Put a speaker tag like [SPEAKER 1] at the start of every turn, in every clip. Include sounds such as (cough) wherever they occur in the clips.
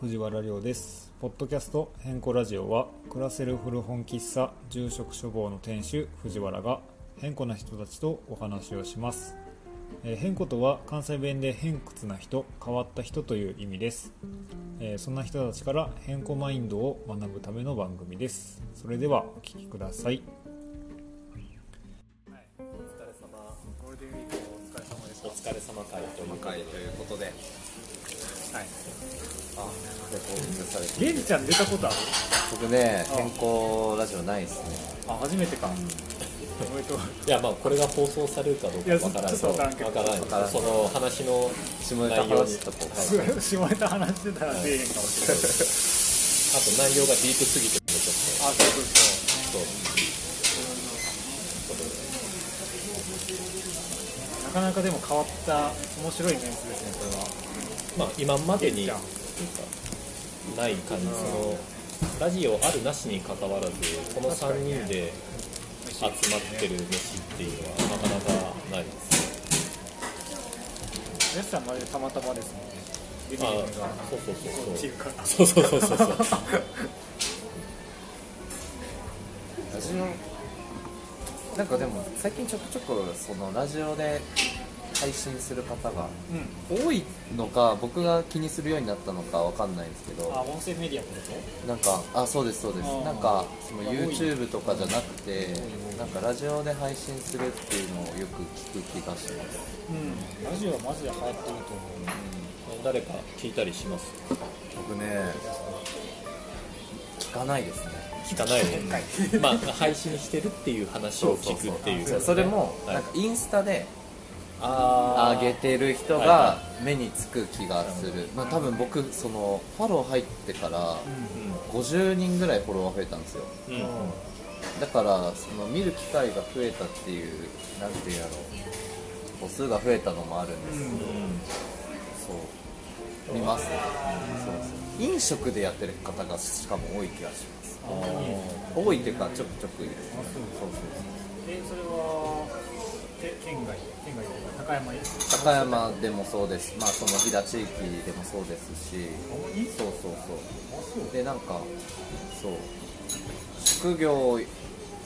[SPEAKER 1] 藤原亮ですポッドキャスト「変更ラジオは」暮らせる古本喫茶住職処方の店主藤原が変更な人たちとお話をします、えー、変更とは関西弁で偏屈な人変わった人という意味です、えーそんな人たちから変更マインドを学ぶための番組ですそれではお聞きください
[SPEAKER 2] お疲れ様
[SPEAKER 1] ゴールデンウィークお疲れ様でし
[SPEAKER 2] お疲れ様会という
[SPEAKER 3] 会ということで、
[SPEAKER 1] はい
[SPEAKER 3] あ、結構許されてる。
[SPEAKER 1] ゲンちゃん出たことある
[SPEAKER 3] 僕ね、健康ラジオないですね。
[SPEAKER 1] あ初めてか、おめでとう
[SPEAKER 2] いやまあこれが放送されるかどうか
[SPEAKER 1] いや
[SPEAKER 2] わからん
[SPEAKER 1] ちょっとわからんけど
[SPEAKER 2] わからん
[SPEAKER 3] わからん
[SPEAKER 2] その話の
[SPEAKER 3] 下ネタ
[SPEAKER 2] 内容
[SPEAKER 3] 話
[SPEAKER 2] に
[SPEAKER 3] しとこうか。
[SPEAKER 1] (laughs) 下ネタ話してたら出えへんかもしれない、
[SPEAKER 2] あと内容がディープすぎてもちょっ
[SPEAKER 1] あそうそ
[SPEAKER 2] とそう
[SPEAKER 1] うそうなかなかでも変わった面白いメンツですねこれは
[SPEAKER 2] まあ今までに
[SPEAKER 1] じゃあ
[SPEAKER 2] ない感じそのラジオあるなしにかかわらずこの3人で集まってる飯っていうのはなかなかないですね
[SPEAKER 1] レッサンまでたまたまですもんねリビン
[SPEAKER 2] あ
[SPEAKER 1] グが
[SPEAKER 2] そうそう
[SPEAKER 1] こっちか
[SPEAKER 2] そうそうそうそうそうそうそう
[SPEAKER 3] ラジオ、なんかでも最近ちょくちょくそのラジオで配信する方が
[SPEAKER 1] うん
[SPEAKER 3] 多いのか、僕が気にするようになったのかわかんないんですけ
[SPEAKER 1] あ
[SPEAKER 3] ど、
[SPEAKER 1] 音声メディアってこと
[SPEAKER 3] なんかあ、そうですそうです
[SPEAKER 1] あー。
[SPEAKER 3] なんかその
[SPEAKER 1] 多い
[SPEAKER 3] YouTube とかじゃなくて、なんかラジオで配信するっていうのをよく聞く気がします。
[SPEAKER 1] うんラジオはマジで流行ってると思
[SPEAKER 2] 誰か聞いたりします
[SPEAKER 3] 僕ね、聞かないですね。
[SPEAKER 2] 聞かないねまあ配信してるっていう話を聞くっていう
[SPEAKER 3] そうそれも
[SPEAKER 2] はい
[SPEAKER 3] なんかインスタで
[SPEAKER 2] あ
[SPEAKER 3] 上げてる人
[SPEAKER 2] はいは
[SPEAKER 3] が目につく気がする、まあ、多分僕そのファロー入ってから50人ぐらいフォロワー増えたんですよ
[SPEAKER 2] うん
[SPEAKER 1] う、
[SPEAKER 2] うん
[SPEAKER 1] うん
[SPEAKER 3] だからその見る機会が増えたっていうなんていうんやろう母数が増えたのもあるんですけど、そう見ますねそうそう飲食でやってる方がしかも多い気がします多いっていうかちょくちょくいるそうそう
[SPEAKER 1] えそれはえ県外県外で高山へ
[SPEAKER 3] そう高山でもそうですしまあその飛騨地域でもそうですし
[SPEAKER 1] いい
[SPEAKER 3] そうそう
[SPEAKER 1] あそう
[SPEAKER 3] そうでなんかそう職業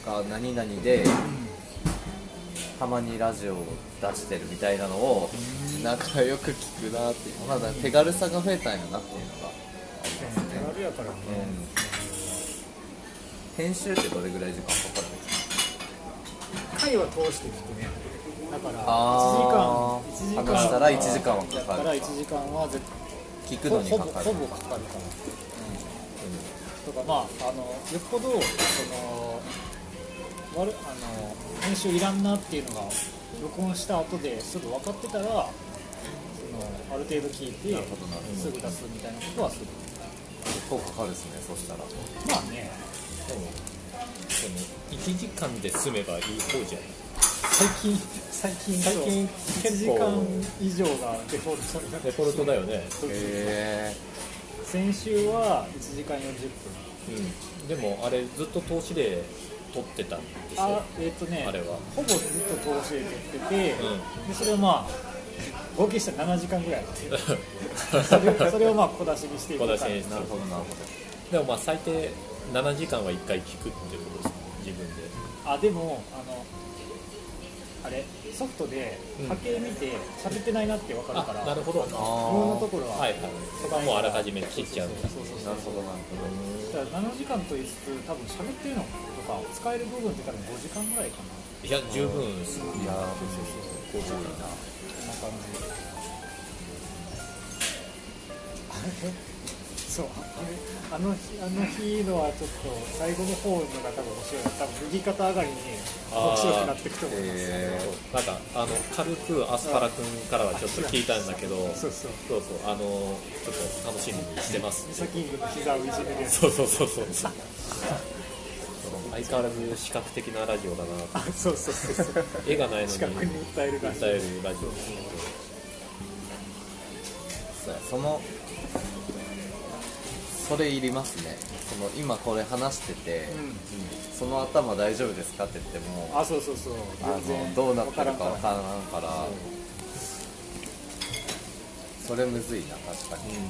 [SPEAKER 3] が何々でたまにラジオを出してるみたいなのをなんかよく聞くなっていうまだ手軽さが増えたんやなっていうのがあります
[SPEAKER 1] 手
[SPEAKER 3] ね、
[SPEAKER 1] 軽やからね
[SPEAKER 3] うん、編集ってどれぐらい時間かかるんですか
[SPEAKER 1] 回は通してきてねだから
[SPEAKER 3] あー
[SPEAKER 1] 1時間1時間
[SPEAKER 3] 話したら1時間はかかる
[SPEAKER 1] だから1時間は絶対
[SPEAKER 3] 聞くのに
[SPEAKER 1] ほ
[SPEAKER 3] か
[SPEAKER 1] ぼ
[SPEAKER 3] かる
[SPEAKER 1] ほぼかかるかなとかまああのよっぽどその悪あの編集いらんなっていうのが録音した後ですぐ分かってたらそのある程度聞いて
[SPEAKER 3] なるほどなるほど
[SPEAKER 1] すぐ出すみたいなことはする
[SPEAKER 3] 結構かかるですねそしたら
[SPEAKER 1] まあね
[SPEAKER 2] でもその1時間で済めばいい方じゃない
[SPEAKER 1] 最近最近
[SPEAKER 2] 最
[SPEAKER 1] 1
[SPEAKER 2] 近
[SPEAKER 1] 時
[SPEAKER 2] 結
[SPEAKER 1] 間
[SPEAKER 2] 構
[SPEAKER 1] 以上がデフォルトになって
[SPEAKER 2] デフォルトだよね、
[SPEAKER 3] へ
[SPEAKER 1] 先週は1時間40分
[SPEAKER 2] うん、でもあれずっと通しで撮ってたんでし
[SPEAKER 1] あ
[SPEAKER 2] ょ
[SPEAKER 1] えっ、とね
[SPEAKER 2] あれは
[SPEAKER 1] ほぼずっと通しで撮ってて、
[SPEAKER 2] う
[SPEAKER 1] でそれをまあ合計したら7時間ぐらいあってそれをそれをまあ小出しにしていこうかな
[SPEAKER 2] 小出しに
[SPEAKER 3] えなるほどなるほ
[SPEAKER 2] で
[SPEAKER 3] ど
[SPEAKER 2] もまあ最低7時間は1回聞くってことですね自分で
[SPEAKER 1] あでもあのあれソフトで
[SPEAKER 2] うん
[SPEAKER 1] 波形見て喋ってないなって分かるから、
[SPEAKER 2] あなるほど
[SPEAKER 1] あの
[SPEAKER 3] あー
[SPEAKER 1] 無音のところは、
[SPEAKER 2] はいはいそこはもうあらかじめ切っちゃうんだ
[SPEAKER 1] そうそうそうそう
[SPEAKER 3] なるほどな
[SPEAKER 1] だから
[SPEAKER 3] るほど
[SPEAKER 1] 7時間と言いつつ多分喋ってるのとか使える部分って多分5時間ぐらいかない
[SPEAKER 2] や十分です
[SPEAKER 3] いやー
[SPEAKER 2] 多いな
[SPEAKER 1] こんな感じあれそうあれあの日あの日のはちょっと最後の方のが多分面白い多分右肩上がりに面白くなっていくと思います、
[SPEAKER 3] え
[SPEAKER 2] なんかあの軽くアスパラ君からはちょっと聞いたんだけど
[SPEAKER 1] そうそう
[SPEAKER 2] そうそうあのちょっと楽しみにしてます
[SPEAKER 1] ミサキングの膝をいじめるやつ
[SPEAKER 2] そうそうそうそうそう相変わらず視覚的なラジオだな
[SPEAKER 1] あそうそうそうそう
[SPEAKER 2] 絵がないのに
[SPEAKER 1] 近くに訴
[SPEAKER 2] 伝
[SPEAKER 1] えるらしい
[SPEAKER 2] えるラジオですね
[SPEAKER 3] そうやそのそれいりますねその今これ話してて、その頭大丈夫ですかって言っても
[SPEAKER 1] あそうそうそう
[SPEAKER 3] あのどうなってるかわからんからそれむずいな確かに、
[SPEAKER 2] うん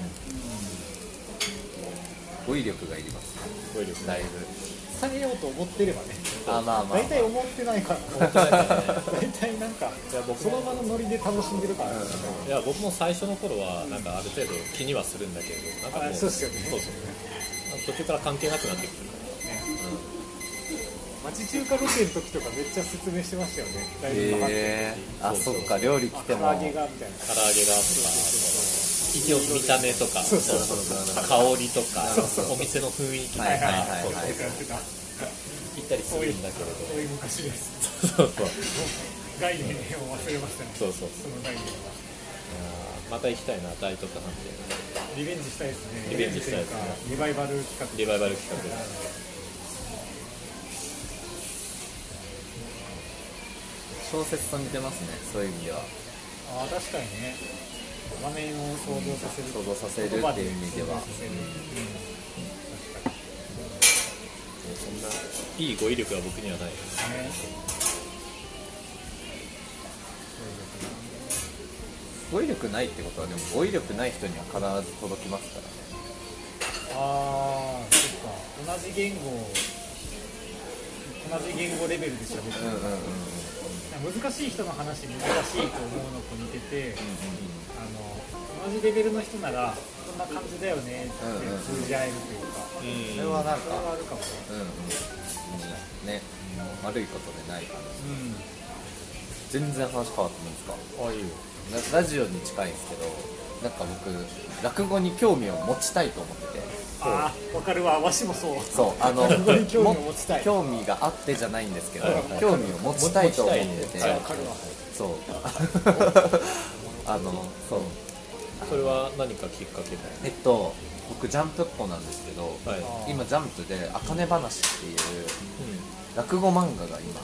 [SPEAKER 3] 語彙力がいります
[SPEAKER 2] 語彙力
[SPEAKER 3] だ
[SPEAKER 2] ないい
[SPEAKER 3] ぶ
[SPEAKER 1] 下げようと思ってればね
[SPEAKER 3] あまあまあ
[SPEAKER 1] 大体思ってないから
[SPEAKER 2] 本当だよね
[SPEAKER 1] 大体なんか
[SPEAKER 2] いや僕
[SPEAKER 1] その
[SPEAKER 2] も
[SPEAKER 1] 場のノリで楽しんでるから、
[SPEAKER 2] いや僕も最初の頃はなんかある程度気にはするんだけどなんかも
[SPEAKER 1] あ
[SPEAKER 2] う
[SPEAKER 1] そうっすよね
[SPEAKER 2] そうそう途中から関係なくなってくるか
[SPEAKER 1] 町中華ロケの時とかめっちゃ説明してましたよねだいぶかかって
[SPEAKER 3] へえあそ
[SPEAKER 2] そうそう
[SPEAKER 3] っか料理来て
[SPEAKER 1] る
[SPEAKER 3] も
[SPEAKER 1] から揚げがみたいな
[SPEAKER 2] ら唐揚げがとか一応見た目とか
[SPEAKER 1] そうそう
[SPEAKER 3] そうそう
[SPEAKER 2] 香りとかお店の雰囲気とか
[SPEAKER 3] はいはいはい
[SPEAKER 2] そう
[SPEAKER 3] はい
[SPEAKER 2] そう行ったりするんだけれど
[SPEAKER 1] そういう昔です
[SPEAKER 2] そうそう
[SPEAKER 1] 概念を忘れましたね
[SPEAKER 2] そうそう
[SPEAKER 1] その概念は
[SPEAKER 2] また行きたいな大都会なんで
[SPEAKER 1] リベンジしたいですね
[SPEAKER 2] リベンジしたいですね
[SPEAKER 1] リベンジというかリバイバル企画
[SPEAKER 2] リバイバル企画で
[SPEAKER 3] 小説と似てますねそういう意味では
[SPEAKER 1] ああ確かにね画面を想像させる
[SPEAKER 3] 想像させるっていう意味では
[SPEAKER 1] 言葉想像させる
[SPEAKER 2] そんないい語彙力は僕にはない
[SPEAKER 1] うんね
[SPEAKER 3] 語彙力ないってことはでも語彙力ない人には必ず届きますからね
[SPEAKER 1] ああそっか同じ言語を同じ言語レベルで喋って
[SPEAKER 3] うんうんうんうんうん
[SPEAKER 1] る難しい人の話に難しいと思うのと似ててあの同じレベルの人ならこんな感じだよねって通じ合えるというか、
[SPEAKER 3] それはなん
[SPEAKER 1] それはあ
[SPEAKER 3] か
[SPEAKER 1] るかもね
[SPEAKER 3] うんうんね悪いことでないから
[SPEAKER 1] う
[SPEAKER 3] 全然話変わってもいいですか
[SPEAKER 2] あいいよ
[SPEAKER 3] ララジオに近いんですけどなんか僕落語に興味を持ちたいと思ってて
[SPEAKER 1] ん、ああわかるわわしもそう
[SPEAKER 3] そうあの
[SPEAKER 1] 落語に興味を持ちたい
[SPEAKER 3] も興味があってじゃないんですけど
[SPEAKER 2] はい
[SPEAKER 3] 興味を持ちたいと思ってて、
[SPEAKER 2] 持ちたい
[SPEAKER 1] わかるわ
[SPEAKER 3] そう (laughs) あのそう
[SPEAKER 2] それは何かきっかけだよ
[SPEAKER 3] えっと僕ジャンプっ子なんですけど、
[SPEAKER 2] はい
[SPEAKER 1] あー
[SPEAKER 3] 今ジャンプで「あかね話」ってい
[SPEAKER 2] う
[SPEAKER 3] う
[SPEAKER 2] ん
[SPEAKER 3] 落語漫画が今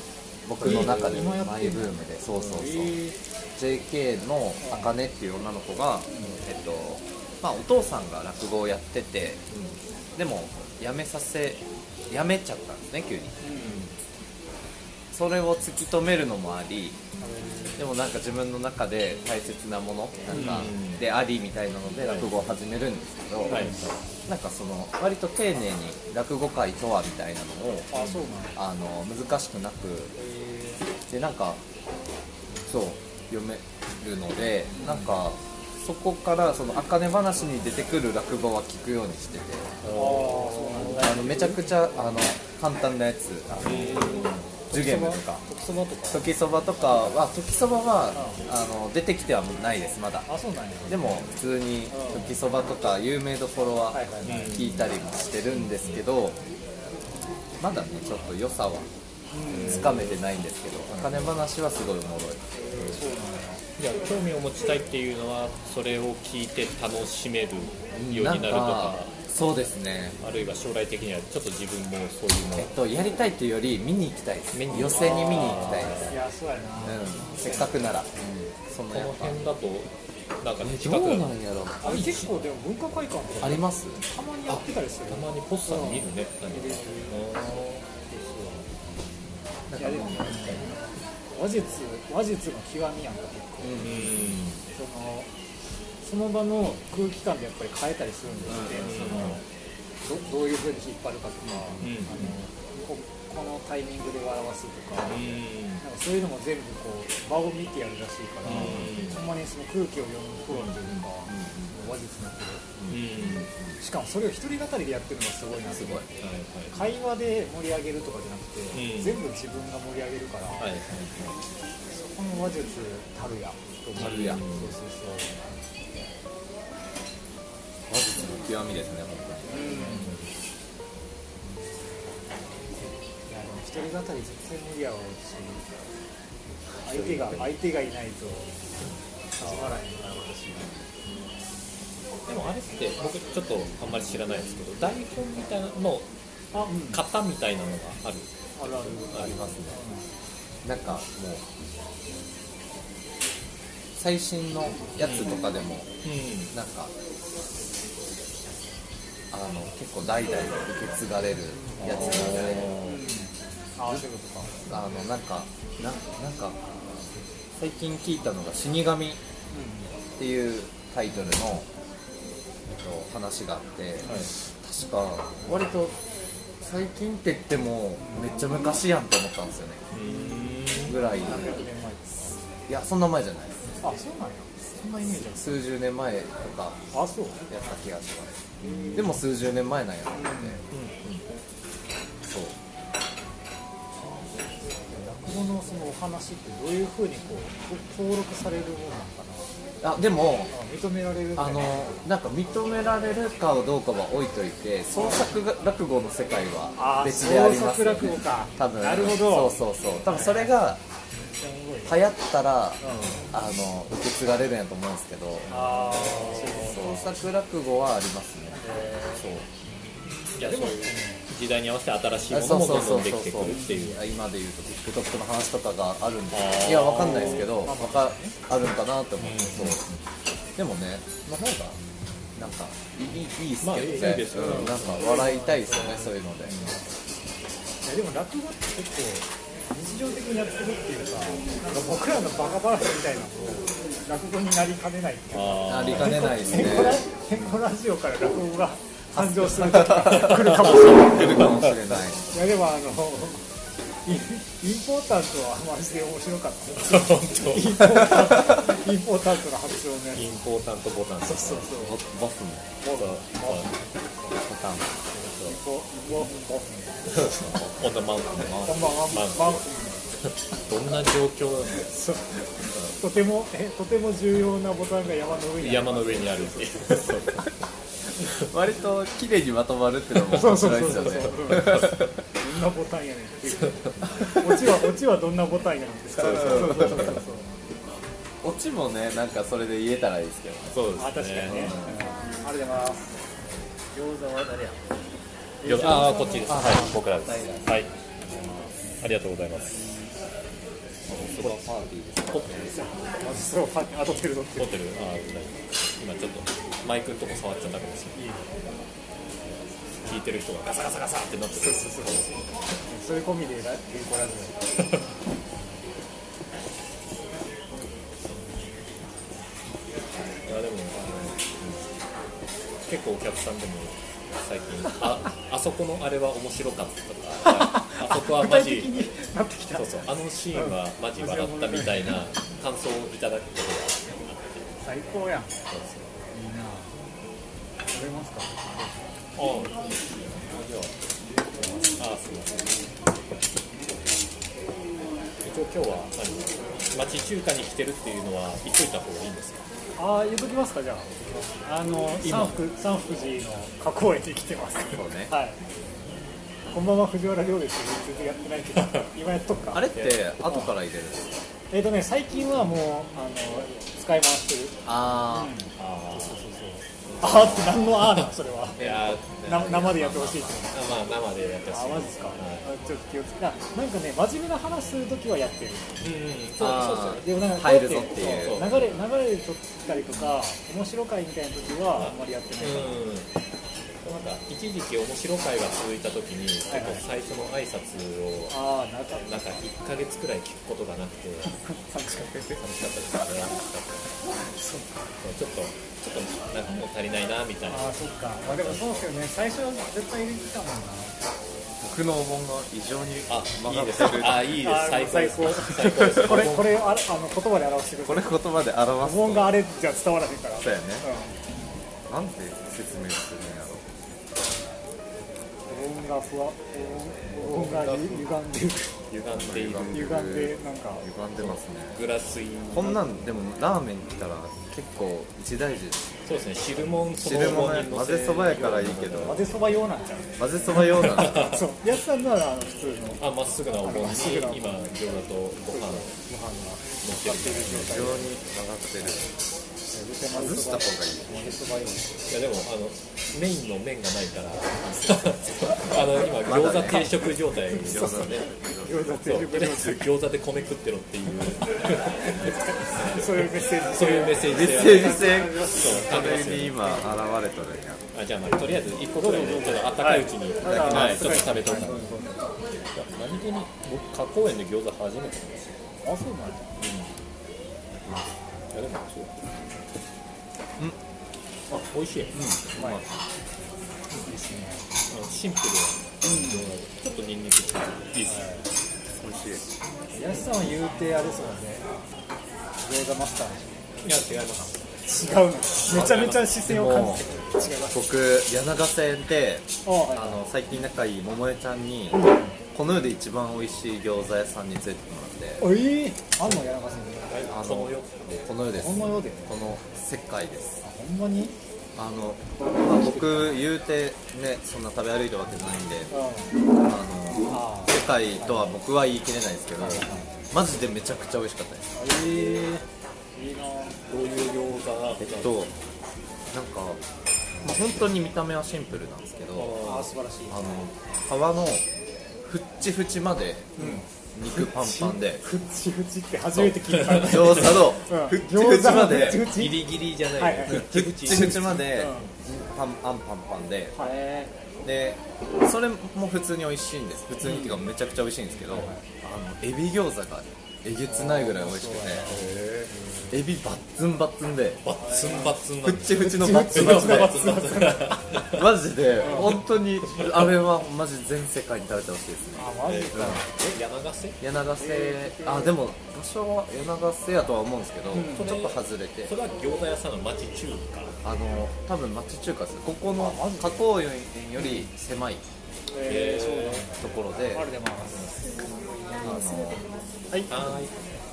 [SPEAKER 3] 僕の中で
[SPEAKER 1] えー今やってんの
[SPEAKER 3] マイブームでそうそうそう、
[SPEAKER 1] え
[SPEAKER 3] JK のあかねっていう女の子が、えっとまあ、お父さんが落語をやっててでも辞めさせ辞めちゃったんですね急にそれを突き止めるのもありでもなんか自分の中で大切なものなんか
[SPEAKER 2] うん
[SPEAKER 3] でありみたいなので
[SPEAKER 2] はい
[SPEAKER 3] 落語を始めるんですけど、
[SPEAKER 2] はい
[SPEAKER 3] なんかその割と丁寧に落語界とはみたいなのを
[SPEAKER 1] あそうなんだ
[SPEAKER 3] あの難しくなくでなんかそう読めるのでなんかそこからその茜話に出てくる落語は聞くようにしてて
[SPEAKER 1] ああそうなんだ
[SPEAKER 3] あのめちゃくちゃあの簡単なやつあのジュゲムとか
[SPEAKER 1] 特そばとか
[SPEAKER 3] 時そばとかは時そばはあの出てきてはないですまだ
[SPEAKER 1] あそうなんや
[SPEAKER 3] でも普通に時そばとか有名どころは
[SPEAKER 1] はいはいはい
[SPEAKER 3] 聞いたりもしてるんですけどまだねちょっと良さはつかめてないんですけど茜話はすごいおもろい
[SPEAKER 1] そうなんや
[SPEAKER 2] いや興味を持ちたいっていうのはそれを聞いて楽しめるようになるとか
[SPEAKER 3] そうですね
[SPEAKER 2] あるいは将来的にはちょっと自分もそういうの
[SPEAKER 3] えっとやりたいというより見に行きたいです
[SPEAKER 2] 見に行き
[SPEAKER 3] 寄席に見に行きたいです
[SPEAKER 1] いやそうやな、
[SPEAKER 3] うんせっかくならその
[SPEAKER 2] こ
[SPEAKER 3] やっ
[SPEAKER 2] の
[SPEAKER 3] ぱ
[SPEAKER 2] 辺だとなんかね近
[SPEAKER 3] ど
[SPEAKER 2] く
[SPEAKER 3] う
[SPEAKER 2] だ
[SPEAKER 3] なんやろ
[SPEAKER 1] あれ結構でも文化会館とか
[SPEAKER 3] あります
[SPEAKER 1] たまにやってたりする
[SPEAKER 2] た
[SPEAKER 1] よ
[SPEAKER 2] まにポスター見るね何
[SPEAKER 1] 見る
[SPEAKER 2] か
[SPEAKER 3] なん
[SPEAKER 1] い
[SPEAKER 3] か
[SPEAKER 1] や
[SPEAKER 3] も
[SPEAKER 1] で
[SPEAKER 3] う
[SPEAKER 1] も話術話術の極みやんか結構
[SPEAKER 2] うん
[SPEAKER 1] そのその場の空気感でやっぱり変えたりするんですって、そのどどういうふうに引っ張るかとか、
[SPEAKER 2] うん
[SPEAKER 1] あのここのタイミングで笑わすとか,、なんか
[SPEAKER 2] う
[SPEAKER 1] そういうのも全部こう場を見てやるらしいから、
[SPEAKER 2] うん
[SPEAKER 1] ほんまにその空気を読むプロというか、話術のプ
[SPEAKER 2] んうん
[SPEAKER 1] ロしかもそれを一人語りでやってるのがすごいなす
[SPEAKER 3] すごい
[SPEAKER 2] は
[SPEAKER 1] 会話で盛り上げるとかじゃなくて、
[SPEAKER 2] うん
[SPEAKER 1] 全部自分が盛り上げるから、
[SPEAKER 2] いはいはい
[SPEAKER 1] そこの話術たるやと思う
[SPEAKER 3] たるや
[SPEAKER 1] そうそうそう
[SPEAKER 3] 話術の極みですね本当に
[SPEAKER 1] いやでも一人語り絶対無理やわうち相手が相手がいないと始まらへんから私
[SPEAKER 2] でもあれって僕ちょっとあんまり知らないですけど台本みたいなの
[SPEAKER 1] あうん
[SPEAKER 2] 型みたいなのがある
[SPEAKER 1] あるある
[SPEAKER 3] ありますねなんかもう最新のやつとかでも
[SPEAKER 2] うん
[SPEAKER 3] なんかあの結構代々受け継がれるやつなんで
[SPEAKER 1] ああそういうことか
[SPEAKER 3] あのなんかななんか最近聞いたのが「死神」っていうタイトルのと話があって、
[SPEAKER 2] はい
[SPEAKER 3] 確か割と最近って言ってもめっちゃ昔やんと思ったんですよねぐらいいやそんな前じゃない
[SPEAKER 1] あそうなんやそんなイメージあ
[SPEAKER 3] 数十年前とか
[SPEAKER 1] るあそう
[SPEAKER 3] やった気がしますでも数十年前なんやと思って、そう
[SPEAKER 1] 落語のそのお話ってどういうふうにこう登録されるものなのか
[SPEAKER 3] あでも
[SPEAKER 1] なあ認められるみた
[SPEAKER 3] あ
[SPEAKER 1] い
[SPEAKER 3] の
[SPEAKER 1] な
[SPEAKER 3] なんか認められるかどうかは置いといて創作落語の世界は
[SPEAKER 1] あー
[SPEAKER 3] 別であります
[SPEAKER 1] 創作落語か
[SPEAKER 3] 多分
[SPEAKER 1] なるほど
[SPEAKER 3] そうそうそう多分それが流行ったらあの受け継がれるんやと思うんですけど
[SPEAKER 1] あ
[SPEAKER 3] 創作落語はありますね
[SPEAKER 2] いやでも時代に合わせて新しい
[SPEAKER 3] あ
[SPEAKER 2] ものもどんどんできてくるっていう
[SPEAKER 3] いや今で言うと TikTok の話とかがあるんで
[SPEAKER 2] あー
[SPEAKER 3] いやわかんないですけどわかあるんかなって思って、そうでもねまあなんかなんかいいいいっすけ
[SPEAKER 2] ま
[SPEAKER 3] ど
[SPEAKER 2] あ
[SPEAKER 3] ね、
[SPEAKER 2] いいですよね
[SPEAKER 3] うんなんか笑いたいですよねそういうの
[SPEAKER 1] い
[SPEAKER 3] で、
[SPEAKER 1] やでも落語って結構日常的にやってるっていうかなんか僕らのバカ話みたいなのも落語になりかねないっていう (laughs) か
[SPEAKER 3] あ
[SPEAKER 2] あ
[SPEAKER 3] りかねないですね
[SPEAKER 1] 変更ラ変更ラジオから落語が誕生する時が来るかもしれない
[SPEAKER 3] 来るかもしれない
[SPEAKER 1] いやでもあの (laughs) インインポータントはマジで面白かった (laughs)
[SPEAKER 2] あ本
[SPEAKER 1] インポータントインポータントの発音
[SPEAKER 2] 当
[SPEAKER 1] ね
[SPEAKER 2] インポータントボタンそう
[SPEAKER 1] そうそう
[SPEAKER 3] ボボスもボタン
[SPEAKER 1] インポインポインポ
[SPEAKER 2] 今度マウン
[SPEAKER 1] こんばんは
[SPEAKER 2] マウン
[SPEAKER 1] マン
[SPEAKER 2] どんな状況なの
[SPEAKER 1] そうとてもえとても重要なボタンが山の上にある
[SPEAKER 2] 山の上にあるっていう (laughs) そう
[SPEAKER 3] (laughs) 割と綺麗にまとまるっていうのも
[SPEAKER 1] そう
[SPEAKER 3] 面
[SPEAKER 1] そう
[SPEAKER 3] 白い
[SPEAKER 1] そ
[SPEAKER 3] で
[SPEAKER 1] う
[SPEAKER 3] す
[SPEAKER 1] そ
[SPEAKER 3] よ
[SPEAKER 1] うそうう
[SPEAKER 3] ね
[SPEAKER 1] んどんなボタンやねんっていうオチはオチはどんなボタンやねんですからそうそうそうそうそう
[SPEAKER 3] オチもねなんかそれで言えたらいいですけど
[SPEAKER 2] そう
[SPEAKER 1] あ確かに
[SPEAKER 2] です
[SPEAKER 1] ね
[SPEAKER 2] ね
[SPEAKER 1] うんありがとうございます餃子は誰や
[SPEAKER 2] よああこっちですはい僕らですはいありがとうございます
[SPEAKER 3] そこはパーティーです
[SPEAKER 2] 撮ってる
[SPEAKER 1] あそうパッ当てるのって
[SPEAKER 2] 撮ってるああ危ない今ちょっとマイクのとこ触っちゃったかもしれない聞いてる人がガサガサガサってなってる
[SPEAKER 1] それ込みでラ健康ラジ
[SPEAKER 2] いやでもあの結構お客さんでも最近ああそこのあれは面白かったと
[SPEAKER 1] (laughs)
[SPEAKER 2] かあそこはマジ
[SPEAKER 1] オなってきた
[SPEAKER 2] そうそうあのシーンはマジ笑ったみたいな感想をいただくことが
[SPEAKER 1] 最高やんいい
[SPEAKER 2] あったんです
[SPEAKER 1] な食べますか
[SPEAKER 2] よああじゃああすいません一応今日は何町中華に来てるっていうのは言っといた方がいいんですか
[SPEAKER 1] ああ言っときますかじゃああの三福三福寺の加工園に来てます
[SPEAKER 3] そうね
[SPEAKER 1] はいこんばんは藤原亮です全然やってないけど今やっとくか
[SPEAKER 3] あれって後から入れる
[SPEAKER 1] えっ、とね最近はもうあの使い回してる
[SPEAKER 3] あ
[SPEAKER 2] ああ
[SPEAKER 1] あーって何のあーなのそれはい
[SPEAKER 2] や
[SPEAKER 1] な生でやってほしいって
[SPEAKER 2] まあ生でやって
[SPEAKER 1] あ
[SPEAKER 2] ほしい
[SPEAKER 1] マジですか、あちょっと気をつけななんかね真面目な話するときはやってる
[SPEAKER 2] そうそうそう
[SPEAKER 3] あー
[SPEAKER 1] でもなんかこうや
[SPEAKER 3] 入るぞっていう
[SPEAKER 1] そそ流れ流れとったりとか面白会みたいな時はあんまりやってないかな、
[SPEAKER 2] うん、なんか一時期面白会が続いた時に結構最初の挨拶を
[SPEAKER 1] ああなんか
[SPEAKER 2] なんか1ヶ月くらい聞くことがなくて
[SPEAKER 1] 寂しかったです
[SPEAKER 2] 楽しかったですねちょっとちょっとなんかもう足りないなみたいな
[SPEAKER 1] ああそっかまあでもそうですよね最初は絶対入れてたもんな
[SPEAKER 3] 僕のお盆が異常に
[SPEAKER 2] あいいです
[SPEAKER 3] 任せる
[SPEAKER 2] あいいです
[SPEAKER 1] あ
[SPEAKER 2] 最高です
[SPEAKER 1] 最高
[SPEAKER 2] 最高です
[SPEAKER 1] こ (laughs) れこれをあれあの言葉で表してる
[SPEAKER 3] これ言葉で表
[SPEAKER 1] 無
[SPEAKER 3] す
[SPEAKER 1] 音が
[SPEAKER 3] と
[SPEAKER 1] あれじゃ伝わらへんから
[SPEAKER 3] そうやね
[SPEAKER 1] う
[SPEAKER 3] なんて説明するんやろ
[SPEAKER 1] ん無音がふわ無音無音がゆ歪んでる
[SPEAKER 2] 歪んでいる
[SPEAKER 1] 歪んでなんか
[SPEAKER 3] 歪んでますね
[SPEAKER 2] グラスイン
[SPEAKER 3] こんなんでもラーメン来たら結構一大事です
[SPEAKER 2] そうですね汁物その
[SPEAKER 3] 汁物
[SPEAKER 2] 重
[SPEAKER 3] ね
[SPEAKER 2] に乗
[SPEAKER 3] 混
[SPEAKER 2] せる
[SPEAKER 3] ぜそばやからいいけど
[SPEAKER 1] 混ぜそば用なんちゃう
[SPEAKER 3] 混ぜそば用なんですか
[SPEAKER 1] そうやつさんならあの普通の
[SPEAKER 2] あまっすぐなお盆に
[SPEAKER 1] まっすぐなお盆
[SPEAKER 2] 今餃子とご飯を
[SPEAKER 1] ご飯が
[SPEAKER 2] 乗ってる
[SPEAKER 1] 出る状
[SPEAKER 3] 非
[SPEAKER 1] 態
[SPEAKER 3] 常
[SPEAKER 1] で
[SPEAKER 3] に曲がってる
[SPEAKER 1] 絶対
[SPEAKER 3] 外した方がいい
[SPEAKER 1] 混ぜそば用
[SPEAKER 2] いやでもあのメインの麺がないから
[SPEAKER 3] (laughs)
[SPEAKER 2] あの今
[SPEAKER 3] まだ
[SPEAKER 2] 餃
[SPEAKER 3] ね
[SPEAKER 2] 子定食状態です
[SPEAKER 3] 餃子ね
[SPEAKER 1] 餃子
[SPEAKER 2] そう
[SPEAKER 1] 定食
[SPEAKER 2] とり
[SPEAKER 1] 料
[SPEAKER 2] あえず餃子で米食ってろ
[SPEAKER 3] (laughs)
[SPEAKER 2] っていう
[SPEAKER 1] そういうメッセージ
[SPEAKER 2] そういうメッセージ
[SPEAKER 3] メ
[SPEAKER 2] 性
[SPEAKER 3] ッセージ性
[SPEAKER 2] そう
[SPEAKER 3] それに今現れとるんや
[SPEAKER 2] あじゃあまあとりあえず一個ぐらいねちょっと温かいうちに、
[SPEAKER 1] だ
[SPEAKER 2] はいちょっと食べとくから何気に僕加工園で餃子初めてなんですよ
[SPEAKER 1] あそうなんや
[SPEAKER 2] いやでもそうあ美味しい、うんまああのシンプルな、ちょっとニンニクっていいですね、
[SPEAKER 3] 美味しい
[SPEAKER 1] 安さんは言うてあれそうだね上がマスタ
[SPEAKER 2] い、や違います
[SPEAKER 1] ー違うのめちゃめちゃ視
[SPEAKER 3] で
[SPEAKER 1] 線を感
[SPEAKER 3] も
[SPEAKER 1] じて
[SPEAKER 3] 僕柳ヶ瀬で
[SPEAKER 1] あはい
[SPEAKER 3] あの最近仲いい桃江ちゃんにこの世で一番美味しい餃子屋さんに連れてってもら
[SPEAKER 1] おいあんのやらかすんだ
[SPEAKER 2] はい
[SPEAKER 3] ってあ
[SPEAKER 2] このよ
[SPEAKER 3] この世です
[SPEAKER 1] ほんまよだよね
[SPEAKER 3] この世界です
[SPEAKER 1] あほんまに
[SPEAKER 3] あの、まあ僕言うてねそんな食べ歩いたわけじゃないんで
[SPEAKER 1] うん
[SPEAKER 3] あの
[SPEAKER 1] あ
[SPEAKER 3] 世界とは僕は言い切れないですけどマジでめちゃくちゃ美味しかったです
[SPEAKER 1] えーいいな
[SPEAKER 2] どういう餃子が
[SPEAKER 3] えっとなんか、まあ、本当に見た目はシンプルなんですけど
[SPEAKER 1] あ
[SPEAKER 2] あ
[SPEAKER 1] ー素晴らしい
[SPEAKER 3] あの皮のふっちふちまで肉パンパンで
[SPEAKER 1] ふっちふちって初めて聞いた
[SPEAKER 3] 餃子のふっちふちまで
[SPEAKER 1] ふっちふ
[SPEAKER 2] ギ
[SPEAKER 1] ち
[SPEAKER 2] リギリじゃない、
[SPEAKER 1] はいはい
[SPEAKER 3] ふっちふちまでパンあんパンパンで
[SPEAKER 1] へ
[SPEAKER 3] でそれも普通に美味しいんです普通にっていうかめちゃくちゃ美味しいんですけどあのエビ餃子がえげつないぐらい美味しくてエビバッツンバッツンで
[SPEAKER 2] バッツンバッツンな
[SPEAKER 3] ふ
[SPEAKER 2] ん
[SPEAKER 3] っ
[SPEAKER 2] で
[SPEAKER 3] ちふちのバッツンバッツンで
[SPEAKER 2] バッツンバッツンバッツン
[SPEAKER 3] マジで本当にあれはマジ全世界に食べてほしいですね
[SPEAKER 1] あマジか
[SPEAKER 2] え柳ヶ瀬
[SPEAKER 3] 柳ヶ瀬あでも場所は柳ヶ瀬やとは思うんですけどちょっと外れて
[SPEAKER 2] それは餃子屋さんの町中華
[SPEAKER 3] あの多分町中華ですここの加工園より狭い
[SPEAKER 1] えーそうなんだ
[SPEAKER 3] ところで
[SPEAKER 1] あれでます
[SPEAKER 3] あの
[SPEAKER 2] はいはい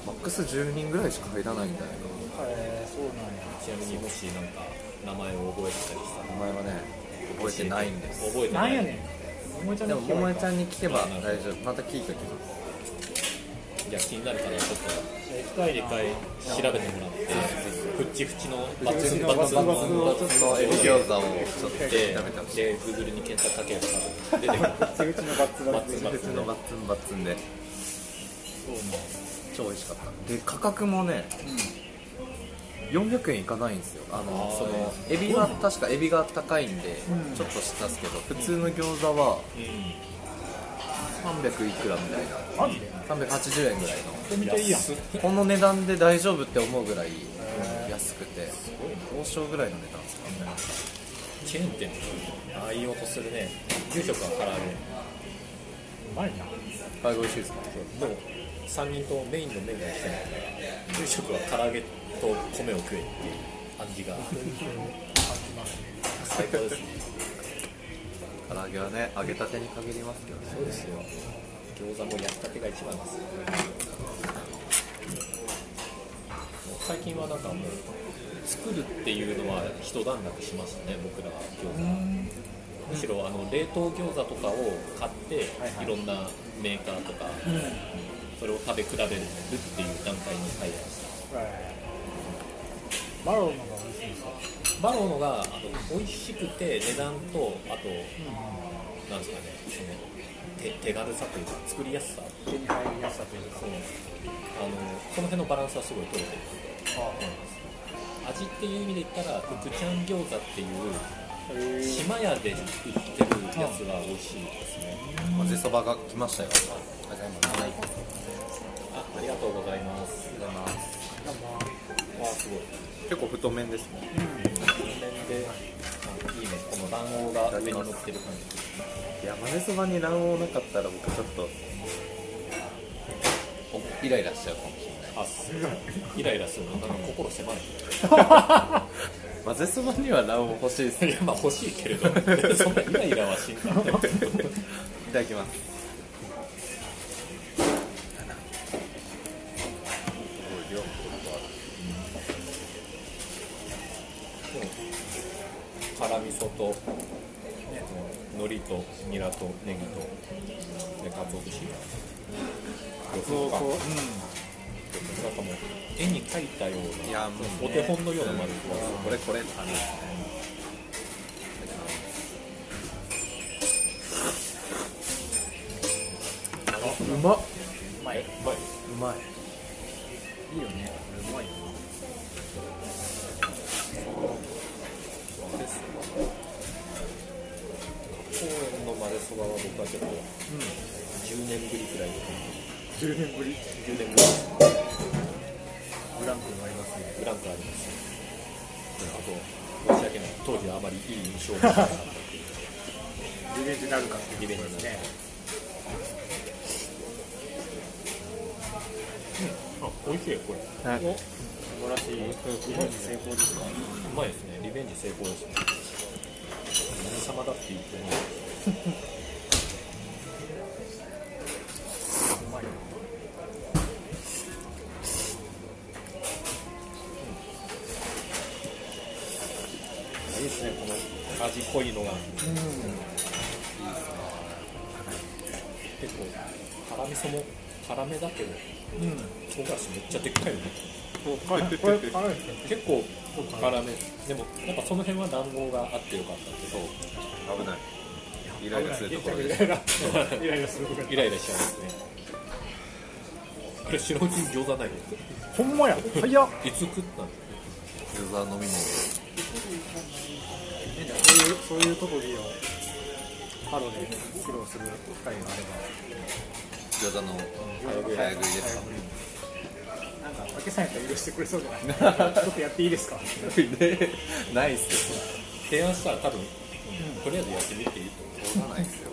[SPEAKER 3] マックス10人ぐらいしか入らないんじゃないか
[SPEAKER 1] へーそうなんや
[SPEAKER 2] ちなみにもしなんか名前を覚えてたりしたら
[SPEAKER 3] な名前はね覚えてないんです
[SPEAKER 2] 覚えて
[SPEAKER 1] な
[SPEAKER 2] ない
[SPEAKER 1] んや
[SPEAKER 2] い
[SPEAKER 1] ねん桃江ちゃん
[SPEAKER 3] で
[SPEAKER 1] の
[SPEAKER 3] も
[SPEAKER 1] 聞けばいい
[SPEAKER 3] 桃江
[SPEAKER 1] か
[SPEAKER 3] ちゃんに聞けば大丈夫また聞いておきます
[SPEAKER 2] いや気になるからちょっと
[SPEAKER 1] 行きたい
[SPEAKER 2] 一
[SPEAKER 1] な
[SPEAKER 2] 回調べてもらってふっちふちのバツン
[SPEAKER 1] バ
[SPEAKER 2] バ
[SPEAKER 1] ツ
[SPEAKER 2] ツ
[SPEAKER 1] ン
[SPEAKER 2] ン
[SPEAKER 1] バツ
[SPEAKER 2] バ
[SPEAKER 1] ン
[SPEAKER 2] ツン
[SPEAKER 1] バ
[SPEAKER 2] バ
[SPEAKER 1] ツン
[SPEAKER 2] ツン
[SPEAKER 3] そのエビ餃子をちょっと食べ
[SPEAKER 2] で
[SPEAKER 3] てほしい
[SPEAKER 2] で Google に検索かければ多分出てくる
[SPEAKER 1] ふっちふちのバツバツ
[SPEAKER 2] バ
[SPEAKER 3] 別
[SPEAKER 2] ツ
[SPEAKER 3] のバッツンバッツンで超美味しかったで価格もね、400円いかないんですよあの
[SPEAKER 2] あー
[SPEAKER 3] そのエビは確かエビが高いんで、ちょっとしたんですけど普通の餃子は
[SPEAKER 2] う
[SPEAKER 3] 300いくらみたいな
[SPEAKER 1] マジで
[SPEAKER 3] 380円ぐらい
[SPEAKER 1] めちゃめちゃいいやん
[SPEAKER 3] のこの値段で大丈夫って思うぐらい安くて王将ぐらいの値段ですかね
[SPEAKER 2] んチェーン店ああ言おうとするね住職はから揚
[SPEAKER 1] うまいな
[SPEAKER 3] はい美味しいですか
[SPEAKER 2] げもう3人ともメインのメニューが来てないから住職はから揚げと米を食えっていう感じが最高ですね
[SPEAKER 3] 唐揚げはね揚げたてに限りますけどね
[SPEAKER 2] そうですよ餃子も焼きたてが一番ですよ最近はなんかもう作るっていうのは一段落しましたね僕らは餃子むしろあの冷凍餃子とかを買っていろんなメーカーとかそれを食べ比べるっていう段階に入りました
[SPEAKER 1] マロンの方が美味しいですか
[SPEAKER 2] バローのがあの美味しくて値段とあと、なんですかねその手手軽さというか作りやすさ
[SPEAKER 1] 手に入りやすさというか
[SPEAKER 2] そうあのこの辺のバランスはすごい取れてる味っていう意味で言ったら福ちゃん餃子ってい
[SPEAKER 1] へ
[SPEAKER 2] う
[SPEAKER 1] ー
[SPEAKER 2] 島屋で売ってるやつが美味しいですね
[SPEAKER 3] 混ぜそばが来ましたよあじゃあ今辛い
[SPEAKER 2] あありがとうございます
[SPEAKER 3] いただきます
[SPEAKER 2] わあすごい
[SPEAKER 3] 結構太麺ですね
[SPEAKER 2] この辺であいいねこの卵黄が上に乗ってる感じ
[SPEAKER 3] いや混ぜそばに卵黄なかったら僕ちょっとイライラしちゃうかもしれない
[SPEAKER 2] あすイライラするのなんか心
[SPEAKER 3] (laughs)
[SPEAKER 2] 狭い
[SPEAKER 3] 混ぜそばには卵黄欲しいです
[SPEAKER 2] いやまあ欲しいけれどそんなイライラはしんない
[SPEAKER 3] いただきます
[SPEAKER 2] 辛味噌と、ね、海苔とニラとネギとでかつお節かつおかなんかもう絵に描いたよう
[SPEAKER 3] い
[SPEAKER 2] な
[SPEAKER 3] やもう
[SPEAKER 2] お手本のような丸くは
[SPEAKER 3] これこれって感じですね
[SPEAKER 2] うまいうまいう
[SPEAKER 3] うまっまい
[SPEAKER 1] いいよねうまいよ
[SPEAKER 2] です公園のまぜそばは僕はちょっと10年ぶりくらい
[SPEAKER 1] 10年ぶり
[SPEAKER 2] 10年ぶり
[SPEAKER 1] ブランクになりますね
[SPEAKER 2] ブランクありますあと申し訳ない当時はあまりいい印象がなかったってい
[SPEAKER 1] リ
[SPEAKER 2] う
[SPEAKER 1] ベンジになるかっていう
[SPEAKER 2] リベンジになる
[SPEAKER 1] ね
[SPEAKER 2] あ美味しいこれう
[SPEAKER 3] は
[SPEAKER 1] 素
[SPEAKER 3] い
[SPEAKER 1] 晴らしいリベンジ成功ですね
[SPEAKER 2] まいですねリベンジ成功ですね何様だって言っても
[SPEAKER 1] うまい
[SPEAKER 2] いいですねこの味濃いのが結構辛味噌も辛めだけど
[SPEAKER 1] うんうん
[SPEAKER 2] 唐辛子めっちゃでっかいよね
[SPEAKER 1] これこれ辛いですね
[SPEAKER 2] 結構辛めでもやっぱその辺は暖房があってよかったけど
[SPEAKER 3] 危ないイライラするところ
[SPEAKER 1] イ
[SPEAKER 3] で
[SPEAKER 1] ライライライラするところ
[SPEAKER 2] (laughs) イライラしちゃいますねあれ白うちに餃子ないよ
[SPEAKER 1] ほんまや早っ
[SPEAKER 2] いつ食ったの
[SPEAKER 3] ユーザー飲み物
[SPEAKER 1] そういうそういうとこでいいよハロで苦労する機会が
[SPEAKER 3] 餃子の
[SPEAKER 1] あれば
[SPEAKER 3] 早食いですか
[SPEAKER 1] なんか竹さんやったら許してくれそうじゃないちょっとやっていいですか
[SPEAKER 3] で (laughs) ないっすよ
[SPEAKER 2] 提案したら多分、うんとりあえずやってみていいと思う
[SPEAKER 3] 通らないっすよ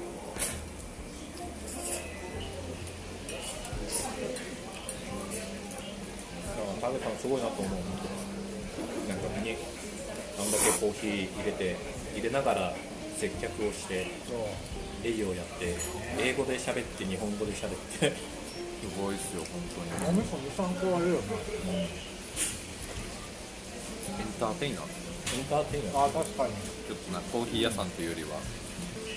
[SPEAKER 2] だから食べたのすごいなと思うなんかにあんだけコーヒー入れて入れながら接客をして営業やって英語で喋って日本語で喋って (laughs)
[SPEAKER 3] すごいっすよ本当
[SPEAKER 1] お
[SPEAKER 3] に
[SPEAKER 1] 味噌23個あるよね
[SPEAKER 3] エンターテイナー
[SPEAKER 2] エンターテイナー
[SPEAKER 1] あ確かに
[SPEAKER 3] ちょっとなコーヒー屋さんというよりは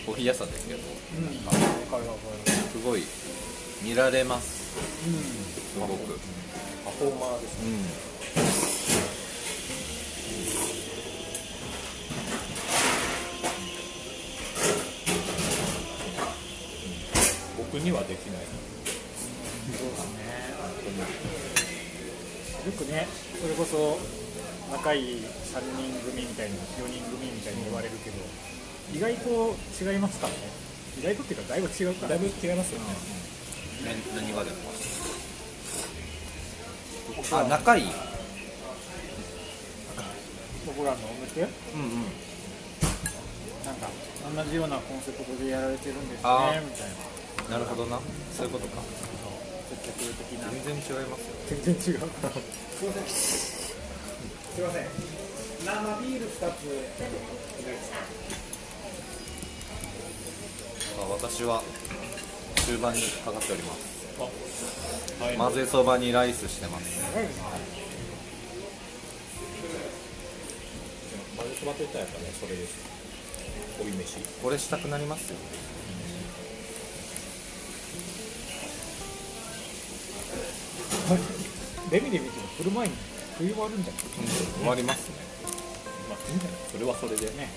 [SPEAKER 3] コーヒー屋さんですけど
[SPEAKER 1] うんわかるわかる
[SPEAKER 3] すごい見られます
[SPEAKER 1] うん
[SPEAKER 3] すごく
[SPEAKER 2] パフォーマーですね
[SPEAKER 3] うん
[SPEAKER 2] 僕にはできない
[SPEAKER 1] そうですね。よくね、それこそ仲いい3人組みたいな、4人組みたいに言われるけど、意外と違いますからね。意外とっていうか、だいぶ違うから。
[SPEAKER 2] だいぶ違いますよね
[SPEAKER 3] な何がですかあ仲いい
[SPEAKER 1] 僕らのお店、なん
[SPEAKER 3] うんうん
[SPEAKER 1] か、同じようなコンセプトでやられてるんですね、みた
[SPEAKER 3] あ
[SPEAKER 1] い
[SPEAKER 3] ー
[SPEAKER 1] な。
[SPEAKER 3] なるほどなそういうことか
[SPEAKER 1] 接客的な。
[SPEAKER 3] 全然違いますよ
[SPEAKER 1] 全然違 (laughs) うから。すいません。生ビール2つ。
[SPEAKER 3] あ私は終盤にかかっております
[SPEAKER 2] あはい
[SPEAKER 3] 混ぜそばにライスしてます
[SPEAKER 2] 混ぜそばといったらやっぱねそれです追い飯
[SPEAKER 3] これしたくなりますよ
[SPEAKER 1] レミで見ても振る舞いに冬はあるんじゃない
[SPEAKER 3] 終わりますね
[SPEAKER 2] まあいいんじゃないそれはそれで
[SPEAKER 1] ね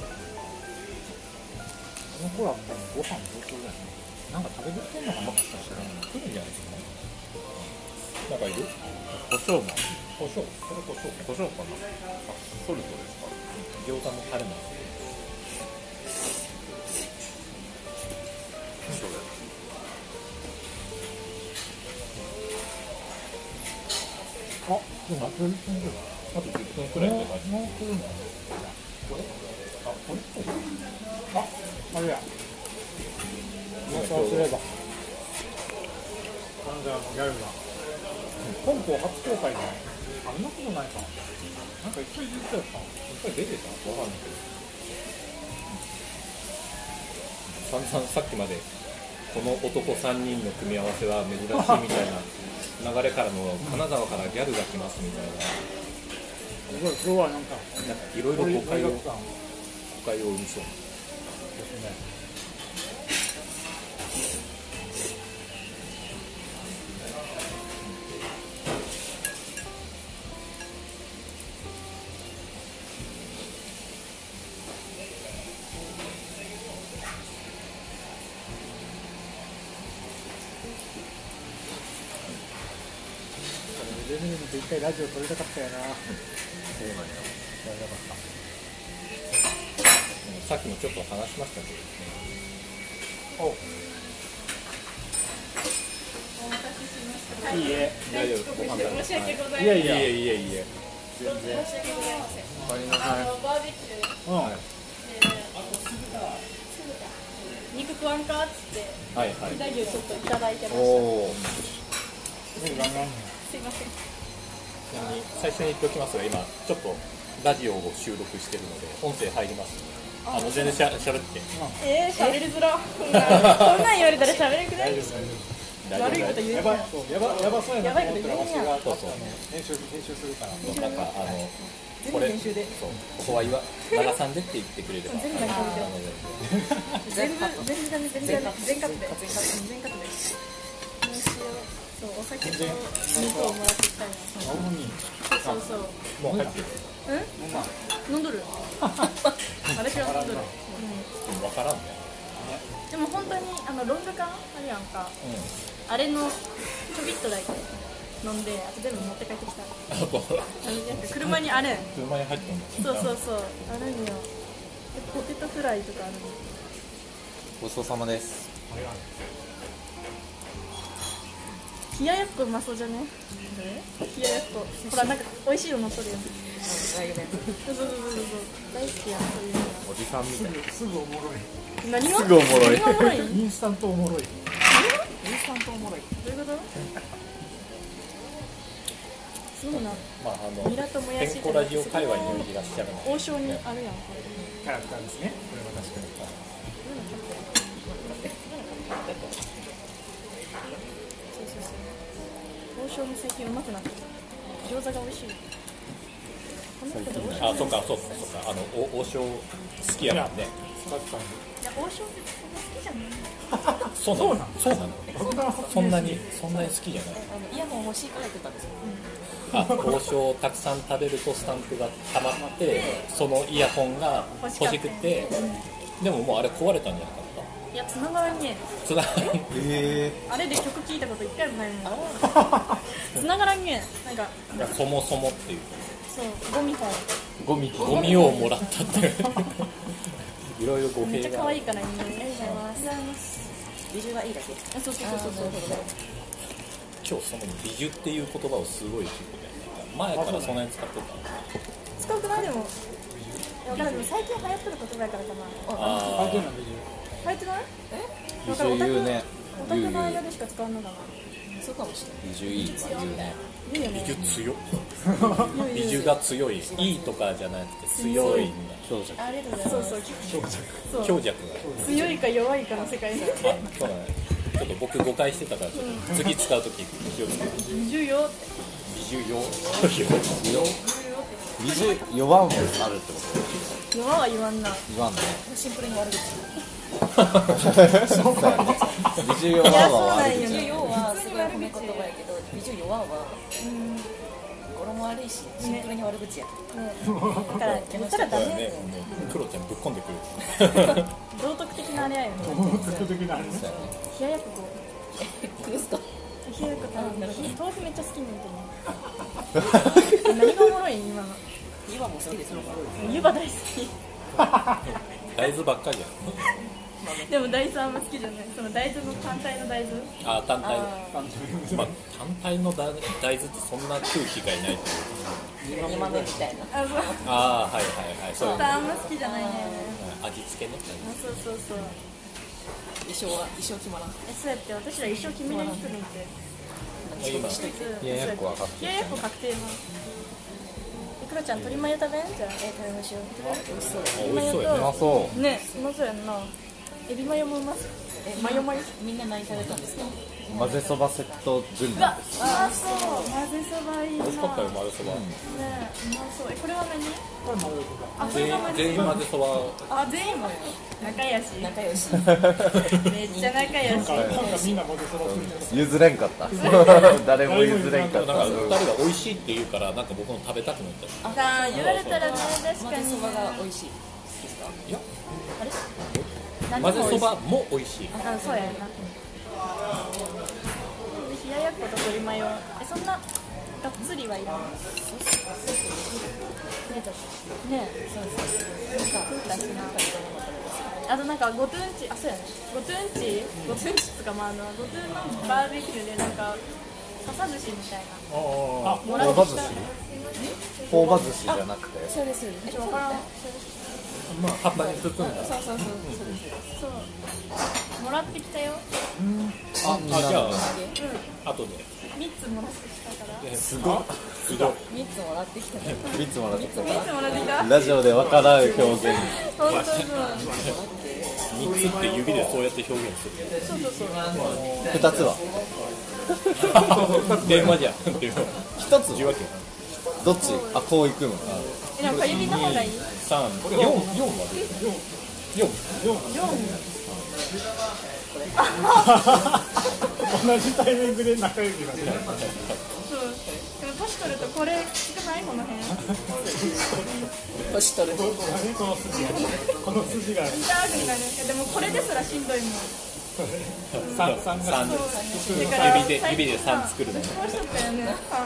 [SPEAKER 1] あの頃はもうご飯上等だよねなんか食べてんのかなもしかしたら
[SPEAKER 2] 来るんじゃないですかねなんかいる
[SPEAKER 3] 胡椒も
[SPEAKER 2] 胡椒これ胡椒
[SPEAKER 3] 胡椒かなあソルトですか
[SPEAKER 2] 餃子もタレも
[SPEAKER 3] そうだよ
[SPEAKER 1] あでも全然だ
[SPEAKER 2] あと10分くらいで
[SPEAKER 1] もう来るの
[SPEAKER 2] あこれっぽい
[SPEAKER 1] ああれやそうすれば彼女のギャルが本校初公開じゃないあんなことないかなんか一回言ってたよか
[SPEAKER 2] やっぱり出てたわかんないけど散々さっきまでこの男3人の組み合わせは珍しいみた (laughs) いな流れからの金沢からギャルが来ますみたいな
[SPEAKER 1] すごい今日はなんか
[SPEAKER 2] なんかいろいろ
[SPEAKER 1] こうい
[SPEAKER 2] 誤
[SPEAKER 1] う大
[SPEAKER 2] 解を
[SPEAKER 1] 学
[SPEAKER 2] 誤
[SPEAKER 1] 感
[SPEAKER 2] 解を生みそう
[SPEAKER 1] ですねレミレミと一回ラジオ撮りたかったよな。や
[SPEAKER 3] そうなんや
[SPEAKER 1] りたかった。
[SPEAKER 2] さっきもちょっと話しましたけど
[SPEAKER 1] おいいえ
[SPEAKER 2] 大丈夫ご飯食べ
[SPEAKER 4] 申し訳ございません。
[SPEAKER 1] いやい
[SPEAKER 2] い
[SPEAKER 1] や
[SPEAKER 2] えいえいえ
[SPEAKER 3] 全然
[SPEAKER 4] 申し訳ございません。
[SPEAKER 3] わかりな
[SPEAKER 4] あ
[SPEAKER 3] さい
[SPEAKER 4] のバーベキュー
[SPEAKER 5] うん、
[SPEAKER 4] で、肉食わんかっつって、
[SPEAKER 2] はいはい
[SPEAKER 4] 飛騨牛ちょっといただいてま
[SPEAKER 3] お
[SPEAKER 4] した。
[SPEAKER 3] お
[SPEAKER 4] すいません。
[SPEAKER 2] ちなみに最初に言っておきますが今ちょっとラジオを収録してるので音声入りますあの全然しゃ喋って
[SPEAKER 4] えー、喋りづら。こんなんこんなん言われたら喋れんくない
[SPEAKER 1] 大丈夫大丈
[SPEAKER 2] 大
[SPEAKER 4] 悪
[SPEAKER 2] 丈
[SPEAKER 4] い
[SPEAKER 2] 夫
[SPEAKER 4] こと
[SPEAKER 1] 夫
[SPEAKER 4] 言
[SPEAKER 1] やば。
[SPEAKER 4] うな
[SPEAKER 1] いそうやばやばそうやなと思ったらわしが
[SPEAKER 2] そうそう
[SPEAKER 1] 編集編集するから
[SPEAKER 2] そうなんかあの
[SPEAKER 4] 全
[SPEAKER 2] こ
[SPEAKER 4] 部
[SPEAKER 2] れ
[SPEAKER 4] 編
[SPEAKER 2] そう
[SPEAKER 4] 集で。
[SPEAKER 2] ここは言わ長さんでって言ってくれれば
[SPEAKER 4] 全部編集で
[SPEAKER 2] あの
[SPEAKER 4] 全部全部ダメ全部ダメ全カットで全カット全カットで。どうしよう。そうお酒と肉をもらってきたいな。
[SPEAKER 1] 青に
[SPEAKER 4] そうそうそう。
[SPEAKER 1] もう入ってる
[SPEAKER 4] 飲んどる私は飲んど
[SPEAKER 2] で
[SPEAKER 4] る、
[SPEAKER 2] も分からんね
[SPEAKER 4] うん、でも本当にあのロング缶あるやんか、あれのちょびっとだけ飲んであと全部持って帰ってきた
[SPEAKER 2] あこう
[SPEAKER 4] あのなんか車にあれ
[SPEAKER 2] 車に入ってん
[SPEAKER 4] そ
[SPEAKER 2] だ
[SPEAKER 4] うそうそうあるんよでポテトフライとかあるの
[SPEAKER 3] ごちそうさまです
[SPEAKER 4] 冷ややっこうまそうじゃね冷ややっこほらなんか美味しいの乗っとるやんそうそうそうそうそう大好きやんそういうの
[SPEAKER 3] おじさんみたい
[SPEAKER 1] すぐおもろい
[SPEAKER 4] 何が
[SPEAKER 3] すぐおもろい
[SPEAKER 4] 何がおもろい
[SPEAKER 1] インスタントおもろい
[SPEAKER 4] どういうことすごいな
[SPEAKER 2] まああの
[SPEAKER 4] ニラともやし
[SPEAKER 2] 健康ラジオ界隈にいらっしゃるので
[SPEAKER 4] 王将にあるやんこれ
[SPEAKER 1] キャラクターですねこれは確かに
[SPEAKER 4] そうそうそう王将も最近うまくなってる餃子が美味しいこの人で王将
[SPEAKER 2] あそうかそうかそうかあのお王将好きやもんね
[SPEAKER 4] いや王将ってそんな好きじゃない
[SPEAKER 2] そうなのそうなの
[SPEAKER 1] 僕が発
[SPEAKER 2] そんなにそんなに好きじゃない
[SPEAKER 6] あのイヤホン欲しいから言ってたんですよ。
[SPEAKER 2] あ王将をたくさん食べるとスタンプがたまってそのイヤホンが欲しくてでももうあれ壊れたんじゃなかっ
[SPEAKER 4] いや繋がらんね
[SPEAKER 2] たつながり
[SPEAKER 3] え
[SPEAKER 4] あれで曲聴いたこと一回もないもん繋がらんねなんか
[SPEAKER 2] そもそもっていう
[SPEAKER 4] そうゴミ本
[SPEAKER 3] ー、ゴミ
[SPEAKER 2] ゴミをもらったっていういろいろ語
[SPEAKER 4] めっ
[SPEAKER 2] 弊
[SPEAKER 4] ちゃ
[SPEAKER 2] が
[SPEAKER 4] 可愛いからいいねありがとうございます
[SPEAKER 6] ビジュはいいだけ。
[SPEAKER 4] あそうそうそうそう
[SPEAKER 2] 今日その美術っていう言葉をすごい聞くね前からそんなに使ってた
[SPEAKER 4] 使うくないでもいやわからんでも最近流行ってる言葉やからかな
[SPEAKER 2] あー
[SPEAKER 4] 流行ってないえ
[SPEAKER 3] 美女言うね
[SPEAKER 4] オタクの間でしか使わんのかな
[SPEAKER 6] そうかもしれ
[SPEAKER 3] 美
[SPEAKER 6] ない。
[SPEAKER 3] 女いいわ言うね
[SPEAKER 4] いいよね
[SPEAKER 2] 美術
[SPEAKER 3] (laughs)
[SPEAKER 2] 強っ美術が強いいいとかじゃなくて強いんだ
[SPEAKER 3] そうじゃん
[SPEAKER 6] ありがとうござい
[SPEAKER 4] そ
[SPEAKER 6] ま
[SPEAKER 4] う
[SPEAKER 6] す。
[SPEAKER 4] そう
[SPEAKER 2] 強弱が
[SPEAKER 4] 強いか弱いかの世界で
[SPEAKER 2] あそうだねちょっと僕誤解してたからちょっと次使う時気をつけて
[SPEAKER 4] 重要って
[SPEAKER 2] 美術用美術用
[SPEAKER 3] 美女呼ばんもあるってこと
[SPEAKER 4] 弱は言わんな
[SPEAKER 3] 言わんね
[SPEAKER 6] シンプルに悪口。
[SPEAKER 3] そうだね美女呼ばんは悪い
[SPEAKER 4] いやそうなんよ
[SPEAKER 6] ビジ
[SPEAKER 4] ね
[SPEAKER 6] ュ要はすごい褒め言葉やけど、ビジュ弱は語呂も悪いし、シンプルに悪口や。
[SPEAKER 4] だから言ったらダ
[SPEAKER 2] だよね
[SPEAKER 4] メ
[SPEAKER 2] もうクロちゃんぶっこんでくる
[SPEAKER 4] 道徳的なあれやよね
[SPEAKER 1] 特的なあれね
[SPEAKER 3] そうやね
[SPEAKER 4] 冷ややっこ
[SPEAKER 6] クスと。
[SPEAKER 4] 冷や (laughs) やっこ食べるんだ豆腐めっちゃ好きなんだけど何がおもろい今の
[SPEAKER 6] イワも好きですよ。
[SPEAKER 4] 湯葉大好
[SPEAKER 2] 大豆ばっかりや
[SPEAKER 4] きでも大豆あんま好きじゃないその大豆の単体の大豆
[SPEAKER 2] あ単体
[SPEAKER 6] あ
[SPEAKER 2] まあ単体のだ大豆ってそんな空気がいないという
[SPEAKER 6] あ、煮豆みたいな。
[SPEAKER 4] あそう
[SPEAKER 2] ああはいはいはいそういう
[SPEAKER 4] ちょっとあんま好きじゃないね
[SPEAKER 2] 味付けね
[SPEAKER 4] あそうそうそう
[SPEAKER 6] 衣装は衣装決まらん。
[SPEAKER 4] えそうやって私ら一生決めない人なんて
[SPEAKER 2] 今
[SPEAKER 4] うん
[SPEAKER 3] 冷ややっこは確定
[SPEAKER 4] 冷ややっこ確定なえクロちゃん鶏マヨ食べんじゃあえ食べましょう
[SPEAKER 6] 美味しそうだ。
[SPEAKER 2] 美味しそうや
[SPEAKER 3] う
[SPEAKER 2] ね
[SPEAKER 3] まそ
[SPEAKER 4] ねうまそうやんなエビマヨもうまそう
[SPEAKER 6] え
[SPEAKER 4] マヨマヨ
[SPEAKER 6] みんな何食べたんですか。
[SPEAKER 3] う混ぜそばセット軍
[SPEAKER 4] う
[SPEAKER 3] 団
[SPEAKER 4] わうまそう混ぜそばいいな
[SPEAKER 2] 美味しかったよ
[SPEAKER 4] ね
[SPEAKER 2] 混ぜそば
[SPEAKER 4] うまそうえこれは何
[SPEAKER 1] これまあ俺とか
[SPEAKER 4] あこれ
[SPEAKER 2] 全
[SPEAKER 4] が
[SPEAKER 2] 員全
[SPEAKER 4] 混ぜ
[SPEAKER 2] 員
[SPEAKER 4] そば
[SPEAKER 2] 混ぜそば
[SPEAKER 4] あ全員も仲良し
[SPEAKER 6] 仲良し。
[SPEAKER 4] めっちゃ仲良し
[SPEAKER 1] なんかみんな混ぜそばする
[SPEAKER 3] 譲れんかった誰も譲れんかっ
[SPEAKER 2] な
[SPEAKER 3] た
[SPEAKER 2] んか
[SPEAKER 3] うん
[SPEAKER 2] 2人が美味しいって言うからなんか僕も食べたくなっちゃっ
[SPEAKER 4] あー言われたらね確
[SPEAKER 6] 混
[SPEAKER 4] か
[SPEAKER 6] ぜ
[SPEAKER 4] に
[SPEAKER 6] そばが美味しい。
[SPEAKER 2] たいや
[SPEAKER 4] 何で
[SPEAKER 2] 混
[SPEAKER 4] も
[SPEAKER 2] ぜそばも美味しい
[SPEAKER 4] 美味しいあそうやんな冷ややっこと鶏マヨえそんながっつりはいらないねえそうそうなんかあとなんかゴトゥンチあそうやねゴトゥンチゴトゥンチっつうかまああのゴトゥンのバーベキューでなんか笹寿司みたいな
[SPEAKER 5] あ
[SPEAKER 4] もら
[SPEAKER 5] あ
[SPEAKER 4] っ
[SPEAKER 5] わか寿
[SPEAKER 4] てきた
[SPEAKER 5] 司
[SPEAKER 3] 大葉寿司じゃなくて
[SPEAKER 6] そうですよね
[SPEAKER 4] 私わからん
[SPEAKER 2] まあ葉っぱに包んだ
[SPEAKER 6] そうそうそうそうです
[SPEAKER 4] そうもらってきたよ
[SPEAKER 2] ああじゃ
[SPEAKER 6] で
[SPEAKER 2] あ後で
[SPEAKER 4] 三つもらってきたから
[SPEAKER 2] すごいすごい
[SPEAKER 6] 三つもらってきたから
[SPEAKER 3] いつもらってきた
[SPEAKER 4] 三つもらってきた
[SPEAKER 3] ラジオでわからん表現
[SPEAKER 4] そうそうそう
[SPEAKER 2] 3つって指でそうやって表現する
[SPEAKER 3] 二つは
[SPEAKER 2] 電話じゃんっていう
[SPEAKER 3] 一つ
[SPEAKER 2] 受
[SPEAKER 3] は
[SPEAKER 2] 話器
[SPEAKER 3] どっちあこう行くのか
[SPEAKER 4] えでも小指の方がいい
[SPEAKER 2] 三四四まで四
[SPEAKER 1] 同じタイミングで中指が出ない
[SPEAKER 4] そうでも年取るとこれきつくないこの辺
[SPEAKER 6] 年取る
[SPEAKER 1] この筋がこの筋が
[SPEAKER 4] 痛くなるいやでもこれですらしんどいもん
[SPEAKER 2] 三三三
[SPEAKER 4] だから
[SPEAKER 2] 指で指で三作るの
[SPEAKER 4] こうしとったよねさ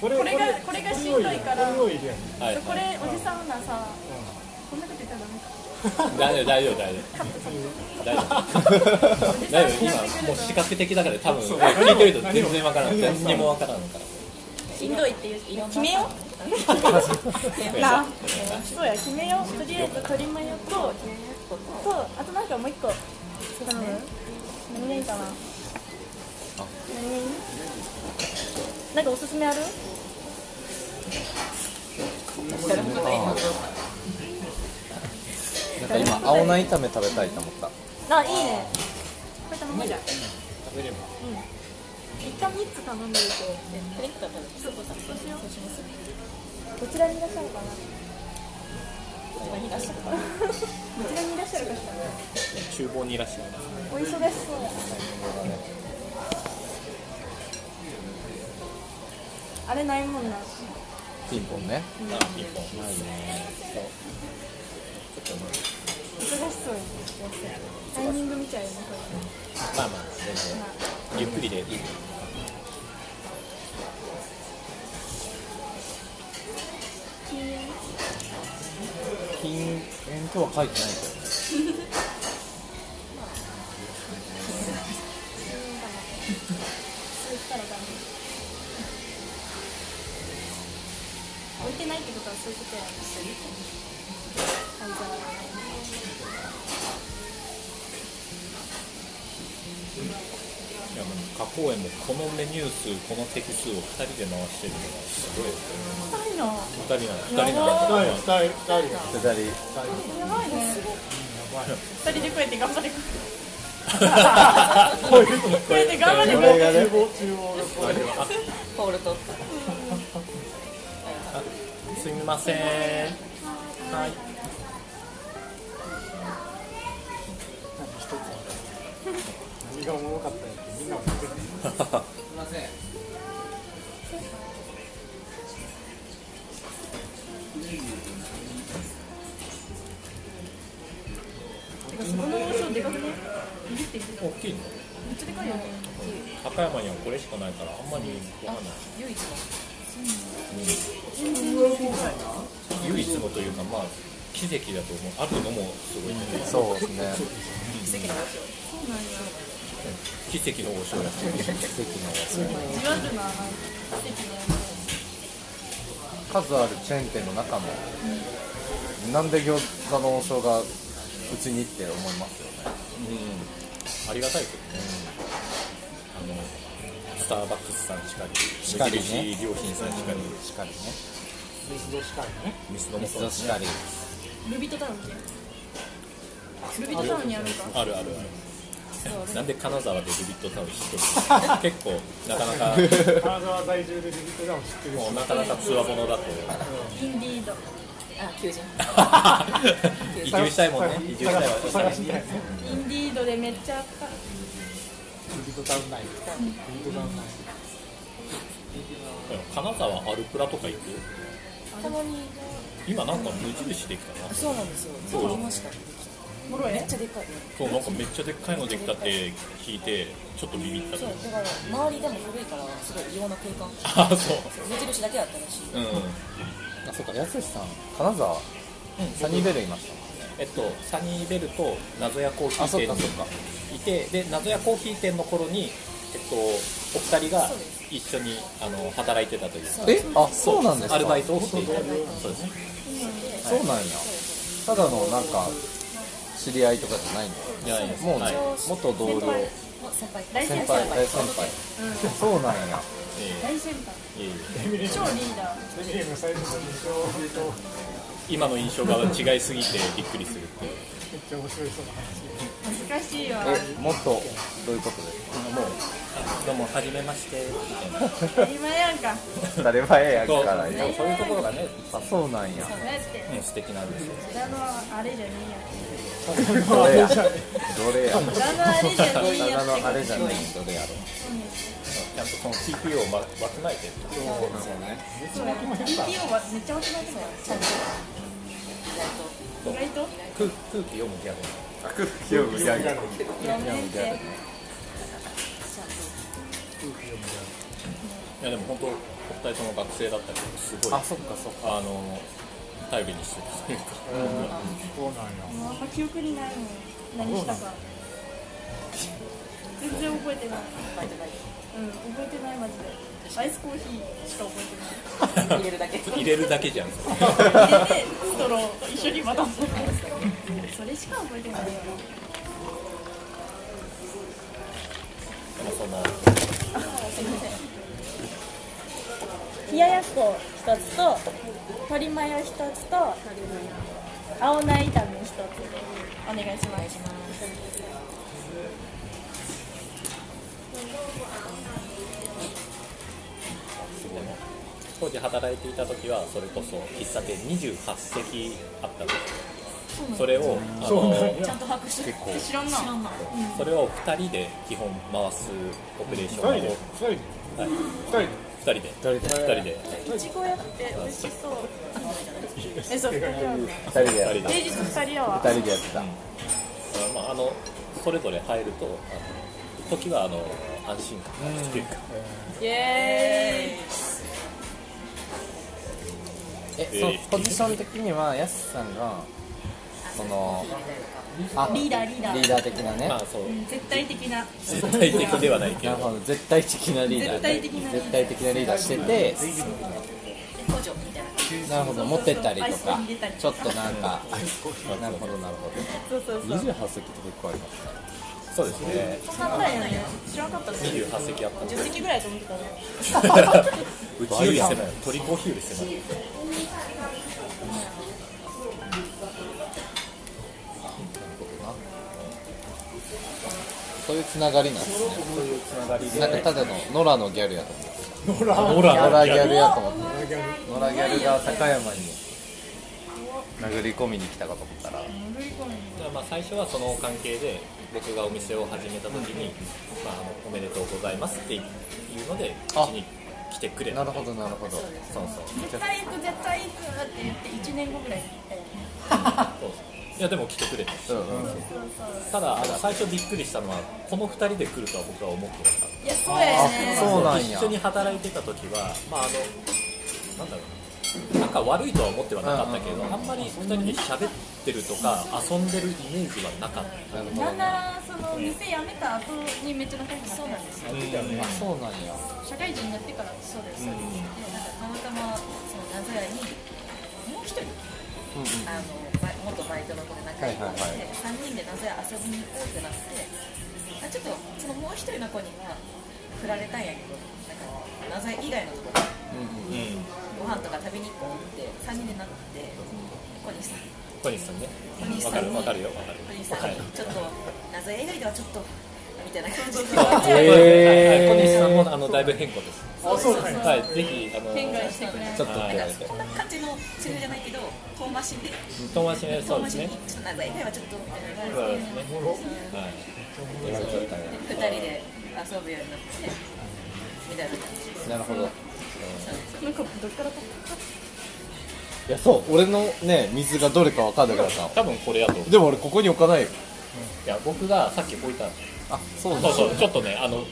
[SPEAKER 1] これ
[SPEAKER 4] これがこれがしんどいから
[SPEAKER 1] これを入れやる
[SPEAKER 2] はい
[SPEAKER 4] これおじさんなさこんなこと言ったらダメか
[SPEAKER 2] 大丈夫大丈夫大丈夫大丈夫
[SPEAKER 4] おじさ
[SPEAKER 2] だ
[SPEAKER 4] ん
[SPEAKER 2] よ
[SPEAKER 4] にな
[SPEAKER 2] 今
[SPEAKER 4] ってく
[SPEAKER 2] も
[SPEAKER 4] る
[SPEAKER 2] う
[SPEAKER 4] と
[SPEAKER 2] 視覚的だから多分聞いてると全然わからん何にもわからんから
[SPEAKER 4] しんどいっていう決めよう
[SPEAKER 2] い
[SPEAKER 4] な
[SPEAKER 2] や
[SPEAKER 4] あそうや決めようとりあえず鶏マヨとそうあとなんかもう一個頼む何がいいかな何がいいなんかおすすめある
[SPEAKER 3] ななんか今青菜炒め食べたいと思った
[SPEAKER 4] あ、いいね。これ頼もうじゃん。食べれば。うん。一旦三つ頼んでると。
[SPEAKER 6] フレンク食べるそうそうそうしようそうします
[SPEAKER 4] どちらにいらっしゃるかな。
[SPEAKER 6] 今いらっしゃるから
[SPEAKER 4] どちらにいらっしゃるかし
[SPEAKER 2] 厨房にいらっしゃる
[SPEAKER 4] ら。お忙しそうだ。あれないもんな。
[SPEAKER 3] ピンポンね
[SPEAKER 2] あ一本
[SPEAKER 4] 忙しそうやね。タイミング見ちゃうよね。これ
[SPEAKER 2] まあまあ全然ゆっくりでいい
[SPEAKER 3] 禁煙とは書いてない
[SPEAKER 4] そうしたらダメ。置いてないってことはそういうことやね。灰皿がないね
[SPEAKER 2] いやもう加工園もこのメニュー数この席数を2人で回してるのがすごい
[SPEAKER 4] 臭いな。
[SPEAKER 2] 2人なの2人なの
[SPEAKER 1] 二人二人二人
[SPEAKER 3] けど左
[SPEAKER 4] やばいね。二人でこうやって頑張れ。
[SPEAKER 2] (laughs) こういうの
[SPEAKER 4] これで頑張れ
[SPEAKER 3] これがね
[SPEAKER 6] ポールと
[SPEAKER 2] すみませんはい
[SPEAKER 1] 何がおもろかったんやってみんな思ってる
[SPEAKER 4] この王将でかくね。
[SPEAKER 2] 大きいの
[SPEAKER 4] めっちゃでかいよね。
[SPEAKER 2] 高山にはこれしかないからあんまりわかんない
[SPEAKER 6] 唯一の
[SPEAKER 2] 唯一のというかまあ奇跡だと思うあるのもすごいね
[SPEAKER 3] そうですね
[SPEAKER 2] 奇跡の王将らしい
[SPEAKER 4] じわるな。
[SPEAKER 3] 数あるチェーン店の中のなんで餃子の王将がうちにって思いますよね
[SPEAKER 2] うんありがたいけどね、あのスターバックスさんしかり
[SPEAKER 3] しか
[SPEAKER 2] 無
[SPEAKER 3] りね
[SPEAKER 2] 印良品さんしかり
[SPEAKER 3] しかりね
[SPEAKER 1] ミスドしかりね
[SPEAKER 2] ミスドも
[SPEAKER 3] ミ
[SPEAKER 2] そ
[SPEAKER 3] ス
[SPEAKER 2] う
[SPEAKER 3] ド
[SPEAKER 2] だ
[SPEAKER 3] し
[SPEAKER 2] し
[SPEAKER 3] かり
[SPEAKER 4] ルビットタウンって。ルビットタウンにあるか。
[SPEAKER 2] あるあるあるなんで金沢でビビットタウン知
[SPEAKER 3] (laughs)
[SPEAKER 2] ってる結構なかなか
[SPEAKER 1] 金沢在住でリビットダウン知ってる
[SPEAKER 2] もうなかなかつわものだと
[SPEAKER 4] インディード。
[SPEAKER 6] あ求人
[SPEAKER 2] (laughs) 移住したいもんね移住したいわ
[SPEAKER 1] し探してないね
[SPEAKER 4] インディードでめっちゃあった。
[SPEAKER 1] リビットダウンないリビットダウンない
[SPEAKER 2] 金沢アルプラとか行く
[SPEAKER 6] たまに
[SPEAKER 2] 今なんか無印できたな
[SPEAKER 6] そうなんですよそう思いました
[SPEAKER 4] おもろい
[SPEAKER 6] めっ
[SPEAKER 4] ね。
[SPEAKER 6] ちゃでかい
[SPEAKER 2] そうなんかめっちゃでっかいのできたって聞いてちょっとビビった
[SPEAKER 6] そうだから周りでも古いからすごい異様な空間
[SPEAKER 2] ああ (laughs) そう
[SPEAKER 6] 無印だけだったらしい
[SPEAKER 2] うん
[SPEAKER 3] あそうかやすしさん金沢サニーベルいました
[SPEAKER 2] えっとサニーベルと謎屋コーヒ
[SPEAKER 3] あそ
[SPEAKER 2] ー店
[SPEAKER 3] っか
[SPEAKER 2] に
[SPEAKER 3] そっか
[SPEAKER 2] いてで謎屋コーヒー店の頃にえっとお二人が
[SPEAKER 6] そうです
[SPEAKER 2] 一緒にあの働いてたというか
[SPEAKER 3] えあそうなんですか
[SPEAKER 2] アルバイトをしていたそうですね
[SPEAKER 3] そうなんやただのなんか知り合いとかじゃないんだ
[SPEAKER 2] いやいや
[SPEAKER 3] もうね、
[SPEAKER 2] はい
[SPEAKER 3] 元同僚
[SPEAKER 6] もう先輩
[SPEAKER 4] 大
[SPEAKER 3] 先
[SPEAKER 4] 先
[SPEAKER 3] 輩
[SPEAKER 4] 輩
[SPEAKER 3] 大先輩、そうなんや
[SPEAKER 2] え
[SPEAKER 4] 大先輩
[SPEAKER 2] えいえいえ
[SPEAKER 4] 超リーダー
[SPEAKER 1] デミレム最初の印象を見ると
[SPEAKER 2] 今の印象が違いすぎてびっくりするっていう
[SPEAKER 1] めっちゃ面白い人の話
[SPEAKER 4] 難しいわ
[SPEAKER 3] えもっとどういうことです
[SPEAKER 2] もうあどうも初めましてみたいな
[SPEAKER 4] 今やんか
[SPEAKER 3] か当たり前や
[SPEAKER 2] そう
[SPEAKER 3] からよ
[SPEAKER 2] そういうところがね、
[SPEAKER 3] あそうなんや
[SPEAKER 4] そうやって
[SPEAKER 2] うん素敵なんですよ
[SPEAKER 4] 裏のあれじゃね
[SPEAKER 3] どれやどれや
[SPEAKER 4] えや裏のあれじゃねえ
[SPEAKER 3] 体
[SPEAKER 4] やっ
[SPEAKER 3] のあ
[SPEAKER 4] て
[SPEAKER 3] れじゃないどれやろ
[SPEAKER 2] ちゃんとその TPO をまわきまえてる
[SPEAKER 3] そうね
[SPEAKER 4] TPO はめっちゃ面白い
[SPEAKER 6] ちゃんと
[SPEAKER 4] 意外と
[SPEAKER 2] 空空気読むギャグ
[SPEAKER 3] 空気読むギャグ
[SPEAKER 4] 読めんって
[SPEAKER 2] いやでも本当お二人とも学生だったりすごい
[SPEAKER 3] あそっかそっか
[SPEAKER 2] あの頼りにしてたというか僕は
[SPEAKER 1] そうなんや
[SPEAKER 4] もうあんま記憶にないもん何したか全然覚えてない
[SPEAKER 6] バイトバイ
[SPEAKER 4] うん覚えてないマジでアイスコーヒーしか覚え
[SPEAKER 6] ト入れるだけ
[SPEAKER 2] 入れるだけじゃんそれ
[SPEAKER 4] てない入れてストロー一緒にまたそれしか覚えてないよ
[SPEAKER 2] でもその
[SPEAKER 4] 冷ややっこ一つと鶏マヨ一つと青菜炒め一つお願いします
[SPEAKER 2] すごい当時働いていた時はそれこそ喫茶店28席あったんですよそれをあの
[SPEAKER 6] ちゃんと把握して
[SPEAKER 3] 結構
[SPEAKER 4] 知らんな
[SPEAKER 6] 知らんな
[SPEAKER 2] それを2人で基本回すオペレーションを
[SPEAKER 1] 二人で二人で
[SPEAKER 2] はい
[SPEAKER 1] 二人で
[SPEAKER 2] 2人で2人で
[SPEAKER 4] いちごやって美味しそうえそう平
[SPEAKER 3] 二人でや
[SPEAKER 2] 二
[SPEAKER 3] る
[SPEAKER 2] 人で
[SPEAKER 4] 日二人やわ
[SPEAKER 3] 二人でやってた
[SPEAKER 2] まああのそれぞれ入るとあの時はあの安心感があるというか
[SPEAKER 4] イエ
[SPEAKER 3] えそうポジション的にはやすさんがそのあ
[SPEAKER 4] ーイリーダーリーダ
[SPEAKER 3] リ
[SPEAKER 4] ー
[SPEAKER 3] ーダー的なね
[SPEAKER 2] まあそう
[SPEAKER 4] 絶対的な
[SPEAKER 2] 絶対的ではないけ
[SPEAKER 3] な
[SPEAKER 2] ど
[SPEAKER 3] るほど絶対的なリーダー
[SPEAKER 4] 絶対的なリーダー
[SPEAKER 3] 絶対的なリーダーしてて
[SPEAKER 6] 補助みたいな
[SPEAKER 3] なるほど持ってったりと
[SPEAKER 4] アイス
[SPEAKER 3] か
[SPEAKER 4] に入れたり
[SPEAKER 3] ちょっとなんかなるほどなるほど
[SPEAKER 4] そうそうそう
[SPEAKER 3] 28席って結構ありますね
[SPEAKER 2] (laughs) そうですね
[SPEAKER 4] そんなったよね知らなかったです
[SPEAKER 2] 28席あった (laughs)
[SPEAKER 4] 10席ぐらいと思ってたね
[SPEAKER 2] うちより狭い鳥コーヒーより狭い
[SPEAKER 3] そういうつながりなんですねなんかただの野良のギャルやと思って
[SPEAKER 2] ノラ
[SPEAKER 3] 野良ギ
[SPEAKER 2] ギャ
[SPEAKER 3] ャ
[SPEAKER 2] ル
[SPEAKER 3] ルやと思って野良ギャルが高山に殴り込みに来たかと思ったら
[SPEAKER 2] まあ最初はその関係で僕がお店を始めた時に「まあ、あのおめでとうございます」っていうのでうち
[SPEAKER 3] あ
[SPEAKER 2] に来てくれた
[SPEAKER 3] なるほどなるほど
[SPEAKER 2] そうそう
[SPEAKER 4] 絶対行く絶対行くって言って1年後ぐらいに行ったよね
[SPEAKER 2] そうそういやでも来てくれた
[SPEAKER 3] うんうん
[SPEAKER 4] そうそう
[SPEAKER 2] ただあの最初びっくりしたのはこの2人で来るとは僕は思ってなかっ
[SPEAKER 4] いやそうやよね
[SPEAKER 3] あそう
[SPEAKER 2] た
[SPEAKER 3] なんや
[SPEAKER 2] 一緒に働いてた時はまああのなんだろうななんか悪いとは思ってはなかったけどあんまり2人で喋ってるとか遊んでるイメージはなかった
[SPEAKER 3] なるほ
[SPEAKER 4] な
[SPEAKER 3] ど
[SPEAKER 4] んな
[SPEAKER 3] ね
[SPEAKER 4] らその店辞めた後にめっちゃ仲良くなって
[SPEAKER 6] そうなんですよ
[SPEAKER 3] あそうなんや
[SPEAKER 4] 社会人になってからそうです
[SPEAKER 6] そうですでなんかたまたまその名古屋にもう一人
[SPEAKER 3] うんうん
[SPEAKER 6] あのバイ元バイトの子で仲良く
[SPEAKER 3] はいはい
[SPEAKER 6] して、三3人で名古屋遊びに行こうってなってあちょっとそのもう一人の子には振られたんやけどなんか名古屋以外のところ
[SPEAKER 3] うんうん
[SPEAKER 6] ご飯とか食べに行こうって3人でなって小西さん
[SPEAKER 2] 小西さんね
[SPEAKER 6] 小西
[SPEAKER 2] わ
[SPEAKER 6] さ
[SPEAKER 2] か
[SPEAKER 6] んに
[SPEAKER 2] るわかるよわかる
[SPEAKER 6] 小西さん
[SPEAKER 2] はい
[SPEAKER 6] にちょっと名古屋以外ではちょっとみたいな
[SPEAKER 2] (laughs)
[SPEAKER 6] 感じで
[SPEAKER 2] はい小
[SPEAKER 3] へー
[SPEAKER 2] 西さんもあのだいぶ変更です
[SPEAKER 1] あそうなんや
[SPEAKER 2] はいぜひあの
[SPEAKER 4] 変化してくれ
[SPEAKER 3] ちょっとって言われて
[SPEAKER 6] こんな感じのセリフじゃないけど遠回しで
[SPEAKER 2] 友達ねそう
[SPEAKER 6] 遠
[SPEAKER 2] で
[SPEAKER 6] 回
[SPEAKER 2] す
[SPEAKER 6] しに
[SPEAKER 2] ね
[SPEAKER 6] ちょっと名古屋以外はちょっとみ
[SPEAKER 2] そうですねはい
[SPEAKER 6] たいな感じで2人で遊ぶようになってみたいな感じで
[SPEAKER 3] なるほど
[SPEAKER 4] なんかどっからか
[SPEAKER 3] いやそう俺のね水がどれか分かんなくなった
[SPEAKER 2] 多分これやと思う
[SPEAKER 3] でも俺ここに置かないよ
[SPEAKER 2] いや僕がさっき置いたんです
[SPEAKER 3] あそうなん
[SPEAKER 2] そ
[SPEAKER 3] だ
[SPEAKER 2] うそうちょっとねあの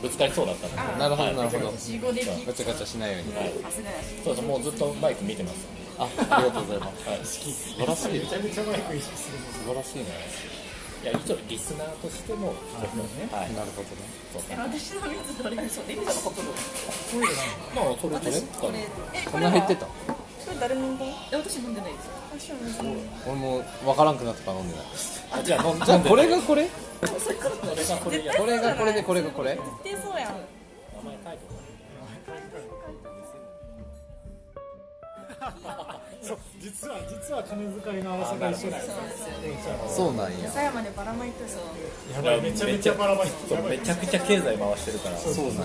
[SPEAKER 2] ぶつかりそうだったんで
[SPEAKER 3] なるほどなる
[SPEAKER 2] はい
[SPEAKER 3] ほど
[SPEAKER 4] 自己でき
[SPEAKER 3] ガチャガチャしないように
[SPEAKER 2] はい
[SPEAKER 6] さすがやし
[SPEAKER 2] そうそうもうずっとマイク見てます
[SPEAKER 3] あありがとうございます
[SPEAKER 2] はい
[SPEAKER 3] 素晴らしい
[SPEAKER 1] めちゃめちゃマイク意識する
[SPEAKER 3] 素晴らしいね
[SPEAKER 2] いや一応リスナーとしても僕もね、
[SPEAKER 3] はい
[SPEAKER 5] なるほどね
[SPEAKER 6] え私のやつどれがそうでみたのこと
[SPEAKER 2] まあそれとね
[SPEAKER 6] これえ
[SPEAKER 3] こんな減ってた
[SPEAKER 4] これ誰のだ
[SPEAKER 6] 私飲んでないですよ
[SPEAKER 4] 私は水飲む
[SPEAKER 3] 俺も分からんくなったから飲んでない
[SPEAKER 2] あじゃあ飲ん
[SPEAKER 3] じ
[SPEAKER 2] じ
[SPEAKER 3] ゃ
[SPEAKER 2] ゃ
[SPEAKER 3] あ
[SPEAKER 2] んで
[SPEAKER 3] これがこれ
[SPEAKER 6] そういうこと
[SPEAKER 2] これがこれや
[SPEAKER 3] これがこれでこれがこれ
[SPEAKER 4] 絶対そう
[SPEAKER 2] 名前書い
[SPEAKER 4] やん
[SPEAKER 2] てもら
[SPEAKER 1] そう実は実は金遣いの荒さが一緒だよ
[SPEAKER 6] そう
[SPEAKER 3] そうな
[SPEAKER 6] なんですよ
[SPEAKER 3] んや
[SPEAKER 4] 狭山でばらまいとる
[SPEAKER 6] そう
[SPEAKER 1] やばいめちゃめちゃバラバラ
[SPEAKER 2] そうめちゃくちゃ経済回してるから
[SPEAKER 3] そうな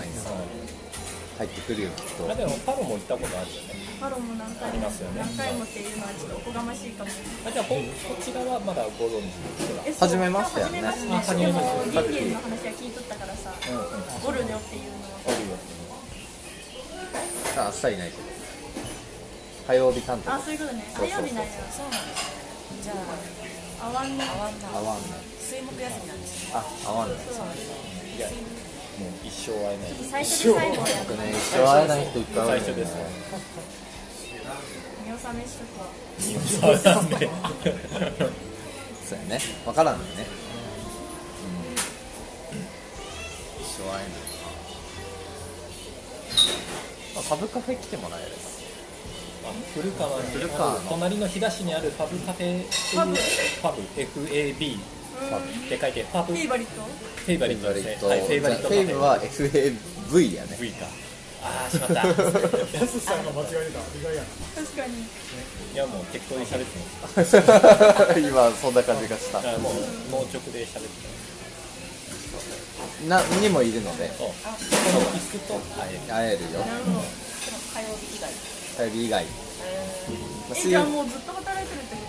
[SPEAKER 3] んや入ってくるよきっ
[SPEAKER 2] まあ
[SPEAKER 3] と
[SPEAKER 2] でもパロも行ったことあるよね
[SPEAKER 4] マロンも何回
[SPEAKER 2] い
[SPEAKER 4] も
[SPEAKER 2] ますよね
[SPEAKER 4] 何回もっていうのはちょっとおこがましいかも
[SPEAKER 2] あじゃあここちらはまだご存知ですか
[SPEAKER 4] えそう
[SPEAKER 3] 初めましてやね
[SPEAKER 4] 初めましてでもリンゲンの話は聞いとったからさ
[SPEAKER 2] うんうん
[SPEAKER 4] ゴルニョっていうのは
[SPEAKER 2] あるよ
[SPEAKER 3] あ明日いないけど火曜日担当
[SPEAKER 4] あそういうことね火曜日なんやそうなんです
[SPEAKER 6] じゃ
[SPEAKER 4] あわんね
[SPEAKER 6] あ合
[SPEAKER 3] 合
[SPEAKER 6] わんな
[SPEAKER 3] わんね
[SPEAKER 6] 水木休みなんですよ
[SPEAKER 3] あ合わんね
[SPEAKER 2] いやもう一生会えない
[SPEAKER 4] 最初で最後や
[SPEAKER 3] 僕ね一生会えない人いっぱい会
[SPEAKER 2] 最初
[SPEAKER 3] うんだ
[SPEAKER 2] で
[SPEAKER 3] よ
[SPEAKER 2] す
[SPEAKER 3] ね
[SPEAKER 4] 見納めしとくわ
[SPEAKER 2] そうなんで
[SPEAKER 3] そうやね分からんよねうん一生会えないあサブカフェ来てもらえれば
[SPEAKER 2] あ古川に
[SPEAKER 3] 古川
[SPEAKER 2] あ
[SPEAKER 3] の
[SPEAKER 2] の隣の日田市にあるファブカフェっていうファブ FAB って書いてファブ
[SPEAKER 4] フ
[SPEAKER 2] フ
[SPEAKER 4] ェイバリット
[SPEAKER 2] ェイバ
[SPEAKER 3] フ
[SPEAKER 2] リ
[SPEAKER 3] ェ
[SPEAKER 2] ッ
[SPEAKER 3] イ
[SPEAKER 2] ト
[SPEAKER 3] バ
[SPEAKER 2] ですねは
[SPEAKER 3] リット
[SPEAKER 2] いフェイバリット
[SPEAKER 3] フェイブは FAV やね
[SPEAKER 2] V かああしまった (laughs) い
[SPEAKER 1] 安さんが間違えた意外やな
[SPEAKER 4] 確かに
[SPEAKER 2] やもう適当に喋ってます
[SPEAKER 3] 今そんな感じがした
[SPEAKER 2] だからもう脳直で喋ってます
[SPEAKER 3] なにもいるので
[SPEAKER 2] そう今度聞くと会える
[SPEAKER 3] 会えるよ
[SPEAKER 4] なるほど
[SPEAKER 6] 火曜日以外
[SPEAKER 3] 火曜日以外まあ
[SPEAKER 4] え
[SPEAKER 3] 水
[SPEAKER 4] じゃあ
[SPEAKER 3] 曜
[SPEAKER 4] もうずっと働いてるってこと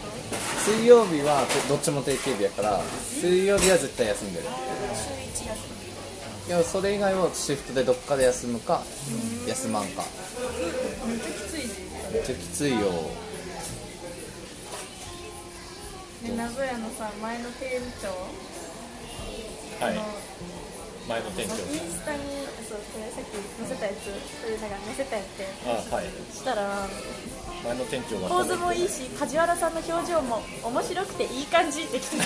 [SPEAKER 3] 水曜日はどっちも定休日やから水曜日は絶対休んでる
[SPEAKER 6] 週一休み
[SPEAKER 3] いやそれ以外はシフトでどっかで休むか休まんかめっちゃきついめっちゃきついよ
[SPEAKER 4] ね、名古屋のさ前の店長
[SPEAKER 2] は
[SPEAKER 4] あ
[SPEAKER 2] い
[SPEAKER 4] の
[SPEAKER 2] 前の店長
[SPEAKER 4] インスタにそうこれさっき載せたやつそれなんか載せたやって
[SPEAKER 2] あはい
[SPEAKER 4] したら
[SPEAKER 2] 前の店長が
[SPEAKER 4] 構図もいいし梶原さんの表情も面白くていい感じって来てた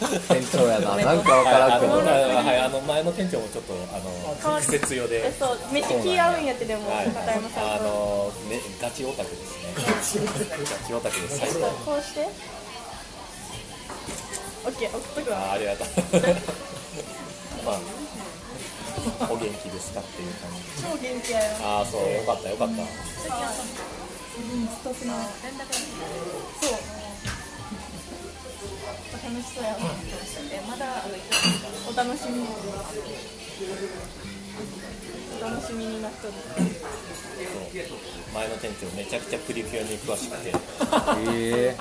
[SPEAKER 3] 店長や
[SPEAKER 4] (laughs)
[SPEAKER 3] ななんかわからんけ
[SPEAKER 2] はいあの
[SPEAKER 3] ど
[SPEAKER 2] はいあの前の店長もちょっとあの直接用で
[SPEAKER 4] えそうめっちゃ気合うんやってでも
[SPEAKER 2] はい
[SPEAKER 4] 片山さ
[SPEAKER 2] あ
[SPEAKER 4] んと
[SPEAKER 2] のねガチオタクですねガチオタクです最
[SPEAKER 4] そう
[SPEAKER 2] 高
[SPEAKER 4] こうしてオッケー送っとく
[SPEAKER 2] あー
[SPEAKER 4] わ
[SPEAKER 2] ありがとうまあお元気ですかっていう感じ
[SPEAKER 4] 超元気やよ
[SPEAKER 2] ああそうよかったよかった、
[SPEAKER 4] そう楽しそうやわ
[SPEAKER 6] えまだあの行ってない
[SPEAKER 4] お楽しみにお楽しみになっとる
[SPEAKER 2] 前の店長めちゃくちゃプリキュアに詳しくてよ
[SPEAKER 3] え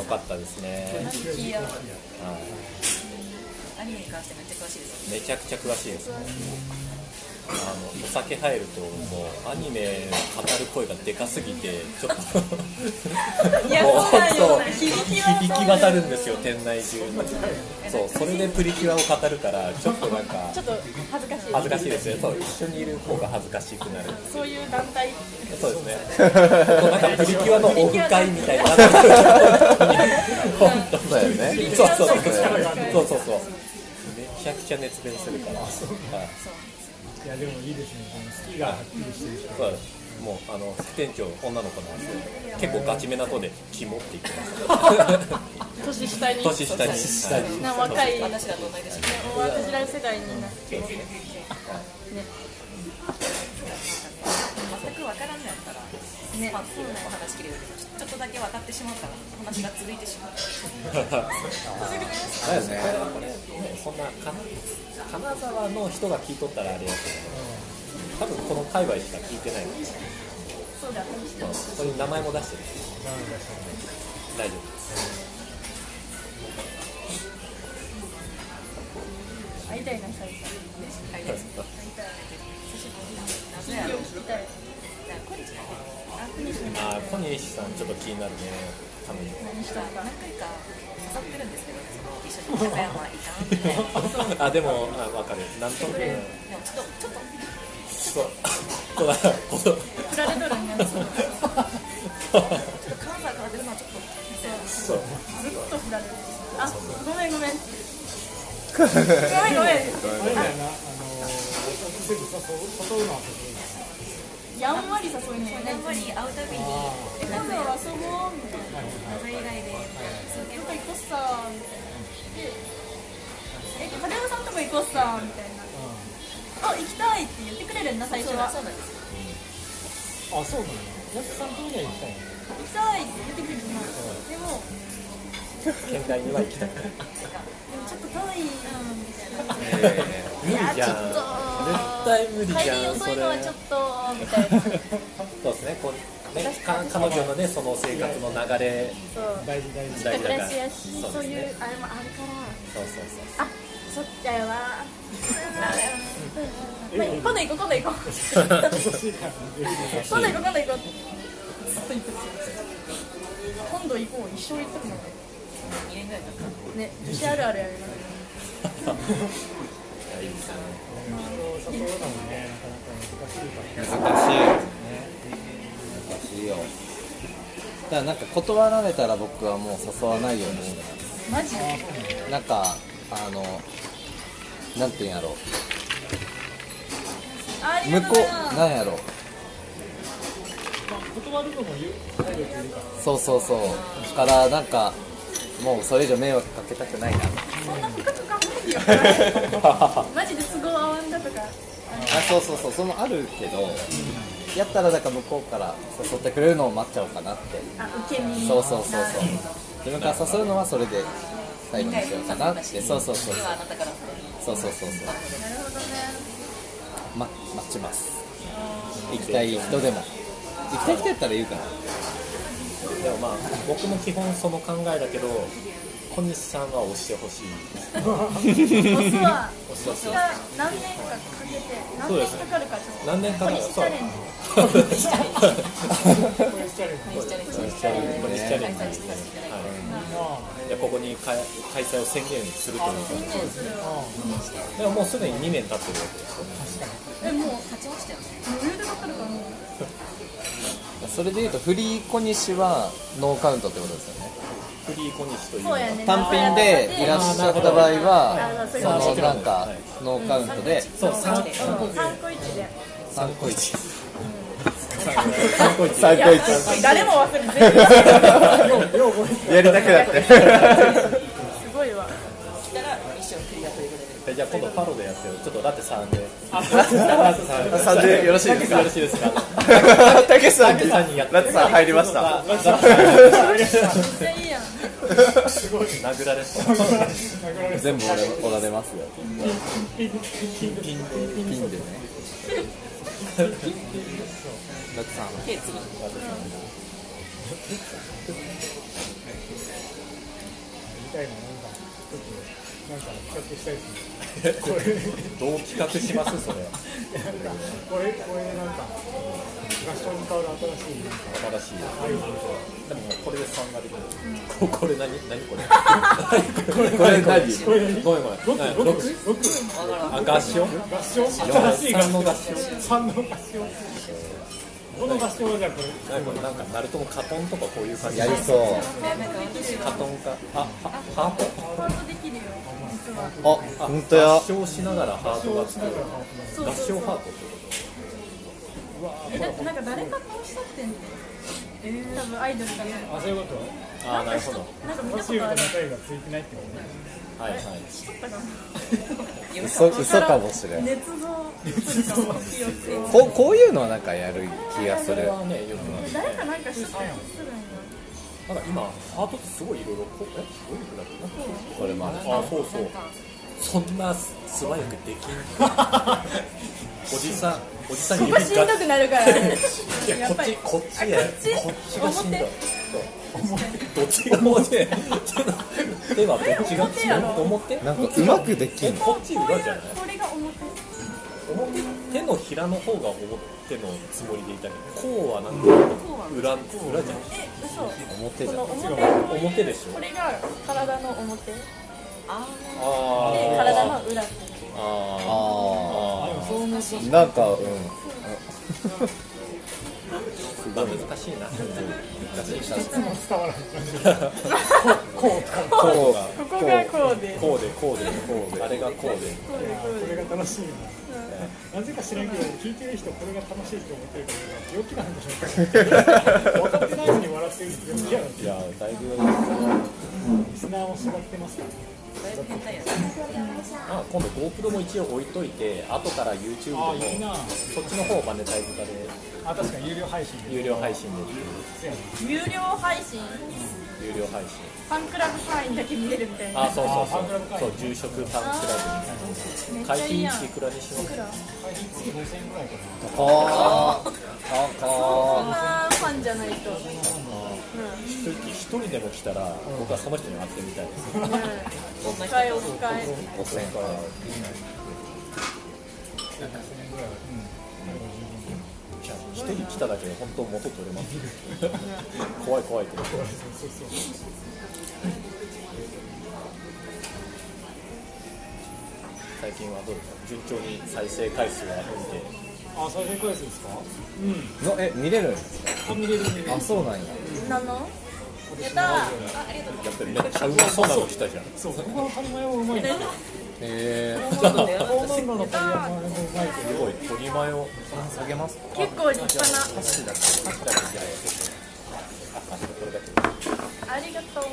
[SPEAKER 3] え
[SPEAKER 2] かったですね、
[SPEAKER 6] 気合う
[SPEAKER 2] は
[SPEAKER 6] アニメに関してめっちゃ詳しいですよ
[SPEAKER 2] い、めちゃくちゃ詳しいですねあのお酒入るともうアニメ語る声がでかすぎてちょっと
[SPEAKER 4] いやそうなん
[SPEAKER 2] もう
[SPEAKER 4] よ
[SPEAKER 2] そう
[SPEAKER 4] 響きは
[SPEAKER 2] 響き渡るんですよ店内中にそうそれでプリキュアを語るからちょっとなんか
[SPEAKER 4] ちょっと恥ずかしい
[SPEAKER 2] 恥ずかしいですねそう一緒にいる方が恥ずかしくなる
[SPEAKER 4] そういう団体
[SPEAKER 2] そうですねなんかプリキュアのオフ会みたいになってる本当に
[SPEAKER 3] そうだよね
[SPEAKER 2] そうそうそうそう
[SPEAKER 4] ね
[SPEAKER 2] そうそうそうめちゃくちゃ熱弁するから、はい、
[SPEAKER 1] いやでもいいですねこの好きがはっきりしてる人
[SPEAKER 2] そうもうあの副店長女の子なんですけど結構ガチめな子で「キモ」って言ってます (laughs)
[SPEAKER 4] 年下に
[SPEAKER 2] 年下にはい
[SPEAKER 4] な若い
[SPEAKER 6] 私らと同い年で
[SPEAKER 4] 私ら世代になってね
[SPEAKER 6] 全く分からんのやったら
[SPEAKER 4] ね
[SPEAKER 6] パッとお話し切れるけどちょっとだけ分かってしまったら話が続いてしまう
[SPEAKER 3] だよね
[SPEAKER 2] ねそんなか金沢の人が聞いとったらあれやけど多分この界隈しか聞いてない (laughs)
[SPEAKER 4] そうだ
[SPEAKER 2] まあここに名前も出してる大丈夫です
[SPEAKER 4] 会いたいな久々
[SPEAKER 6] 会です久しぶりなぜや
[SPEAKER 4] 今
[SPEAKER 6] ろ
[SPEAKER 4] 日聞きたい
[SPEAKER 6] これ
[SPEAKER 4] あ何して
[SPEAKER 2] ああ小西さんちょっと気になるねために
[SPEAKER 4] 何したのか
[SPEAKER 6] 何回か誘ってるんですけどその一緒に高山行かんみたいな
[SPEAKER 2] あでもあ分かるなんとなく
[SPEAKER 6] でもちょっとちょっと
[SPEAKER 2] そうそうだこと
[SPEAKER 4] 振られとるんやずっ
[SPEAKER 6] ちょっと関西から出るのはちょっ
[SPEAKER 2] そ
[SPEAKER 6] と
[SPEAKER 2] う
[SPEAKER 4] と振られるあごめんごめんごめんごめん
[SPEAKER 1] あれだよな、あの全部さそう誘うのは得意なの
[SPEAKER 4] やんわり誘いに
[SPEAKER 6] やっぱり会うたび
[SPEAKER 4] え
[SPEAKER 6] に
[SPEAKER 4] 今度遊ぼうみたいな
[SPEAKER 6] 名前以外で続け
[SPEAKER 4] ど
[SPEAKER 6] る
[SPEAKER 4] っか行こっさみたいなでえ片山さんとも行こっさみたいなあ行きたいって言ってくれるんだ最初は
[SPEAKER 6] そうなんですよ
[SPEAKER 1] あ、そうなのやすさんとには行きたいの
[SPEAKER 4] 行きたいって言ってくれるんだでも
[SPEAKER 3] 県外には行きたい
[SPEAKER 4] でもちょっと遠いなみたいな
[SPEAKER 3] 無理じゃん絶対無理じ
[SPEAKER 4] 帰り
[SPEAKER 3] ゃんそ
[SPEAKER 4] 遅い
[SPEAKER 3] れ
[SPEAKER 4] のはちょっとみたいな
[SPEAKER 2] そうですねこうねか彼女のねその生活の流れ
[SPEAKER 4] そう
[SPEAKER 1] 大事大事
[SPEAKER 2] 大事だ
[SPEAKER 4] 暮
[SPEAKER 2] からら
[SPEAKER 4] しやし
[SPEAKER 2] そう
[SPEAKER 4] そう
[SPEAKER 2] です
[SPEAKER 4] いう
[SPEAKER 2] ね
[SPEAKER 4] あれもあるか
[SPEAKER 2] そうそうそう
[SPEAKER 4] らあそっかよなまあ今度行こう今度行こう今度行こう今度行こうずっと言ってた今度行こう一生行ったくな
[SPEAKER 6] 2年ぐらいかか
[SPEAKER 4] い
[SPEAKER 6] る
[SPEAKER 4] ね西あるあるやります
[SPEAKER 2] いやいいですよね
[SPEAKER 1] 誘うのもね、なかなか難しいから
[SPEAKER 3] 難しい難しいよだからなんか断られたら僕はもう誘わないようにして
[SPEAKER 4] マジで
[SPEAKER 3] なんかあのなんていうんやろ
[SPEAKER 4] あり
[SPEAKER 3] 向
[SPEAKER 4] が
[SPEAKER 3] こと
[SPEAKER 4] う
[SPEAKER 3] う
[SPEAKER 4] な
[SPEAKER 3] なんやろ
[SPEAKER 1] 断るのも言う体力いるから
[SPEAKER 3] そうそうそうだからなんかもうそれ以上迷惑かけたくないな
[SPEAKER 1] (laughs)
[SPEAKER 4] そんな深く考えよマジで都合合わんだとか
[SPEAKER 3] あそうそうそうそのあるけどやったらなんか向こうから誘ってくれるのを待っちゃおうかなって
[SPEAKER 4] あ受け身
[SPEAKER 3] そうそうそうそう自分から誘うのはそれで最後にしようかなってそうそうそう
[SPEAKER 6] ではあなたから
[SPEAKER 3] そうそうそうそう
[SPEAKER 4] なるほどね
[SPEAKER 3] ま、待ちます行きたい人でも行きたい人やったら言うかな
[SPEAKER 2] でもまあ僕も基本その考えだけど小西さんは押してほしい
[SPEAKER 4] ボスは
[SPEAKER 2] 押してほしい
[SPEAKER 4] が何年かかけて何年かかるかちょっと
[SPEAKER 2] 何年かかる
[SPEAKER 4] ポリシチャレンジ
[SPEAKER 2] そう
[SPEAKER 6] 返しちゃう
[SPEAKER 4] ポリシチャレンジ
[SPEAKER 2] これしちゃう
[SPEAKER 6] 返済してさせていただいて
[SPEAKER 2] いやここに開開催を宣言するという
[SPEAKER 4] いいねそれは
[SPEAKER 2] かでももうすでに2年経ってるわけですよね
[SPEAKER 4] えもう
[SPEAKER 6] 立ち落ちたよね
[SPEAKER 4] 余裕でかかるからもう
[SPEAKER 3] それで言うとフリー小西はノーカウントってことですよね
[SPEAKER 2] フリー小西というの
[SPEAKER 4] そ
[SPEAKER 2] は
[SPEAKER 4] うやね
[SPEAKER 3] 単品でいらっしゃった場合は
[SPEAKER 4] あそういうこと
[SPEAKER 3] そのなんかノーカウントで
[SPEAKER 2] そう三
[SPEAKER 4] 3個一で
[SPEAKER 3] 3個1
[SPEAKER 2] 三個一
[SPEAKER 3] 3個
[SPEAKER 4] 誰も忘れる全員
[SPEAKER 3] 1やりたくなって
[SPEAKER 4] すごいわ
[SPEAKER 6] 来たらミッションクリアということで
[SPEAKER 2] じゃあ今度パロでやってよちょっとラテ3で
[SPEAKER 3] 3でよろしいですか
[SPEAKER 2] よろしいですか
[SPEAKER 3] (laughs) たけしさんに
[SPEAKER 2] さんにやって
[SPEAKER 3] ラツさん入りました
[SPEAKER 2] ラテ3
[SPEAKER 4] めっちゃいいやん
[SPEAKER 2] 殴られそう
[SPEAKER 3] 全部俺おられますよピンでねラツさん
[SPEAKER 6] 手次
[SPEAKER 1] 言いたいのはなんかちょっとなんか企画したいですね
[SPEAKER 2] どう企画しますそれ
[SPEAKER 1] これこれなんか合唱に変わる新しいなんか
[SPEAKER 2] 新しい
[SPEAKER 1] アイデア
[SPEAKER 2] でもこれで3ができるここれ何何これ
[SPEAKER 3] これ何
[SPEAKER 1] これ何
[SPEAKER 2] ごめんごめん
[SPEAKER 1] 六
[SPEAKER 2] 6
[SPEAKER 1] 六
[SPEAKER 2] あ合唱
[SPEAKER 1] 合唱新しい合
[SPEAKER 2] 三の合唱
[SPEAKER 1] 唱三の合唱この合唱はじゃあこれ
[SPEAKER 2] なんかなんかナルトのカトンとかこういう感じ
[SPEAKER 3] やりそう
[SPEAKER 2] カトンかあはハート
[SPEAKER 4] 本当できるよ
[SPEAKER 3] あ
[SPEAKER 2] あ
[SPEAKER 3] 本当や
[SPEAKER 2] 合唱しながらハートがつく合
[SPEAKER 4] そうそうそ
[SPEAKER 2] 唱
[SPEAKER 4] う
[SPEAKER 2] ハートって
[SPEAKER 4] えだってなんか誰か倒したってんで多分アイドルがね
[SPEAKER 1] あそういうこと
[SPEAKER 2] ああなるほど
[SPEAKER 4] なんか見
[SPEAKER 1] 歌
[SPEAKER 4] たこ
[SPEAKER 1] 詞
[SPEAKER 4] と
[SPEAKER 1] 歌
[SPEAKER 4] あ
[SPEAKER 1] の
[SPEAKER 4] る
[SPEAKER 1] 答えがついてないってことね
[SPEAKER 2] はいはい
[SPEAKER 4] しとったかな
[SPEAKER 3] 嘘嘘かもしれん
[SPEAKER 4] 捏造するかも記憶を
[SPEAKER 3] こうこういうのはなんかやる気がす
[SPEAKER 2] それ
[SPEAKER 3] る
[SPEAKER 2] はねよくなる
[SPEAKER 4] 誰かなんかしとった気するんよ
[SPEAKER 2] なんか今ハートってすごいいろいろこうえどういうふうだっけ
[SPEAKER 3] これもある
[SPEAKER 2] なあそうそうそんな素早くでき
[SPEAKER 4] (laughs)
[SPEAKER 2] んおじさんおじさん
[SPEAKER 4] こ
[SPEAKER 2] 指
[SPEAKER 4] こしんど
[SPEAKER 2] が
[SPEAKER 4] くなるから
[SPEAKER 2] いや
[SPEAKER 4] や
[SPEAKER 2] こ
[SPEAKER 4] っ
[SPEAKER 2] っ
[SPEAKER 4] ぱ
[SPEAKER 2] ち
[SPEAKER 4] り
[SPEAKER 2] こっちやこ
[SPEAKER 4] ち
[SPEAKER 2] っちがしんどい
[SPEAKER 4] 表
[SPEAKER 2] そうどっちが表手はどっちが
[SPEAKER 4] 表やろ
[SPEAKER 2] 表
[SPEAKER 3] なんかうまくでき
[SPEAKER 2] え
[SPEAKER 3] んの
[SPEAKER 2] こっち裏じゃない
[SPEAKER 4] これが表
[SPEAKER 2] 表手のひらの方が表のつもりでいたけどこうはなん
[SPEAKER 4] こうは
[SPEAKER 2] か裏裏じゃん
[SPEAKER 4] え嘘
[SPEAKER 3] 表じ
[SPEAKER 4] こ
[SPEAKER 3] ゃん
[SPEAKER 4] の表こういう
[SPEAKER 2] 表でしょ
[SPEAKER 4] これが体の表で
[SPEAKER 2] あー
[SPEAKER 4] 体の裏って
[SPEAKER 2] あ
[SPEAKER 3] あ
[SPEAKER 2] あ
[SPEAKER 1] そう思うと
[SPEAKER 3] ーなんかうん
[SPEAKER 2] あ難しいな
[SPEAKER 1] 一つも伝わらないこうとか
[SPEAKER 2] こうが
[SPEAKER 4] ここがこうで
[SPEAKER 2] こうでこうで
[SPEAKER 3] こうで (laughs)
[SPEAKER 2] あれがこうで
[SPEAKER 4] こうでこう
[SPEAKER 1] これ
[SPEAKER 4] で
[SPEAKER 1] が楽しいななぜか知らんけど聞いてる人これが楽しいと思ってるから病気なんでしょうか分かってないのに笑ってるって嫌なんです
[SPEAKER 2] い
[SPEAKER 1] よ
[SPEAKER 2] やだいぶ
[SPEAKER 1] リスナーも縛ってますからね
[SPEAKER 6] だいぶ変態やな
[SPEAKER 2] まあ今度 GoPro も一応置いといて後から YouTube で
[SPEAKER 1] ああいい
[SPEAKER 2] も
[SPEAKER 1] な
[SPEAKER 2] そっちの方をマネタイズ化で
[SPEAKER 1] あ確かに有料配信で
[SPEAKER 2] 有料配信でっていう
[SPEAKER 4] 有料配信
[SPEAKER 2] 有料配信
[SPEAKER 4] ファンクラブ会員だけ見れるみたいな
[SPEAKER 2] あそうそう
[SPEAKER 1] あファンクラブ会
[SPEAKER 2] そ
[SPEAKER 1] 員
[SPEAKER 2] うそう住職ファンクラブ
[SPEAKER 4] めっ
[SPEAKER 2] に
[SPEAKER 4] ちゃ
[SPEAKER 2] 会
[SPEAKER 4] いい
[SPEAKER 2] 費い
[SPEAKER 4] やんい
[SPEAKER 2] くらにします
[SPEAKER 4] くら
[SPEAKER 1] 会費月5000円ぐらいかな
[SPEAKER 3] あー
[SPEAKER 4] そ
[SPEAKER 3] あ
[SPEAKER 4] んなファンじゃないとう
[SPEAKER 2] 正直一人でも来たら僕はその人に会ってみたいです
[SPEAKER 4] ん、うん、お使いお使い
[SPEAKER 3] ー5000円か
[SPEAKER 2] 一人来ただけで本当元取れますよ怖い怖いけど最近はどうですか順調に再生回数が伸びて
[SPEAKER 1] あ再生回数ですか
[SPEAKER 3] のえ見れる
[SPEAKER 1] あ見れる見れる
[SPEAKER 3] あそうなんや
[SPEAKER 4] なのやったー
[SPEAKER 2] やっぱりめっちゃうまそうなの来たじゃん
[SPEAKER 1] そうそこが当たり前もうまいな
[SPEAKER 3] ええ
[SPEAKER 6] そうなんだよ
[SPEAKER 1] 高難度の取り合いもうまいけ
[SPEAKER 2] すごい取り前を
[SPEAKER 3] 下げます
[SPEAKER 4] 結構立派なありがとう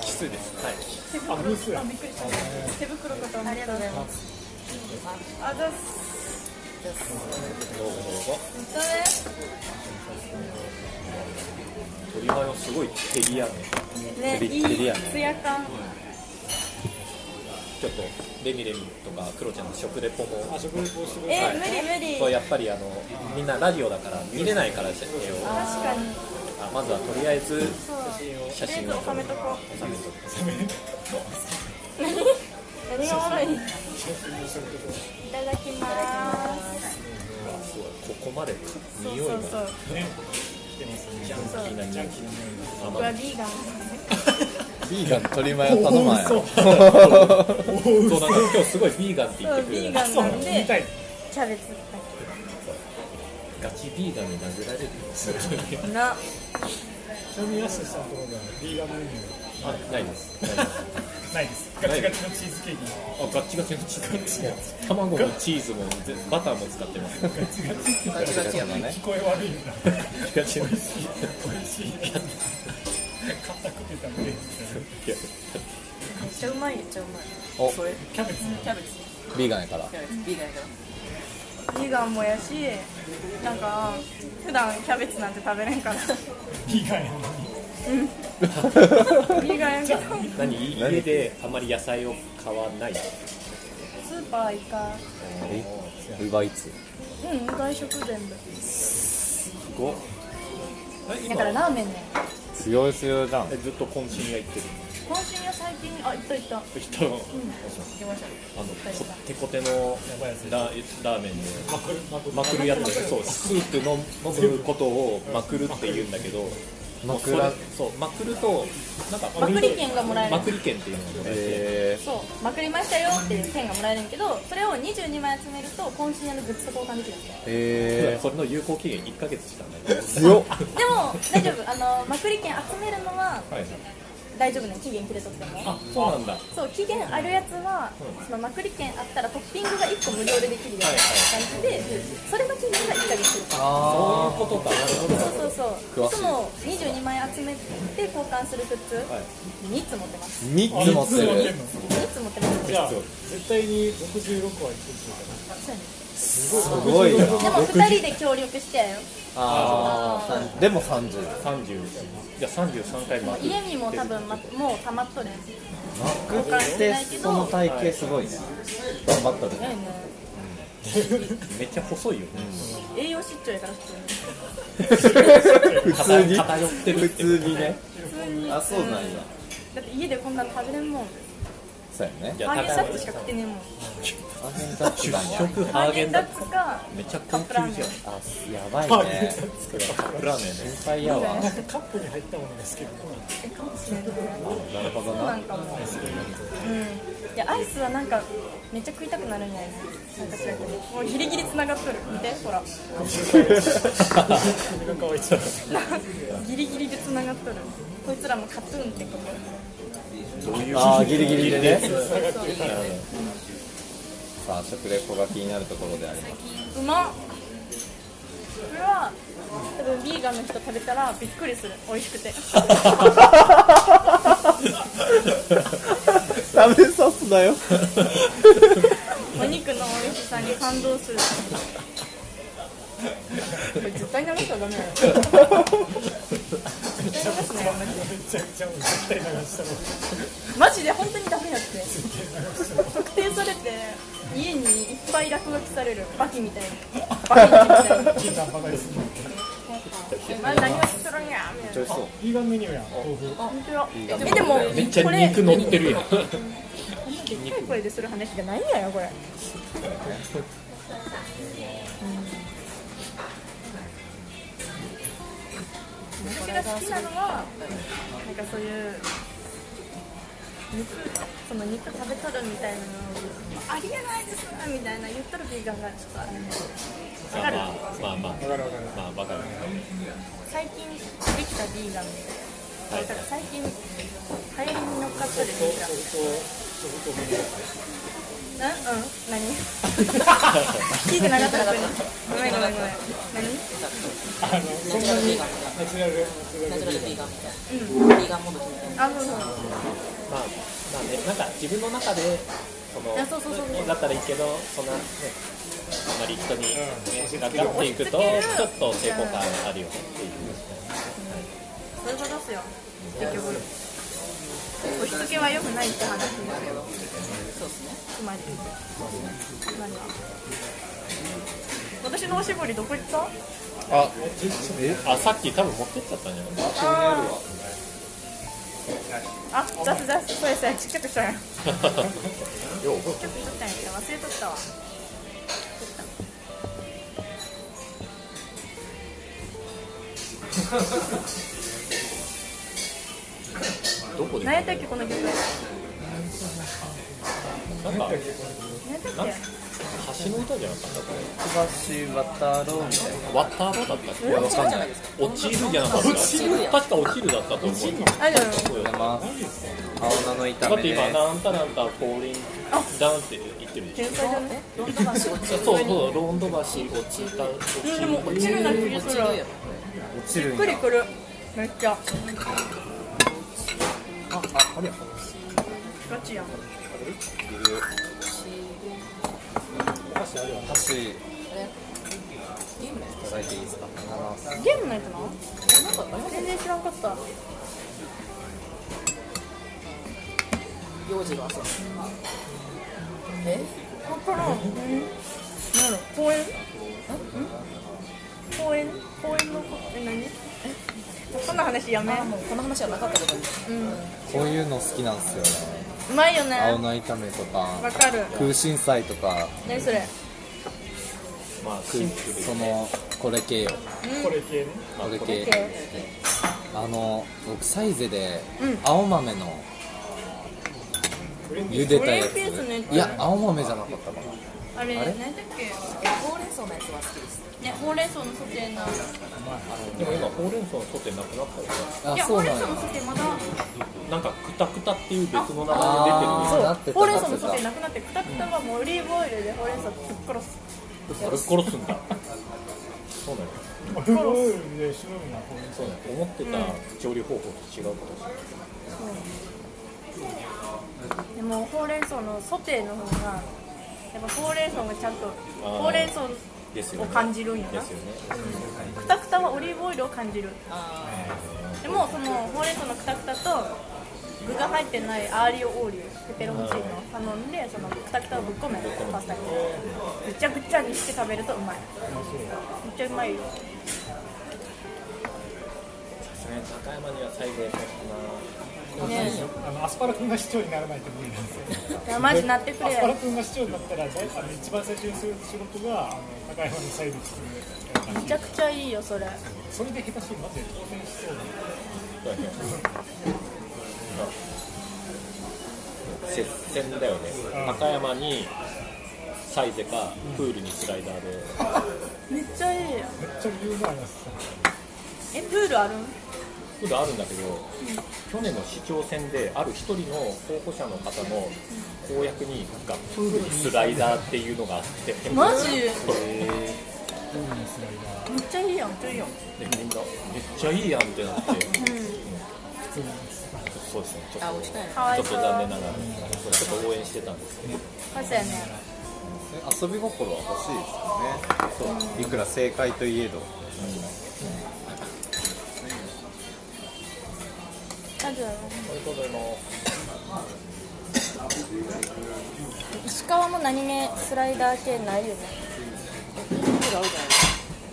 [SPEAKER 2] 奇数ですはい
[SPEAKER 1] どあミスや
[SPEAKER 4] びっくりした手袋かと思ったありがとうございますあざっす
[SPEAKER 2] どうぞどうぞ
[SPEAKER 4] 見た目
[SPEAKER 2] 取り前をすごい照りやね
[SPEAKER 4] ね、
[SPEAKER 2] 照り
[SPEAKER 4] い
[SPEAKER 2] 照り
[SPEAKER 4] い
[SPEAKER 2] やね
[SPEAKER 4] ツヤ感
[SPEAKER 2] ちょっとレミレミとかクロちゃんの食レポも
[SPEAKER 1] あ食レポをしてくれ
[SPEAKER 4] え
[SPEAKER 1] た
[SPEAKER 4] ー、無理
[SPEAKER 2] そ
[SPEAKER 4] 無
[SPEAKER 2] う
[SPEAKER 4] 理
[SPEAKER 2] やっぱりあのみんなラジオだから見れないから写真を
[SPEAKER 4] 確かに
[SPEAKER 2] あまずはとりあえず
[SPEAKER 4] そうとり
[SPEAKER 2] 写
[SPEAKER 4] あえ
[SPEAKER 2] 真
[SPEAKER 4] ず
[SPEAKER 2] を
[SPEAKER 4] 収めとこ
[SPEAKER 2] 収めとく
[SPEAKER 4] う何何がおもろいいただきます
[SPEAKER 2] すごいここまで
[SPEAKER 4] そ
[SPEAKER 2] 匂
[SPEAKER 4] う
[SPEAKER 2] い
[SPEAKER 4] そうそ
[SPEAKER 2] が
[SPEAKER 4] う
[SPEAKER 2] 気になっちゃうあ
[SPEAKER 4] 僕
[SPEAKER 2] ま
[SPEAKER 4] は
[SPEAKER 2] あ
[SPEAKER 4] ビーガン
[SPEAKER 3] ビーガン取り前を頼まんやろ
[SPEAKER 2] そうなんか今日すごいビーガンって言
[SPEAKER 4] そ
[SPEAKER 2] って
[SPEAKER 4] う
[SPEAKER 2] く
[SPEAKER 4] ビ
[SPEAKER 2] る
[SPEAKER 4] ーガンなん
[SPEAKER 1] 見た
[SPEAKER 4] で
[SPEAKER 1] い
[SPEAKER 4] キャベツだ
[SPEAKER 2] ガチビーガンに殴られるよ
[SPEAKER 4] けな
[SPEAKER 1] ちなみに安さんのところではビーガンメニュ
[SPEAKER 2] あないですないです
[SPEAKER 1] ーないですガチガチのチーズケーキ
[SPEAKER 2] あガッチガチのチーズ卵もチーズもぜバターも使ってますガ
[SPEAKER 3] ガチガチやなね
[SPEAKER 1] 聞こえ悪いよな
[SPEAKER 2] チガチのチーズ
[SPEAKER 1] 美味しい硬くて食べれる
[SPEAKER 2] いや
[SPEAKER 6] めっちゃうまいめっちゃうまい
[SPEAKER 3] お
[SPEAKER 6] それ
[SPEAKER 1] キャベツ
[SPEAKER 6] キャベツ
[SPEAKER 3] ビーガンや (laughs) から
[SPEAKER 6] キャベツビーガンやから
[SPEAKER 4] ビーガンもやしなんか普段キャベツなんて食べれ (laughs) んから
[SPEAKER 1] ビーガンやのに
[SPEAKER 4] ビーガンやけど
[SPEAKER 2] 何家であまり野菜を買わない
[SPEAKER 4] スーパー行か
[SPEAKER 3] ウーバーイーツ
[SPEAKER 4] うん外食全部
[SPEAKER 2] すごっえ
[SPEAKER 4] だ
[SPEAKER 2] 今
[SPEAKER 4] からラーメンね
[SPEAKER 3] 強い強いじゃん
[SPEAKER 2] えずっと渾身がいってる
[SPEAKER 4] 今週は最近あ行った行った
[SPEAKER 2] 人の
[SPEAKER 6] 行きましょう
[SPEAKER 2] あのこってこての
[SPEAKER 1] ばいやつ
[SPEAKER 2] ララーメンで
[SPEAKER 1] マクルマクル
[SPEAKER 2] まくるやつそうスープの飲むことをまくるって言うんだけども
[SPEAKER 3] まく
[SPEAKER 2] うそれ
[SPEAKER 3] ら
[SPEAKER 2] そうまくるとなんか
[SPEAKER 4] まくり券がもらえる
[SPEAKER 2] まくり券っていうのがもらえて
[SPEAKER 3] え
[SPEAKER 4] そうまくりましたよっていう券がもらえるんやけどそれを22枚集めると今週のグッズと交換できるんですよ
[SPEAKER 3] ー、え
[SPEAKER 2] それの有効期限1ヶ月しかない
[SPEAKER 3] ー、強っ
[SPEAKER 4] でも大丈夫あのまくり券集めるのは
[SPEAKER 2] はい
[SPEAKER 4] 大丈夫ね期限切れとっても
[SPEAKER 2] あそうなんだはい
[SPEAKER 4] そう期限あるやつはそのまくり券あったらトッピングが1個無料でできるような感じでそれの期限が1ヶ月
[SPEAKER 3] あ
[SPEAKER 2] そういうことかなるほど
[SPEAKER 4] そうそうそう
[SPEAKER 3] 詳
[SPEAKER 4] い
[SPEAKER 3] しい
[SPEAKER 4] つも22枚集めて交換するグッズ
[SPEAKER 2] はい
[SPEAKER 4] 2つ持ってます
[SPEAKER 3] ー3つ持って
[SPEAKER 1] 三
[SPEAKER 3] る
[SPEAKER 1] んの
[SPEAKER 4] 2つ持ってます
[SPEAKER 1] じゃあ絶対に66は行ってるし
[SPEAKER 4] そうやね
[SPEAKER 3] すごいな
[SPEAKER 4] でも2人で協力してやよ
[SPEAKER 3] あーでも30
[SPEAKER 2] 30じゃあ33回
[SPEAKER 4] もう
[SPEAKER 2] 回る
[SPEAKER 4] 家にも多分、ま、もう溜まっとるやん
[SPEAKER 3] マックってその体型すごいね頑張っとるね
[SPEAKER 2] めっちゃ細いよね、
[SPEAKER 4] 栄養失調やから普通に
[SPEAKER 3] 普通に
[SPEAKER 2] 偏ってる
[SPEAKER 3] 普通にね
[SPEAKER 4] 普通に
[SPEAKER 3] あそうなんや
[SPEAKER 4] だって家でこんなの食べれんもん
[SPEAKER 3] そうやね
[SPEAKER 2] いや
[SPEAKER 4] ハーゲンダッツし
[SPEAKER 2] 高い
[SPEAKER 4] か食ってねえもん
[SPEAKER 3] ハーゲンダッツだね
[SPEAKER 2] 食
[SPEAKER 4] ハ
[SPEAKER 2] ハ
[SPEAKER 4] ー
[SPEAKER 2] ーゲ
[SPEAKER 4] ゲン
[SPEAKER 2] ンダ
[SPEAKER 4] ダ
[SPEAKER 2] ッ
[SPEAKER 4] ッツか
[SPEAKER 2] ツめちゃ
[SPEAKER 4] カッ
[SPEAKER 2] 高級
[SPEAKER 4] プラーメ
[SPEAKER 2] じゃん
[SPEAKER 4] ン
[SPEAKER 3] あやばいね
[SPEAKER 2] カップラーメンね
[SPEAKER 3] 心配やわ
[SPEAKER 1] カップに入ったものですけど
[SPEAKER 4] かもしれない
[SPEAKER 3] なるほど
[SPEAKER 4] そうな
[SPEAKER 3] なん
[SPEAKER 4] かもうんいやアイスはなんかめっちゃ食いたくなるんやねなんか違うけどもうギリギリ繋がっとる見てほら
[SPEAKER 1] 首が可愛いじゃん
[SPEAKER 4] ギリギリで繋がっとるこいつらもカトゥーンってこと
[SPEAKER 3] あーギリギリでね
[SPEAKER 4] そう
[SPEAKER 3] さあ食レポが気になるところであります
[SPEAKER 4] うまっこれは多分ビーガンの人食べたらびっくりする美味しくて
[SPEAKER 3] (laughs) 食べさすなよ
[SPEAKER 4] お肉の美味しさに感動する (laughs) これ絶対流したらダメだよ絶対流すねやめて
[SPEAKER 1] めちゃくちゃ絶対流したの
[SPEAKER 4] マジで本当にダメだって特定されて家にいっぱい落書きされるバキみたいにバキみたいに
[SPEAKER 1] 金玉がですね
[SPEAKER 4] お前何をしとるんやみたいな
[SPEAKER 3] そう
[SPEAKER 1] ビーガンメニューやん豆腐
[SPEAKER 4] 本当だえでも
[SPEAKER 2] めっちゃ
[SPEAKER 4] これ
[SPEAKER 2] 肉乗ってるやん
[SPEAKER 4] でっかい声でする話じゃないんやよこれ私が好きなのはなんかそういう肉その肉食べとるみたいなのをありえないですみたいな言っとるビーガンがちょっとあるわ
[SPEAKER 2] まあ
[SPEAKER 4] かる
[SPEAKER 2] まあまあ
[SPEAKER 1] わかるわかる
[SPEAKER 2] まあわかる
[SPEAKER 4] 最近できたビーガンみたいなだから最近流行りに乗っかっとるビーガンうん、うん、何聞いてなかったらごめんごめんごめん何
[SPEAKER 1] あのそんなにナチュラルナ
[SPEAKER 6] ナ
[SPEAKER 1] チ
[SPEAKER 6] チ
[SPEAKER 1] ュ
[SPEAKER 6] ュ
[SPEAKER 1] ラ
[SPEAKER 6] ラ
[SPEAKER 1] ル
[SPEAKER 6] ル
[SPEAKER 1] ビ
[SPEAKER 6] ビ
[SPEAKER 1] ー
[SPEAKER 6] ー
[SPEAKER 1] ガン
[SPEAKER 6] ガンみたい
[SPEAKER 4] うん
[SPEAKER 6] なビーガンモブみたいな
[SPEAKER 4] あ、そうそう
[SPEAKER 2] まあまあねなんか自分の中でその
[SPEAKER 4] いやそうそうそうそう
[SPEAKER 2] だったらいいけどそんなねあんまり人に、ね
[SPEAKER 1] うん
[SPEAKER 2] ガッガッていくとちょっと抵抗感あるよねっていう
[SPEAKER 4] それが出すよ結局押し付けは良くないって話になるよ
[SPEAKER 6] そうですね
[SPEAKER 4] つまりつまりは私のおしぼりどこ行った
[SPEAKER 2] ああさっき多分持ってっちゃったんじゃない
[SPEAKER 3] あ気になるわ
[SPEAKER 4] あ、出す出すそうやそうやちっちゃくしたやんちっ
[SPEAKER 2] よう覚え
[SPEAKER 4] ちゃくしたやんけど忘れとったわ
[SPEAKER 2] どこで
[SPEAKER 4] 何やったっけこの曲
[SPEAKER 2] なんか
[SPEAKER 4] 何やったっけ
[SPEAKER 2] 橋の歌じゃなかったこれ
[SPEAKER 3] 橋渡ろうみたい
[SPEAKER 2] ワッターボだったっけ
[SPEAKER 3] なわかんない
[SPEAKER 2] 落ちるじゃなかった確か落ちるだったと思う
[SPEAKER 4] あ、でも
[SPEAKER 2] そう
[SPEAKER 3] 出ます青菜の
[SPEAKER 2] だ
[SPEAKER 3] 炒
[SPEAKER 2] っ
[SPEAKER 3] め
[SPEAKER 2] て今
[SPEAKER 3] です
[SPEAKER 2] なんたなんたフォーリンダウンって言ってるでしょ
[SPEAKER 4] 天才じゃね
[SPEAKER 6] ロンドン橋落ち
[SPEAKER 2] そう
[SPEAKER 6] る
[SPEAKER 2] そうロンド橋落ちた落
[SPEAKER 4] うん
[SPEAKER 2] ち
[SPEAKER 4] で
[SPEAKER 2] る
[SPEAKER 4] も落ちるな気がす
[SPEAKER 6] 落
[SPEAKER 4] る
[SPEAKER 6] ちる
[SPEAKER 4] わ
[SPEAKER 6] やろ
[SPEAKER 3] 落ちるん
[SPEAKER 4] く
[SPEAKER 3] や
[SPEAKER 4] りくるめっちゃ
[SPEAKER 1] あ、あれや
[SPEAKER 4] ガチやん
[SPEAKER 1] お菓子あるよ
[SPEAKER 3] 箸い
[SPEAKER 6] 銀目
[SPEAKER 3] ただいていいですか
[SPEAKER 4] ゲームのやつなの
[SPEAKER 6] なんかあれ
[SPEAKER 4] 全然知らんかった
[SPEAKER 6] 幼児が遊ぶえ
[SPEAKER 4] 分からんうん何だろ公園ん公園公園のこえ何えこんな話やめ
[SPEAKER 6] あもうこの話はなかったことに
[SPEAKER 4] うん
[SPEAKER 3] こういうの好きなんですよね
[SPEAKER 4] うまいよね
[SPEAKER 3] 青菜炒めと
[SPEAKER 4] わ
[SPEAKER 3] か
[SPEAKER 4] かる
[SPEAKER 3] 空心菜とか
[SPEAKER 4] 何それ
[SPEAKER 2] まあシンプル
[SPEAKER 3] そのこれ系よ
[SPEAKER 1] これ系ね
[SPEAKER 3] これ
[SPEAKER 4] オッ
[SPEAKER 3] 系
[SPEAKER 4] ケー
[SPEAKER 3] あの僕サイゼで
[SPEAKER 4] うん
[SPEAKER 3] 青豆の茹でたや
[SPEAKER 4] グリーンピースのやつ
[SPEAKER 3] ついや青豆じゃなかったか
[SPEAKER 4] あれ
[SPEAKER 3] あれ
[SPEAKER 4] 何だっけ
[SPEAKER 6] ほうれん草のやつは好きです
[SPEAKER 4] ねほうれん草のソテーな
[SPEAKER 2] でも今ほうれん草のソテーなくなったよね
[SPEAKER 3] ないあ
[SPEAKER 4] や
[SPEAKER 3] そ
[SPEAKER 4] ほ
[SPEAKER 3] う
[SPEAKER 4] うれ
[SPEAKER 3] なんんや
[SPEAKER 4] 草のソテーまだ
[SPEAKER 2] なんかクタクタっていう別の名
[SPEAKER 3] あー
[SPEAKER 2] 前
[SPEAKER 3] なってた
[SPEAKER 4] ほうれん草
[SPEAKER 3] な
[SPEAKER 4] の
[SPEAKER 3] って
[SPEAKER 4] ソテー
[SPEAKER 3] た
[SPEAKER 4] なくなってくたくたはもうオリーブオイルでほうれん草ぶっ殺す
[SPEAKER 2] で出てるそれ殺すんだそうな
[SPEAKER 1] オ
[SPEAKER 2] の
[SPEAKER 1] リーブオイルで白いなこれ
[SPEAKER 2] そうなの思ってた調理方法と違うことする
[SPEAKER 4] でもほうれん草のソテーの方がやっぱほうれん草がちゃんと
[SPEAKER 2] あー
[SPEAKER 4] ほうれん草
[SPEAKER 2] ですよ
[SPEAKER 4] を
[SPEAKER 2] ね
[SPEAKER 4] 感じるんや
[SPEAKER 2] で
[SPEAKER 4] な
[SPEAKER 2] すよね
[SPEAKER 4] くたくたはオリーブオイルを感じる
[SPEAKER 6] あ
[SPEAKER 4] でもそのほうれん草のくたくたと具が入ってないアーリオオーリオペペロンチーノを頼んでそのくたくたをぶっ込めパスタにぐちゃぐちゃにして食べるとうまいめっちゃうまいよ
[SPEAKER 2] さすがに高山には最後やったかな
[SPEAKER 4] ね
[SPEAKER 1] あのアスパラ君が市長にならないと無理なんですよ
[SPEAKER 4] いやマジなってく
[SPEAKER 1] ア
[SPEAKER 4] れ
[SPEAKER 1] スパラ
[SPEAKER 4] よ
[SPEAKER 1] 君が市長になったら、だいあの一番最初にする仕事が、あの高山のサイズす
[SPEAKER 4] めちゃくちゃいいよそれ
[SPEAKER 1] それで下手しい、マジで当選しそうな。
[SPEAKER 2] 接戦だよね高山にサイゼかプールにスライダーで
[SPEAKER 4] めっちゃいいやん
[SPEAKER 1] めっちゃ有名なやつさ。
[SPEAKER 4] えプールあるん
[SPEAKER 2] プールあるんだけど、去年の市長選である一人の候補者の方の公約になんかプールにスライダーっていうのがあって
[SPEAKER 4] マジめっ
[SPEAKER 1] スライダー
[SPEAKER 4] ちゃいいやん
[SPEAKER 2] でみんなめっちゃいいやんってなって、そうですねちょっと
[SPEAKER 6] あ落ちたよ
[SPEAKER 4] かわ
[SPEAKER 2] ちょっ
[SPEAKER 4] いそ
[SPEAKER 2] と
[SPEAKER 4] う
[SPEAKER 2] 残念ながらちょっと応援してたんですけど
[SPEAKER 4] そうやね
[SPEAKER 3] 遊び心は欲しいですよねそういくら正解といえど
[SPEAKER 4] あるよ
[SPEAKER 2] ありがとうございます
[SPEAKER 4] 石川も何ねスライダー系ないよね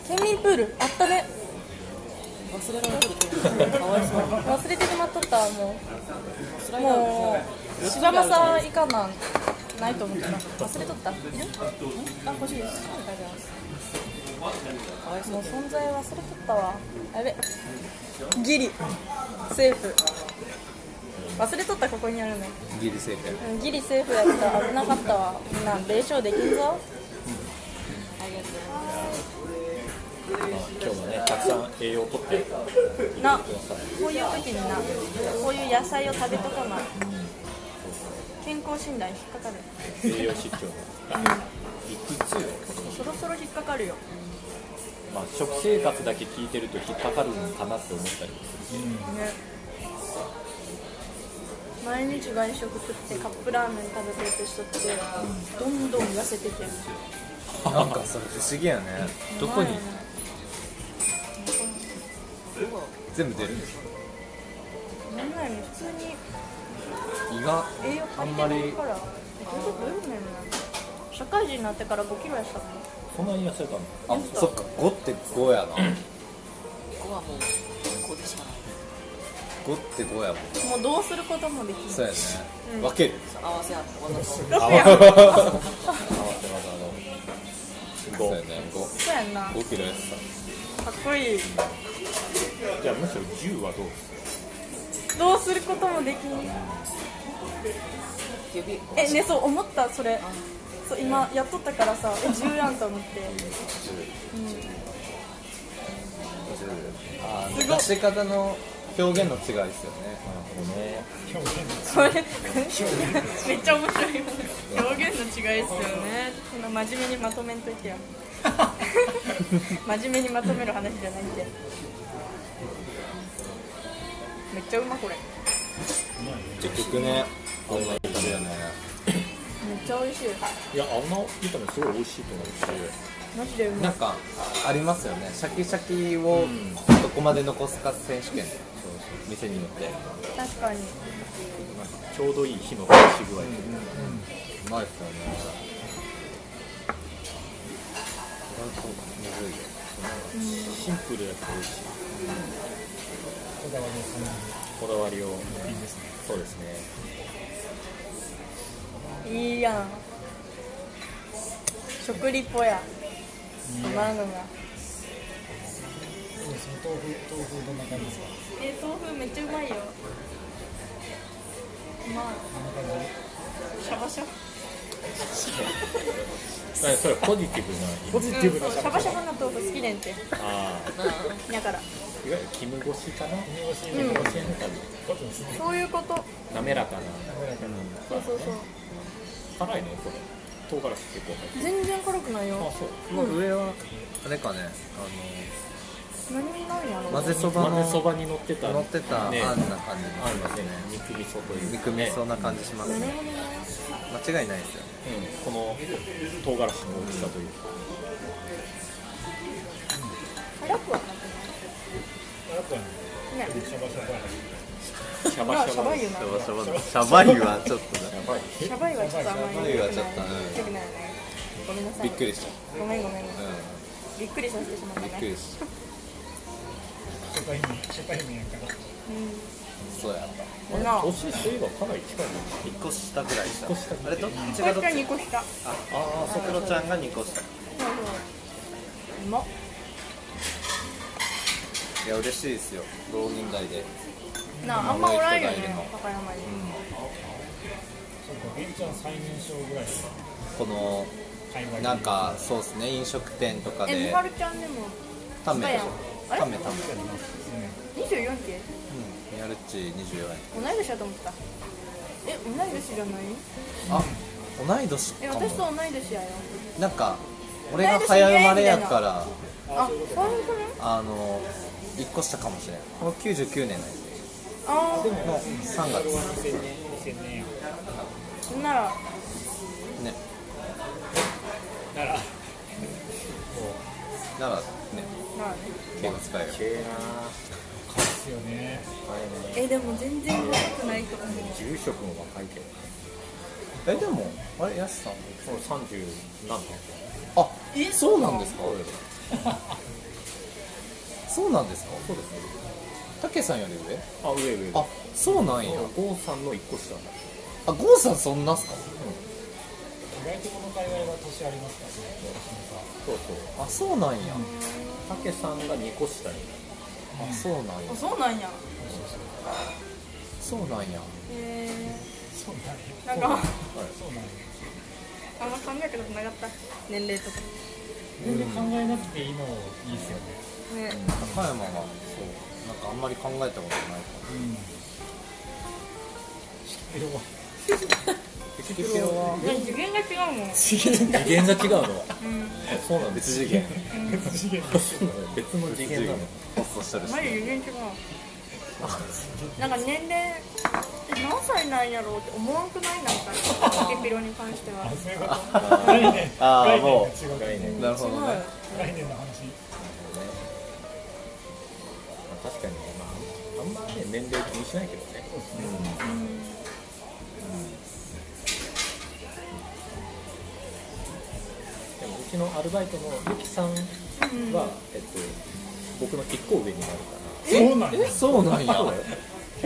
[SPEAKER 4] 県民プールあったね
[SPEAKER 6] 忘れられてるけどかわいそう
[SPEAKER 4] 忘れてしまっとったも
[SPEAKER 6] スラ
[SPEAKER 4] う
[SPEAKER 6] イダーです
[SPEAKER 4] も
[SPEAKER 6] ね
[SPEAKER 4] う柴間さんいかなんないと思った忘れとったいるあ欲しいですありがとうございますもう存在忘れとったわやべギリセーフ忘れとったここにあるの
[SPEAKER 3] ギリ正解
[SPEAKER 4] うんギリセーフやった危なかったわみんな冷笑できんぞ
[SPEAKER 2] まあ今日もねたくさん栄養をとって
[SPEAKER 4] なこういう時になこういう野菜を食べとかな健康診断引っかかる
[SPEAKER 2] 栄養失調の
[SPEAKER 4] そろそろ引っかかるよ
[SPEAKER 2] まあ、食生活だけ聞いてると引っかかるのかなって思ったりもす
[SPEAKER 4] ね毎日外食食ってカップラーメン食べてるとしとってどんどん痩せてけん
[SPEAKER 3] なんかそれ不思議やねどこに全部出るんですか
[SPEAKER 4] なんなの普通に
[SPEAKER 3] 胃が
[SPEAKER 4] 栄養
[SPEAKER 3] あ
[SPEAKER 4] 足
[SPEAKER 3] ん
[SPEAKER 4] り
[SPEAKER 3] ま
[SPEAKER 4] てる
[SPEAKER 3] り
[SPEAKER 4] からえどういうことどういうことやねんな社会人になってから5キロやしたもん
[SPEAKER 2] るそんなに痩せたの
[SPEAKER 3] あそっか5って5やな
[SPEAKER 6] ここはもうこうでしかな
[SPEAKER 3] 5
[SPEAKER 6] い
[SPEAKER 3] って5やもん
[SPEAKER 4] もうどうすることもできない
[SPEAKER 3] そうやね分ける
[SPEAKER 6] 合わせ合って終わった
[SPEAKER 4] ロックやんそ
[SPEAKER 2] 合わせ技の
[SPEAKER 3] そうやね5
[SPEAKER 4] うやんなか
[SPEAKER 3] 5キロやって
[SPEAKER 4] っこいい
[SPEAKER 2] じゃあむしろ10はどうですか
[SPEAKER 4] どうすることもできない
[SPEAKER 6] 指
[SPEAKER 4] えねそう思ったそれそう今やっとったからさえ10やんと思って
[SPEAKER 3] たあー出し方の表現の違いですよね
[SPEAKER 2] ね
[SPEAKER 4] そ
[SPEAKER 3] (laughs)
[SPEAKER 4] れめっちゃ面白いよね表現の違いですよねそんな真面目にまとめんとい
[SPEAKER 3] (laughs)
[SPEAKER 4] てよ真面目にまとめる話じゃないんでめっちゃうまこれ
[SPEAKER 3] 結局ねこんな感じやね
[SPEAKER 4] めっちゃ美味しい
[SPEAKER 2] いや青菜炒めすごい美味しいと思う
[SPEAKER 4] マジでうま
[SPEAKER 3] ないんかありますよねシャキシャキをどこまで残すか選手権で店によって
[SPEAKER 4] 確かに
[SPEAKER 2] しちょうどいい火の通し具合というか
[SPEAKER 3] うまいっすよねこれはそうむずいよ
[SPEAKER 2] シンプルだけど美味しいこだわりをそうですね
[SPEAKER 4] いいやん食リポや今のが
[SPEAKER 1] 豆腐、豆腐どんな感じですか。
[SPEAKER 4] え豆腐めっちゃうまいようまいシャバシャバ
[SPEAKER 2] だからそれはポジティブな
[SPEAKER 1] ポジテ
[SPEAKER 4] う
[SPEAKER 1] ィ
[SPEAKER 4] ん
[SPEAKER 1] ブ
[SPEAKER 4] そ
[SPEAKER 1] な
[SPEAKER 4] う
[SPEAKER 1] シ
[SPEAKER 4] シ
[SPEAKER 1] ャバ
[SPEAKER 4] ャバ
[SPEAKER 1] シ
[SPEAKER 4] シ
[SPEAKER 1] ャ
[SPEAKER 4] ャバな豆腐好きねんて
[SPEAKER 2] あ
[SPEAKER 4] だから
[SPEAKER 2] あいわゆる絹ごしか
[SPEAKER 1] バ。
[SPEAKER 2] な
[SPEAKER 1] 欲しい
[SPEAKER 4] うん
[SPEAKER 2] 絹ごしの旅
[SPEAKER 4] そういうこと
[SPEAKER 2] 滑らかな
[SPEAKER 4] そうそうそう
[SPEAKER 2] 辛いねこれ唐辛子結構入って
[SPEAKER 4] 全然辛くない
[SPEAKER 2] るあ
[SPEAKER 4] よ
[SPEAKER 2] そう
[SPEAKER 3] まあ上はあれかね
[SPEAKER 4] 何になんや
[SPEAKER 3] あ
[SPEAKER 4] ろ
[SPEAKER 3] の混ぜそば
[SPEAKER 2] 混ぜそ
[SPEAKER 3] の
[SPEAKER 2] ばに乗ってた
[SPEAKER 3] 乗ってたあん
[SPEAKER 2] ね
[SPEAKER 3] な感じも
[SPEAKER 2] あ
[SPEAKER 3] し
[SPEAKER 2] る
[SPEAKER 3] ます
[SPEAKER 2] ね
[SPEAKER 3] ね
[SPEAKER 2] 肉味噌という
[SPEAKER 3] 肉味噌な感じします
[SPEAKER 4] な
[SPEAKER 3] ね
[SPEAKER 4] るほどね
[SPEAKER 3] 間違いないですよね
[SPEAKER 2] この唐辛子の大きさというか、
[SPEAKER 4] 辛くはなくないね
[SPEAKER 1] シャバシャバ。
[SPEAKER 2] シャ
[SPEAKER 4] ま
[SPEAKER 2] バ
[SPEAKER 4] あ
[SPEAKER 2] シ
[SPEAKER 4] シ
[SPEAKER 2] ャ
[SPEAKER 4] ャ
[SPEAKER 2] バ
[SPEAKER 4] バ
[SPEAKER 2] で
[SPEAKER 4] い
[SPEAKER 2] す
[SPEAKER 4] よな
[SPEAKER 3] シャバシャバいはちょっとね
[SPEAKER 4] シャバいはちょっとあんまり
[SPEAKER 3] シャバい
[SPEAKER 4] 良
[SPEAKER 3] は
[SPEAKER 4] く
[SPEAKER 3] ちょ
[SPEAKER 4] ない
[SPEAKER 3] っとうん
[SPEAKER 4] 良くないよねごめんなさ
[SPEAKER 3] び
[SPEAKER 4] い
[SPEAKER 3] っくりした
[SPEAKER 4] ごめんごめんごめん
[SPEAKER 3] う
[SPEAKER 4] びっくりさせてしまった
[SPEAKER 3] んびっく
[SPEAKER 4] ね
[SPEAKER 3] りした
[SPEAKER 1] 初対面、初対面やから。
[SPEAKER 4] うん
[SPEAKER 3] そうやった
[SPEAKER 4] なあ
[SPEAKER 2] 年そういえばかなり近いね
[SPEAKER 3] 1個下ぐらいした
[SPEAKER 2] 個下ぐ
[SPEAKER 3] あれどっちがど
[SPEAKER 4] 確
[SPEAKER 3] っち
[SPEAKER 4] かにこしたう
[SPEAKER 3] ああーさくらちゃんが2個下
[SPEAKER 4] まっ
[SPEAKER 3] いや嬉しいですよ同年代で
[SPEAKER 4] なああんまおらんよね高山に
[SPEAKER 1] そうか、ベンちゃん最年少ぐらいですか
[SPEAKER 3] この
[SPEAKER 1] 界隈で
[SPEAKER 3] なんかそうですね飲食店とか
[SPEAKER 4] えみ
[SPEAKER 3] で
[SPEAKER 4] はるちゃんでも
[SPEAKER 3] タメ
[SPEAKER 4] 下
[SPEAKER 3] でし
[SPEAKER 4] やん
[SPEAKER 3] ょ
[SPEAKER 4] あれ
[SPEAKER 3] タメタメ
[SPEAKER 4] 24期
[SPEAKER 3] うんやるっち24円
[SPEAKER 4] 同い年だと思ったえ同い年じゃない
[SPEAKER 3] あ同い年
[SPEAKER 4] え
[SPEAKER 3] か
[SPEAKER 4] 私と
[SPEAKER 3] も
[SPEAKER 4] 同い年やよ
[SPEAKER 3] なんか俺が早生まれやから
[SPEAKER 4] あそういうことね
[SPEAKER 3] あの1個下かもしれないこの99年なんで
[SPEAKER 4] あ
[SPEAKER 3] の3月
[SPEAKER 4] あなら
[SPEAKER 3] ね
[SPEAKER 7] なら
[SPEAKER 3] ならね
[SPEAKER 4] ならね
[SPEAKER 3] 敬語使えよ
[SPEAKER 1] すよね
[SPEAKER 8] えでも全然若くないと思う
[SPEAKER 2] 住職も若いけど
[SPEAKER 3] えでもあれやすさん
[SPEAKER 2] もう30何か
[SPEAKER 3] あそうなんですかそうなんですか
[SPEAKER 2] そうですね
[SPEAKER 3] たけさんより上
[SPEAKER 2] あ上上
[SPEAKER 3] あそうなんや
[SPEAKER 2] 郷さんの1個下
[SPEAKER 3] あゴーさんそんなっすか
[SPEAKER 1] 意外とこの界隈は年ありますからね
[SPEAKER 2] そうそう
[SPEAKER 3] あそうなんや
[SPEAKER 2] たけさんが2個下に
[SPEAKER 3] あそうなんや
[SPEAKER 4] あそうなんや
[SPEAKER 3] そうなんや
[SPEAKER 4] へえなんかあんま考えたことなかった年齢とか
[SPEAKER 1] 全然考えなくていいのいいですよね
[SPEAKER 4] ね
[SPEAKER 3] 高山はそうなんかあんまり考えたことないから知ってるわ
[SPEAKER 4] ね次元が違うもん
[SPEAKER 2] 次元が違うのそうなんです
[SPEAKER 3] 別次元
[SPEAKER 2] 別の次元なの
[SPEAKER 3] 発想したりし
[SPEAKER 4] マジ
[SPEAKER 3] て
[SPEAKER 4] 全然違うなんか年齢って何歳なんやろうって思わんくないなんかピピロに関して (laughs) は
[SPEAKER 3] ああも
[SPEAKER 1] 違う概念
[SPEAKER 3] うなるほどね
[SPEAKER 1] 概念の話
[SPEAKER 2] 確かにねまああんまね年齢気にしないけどねでもうちのアルバイトのゆきさんは、えっと、僕の1個上になる (laughs) か
[SPEAKER 1] そうなん
[SPEAKER 3] えそうなんや
[SPEAKER 2] らそうだよ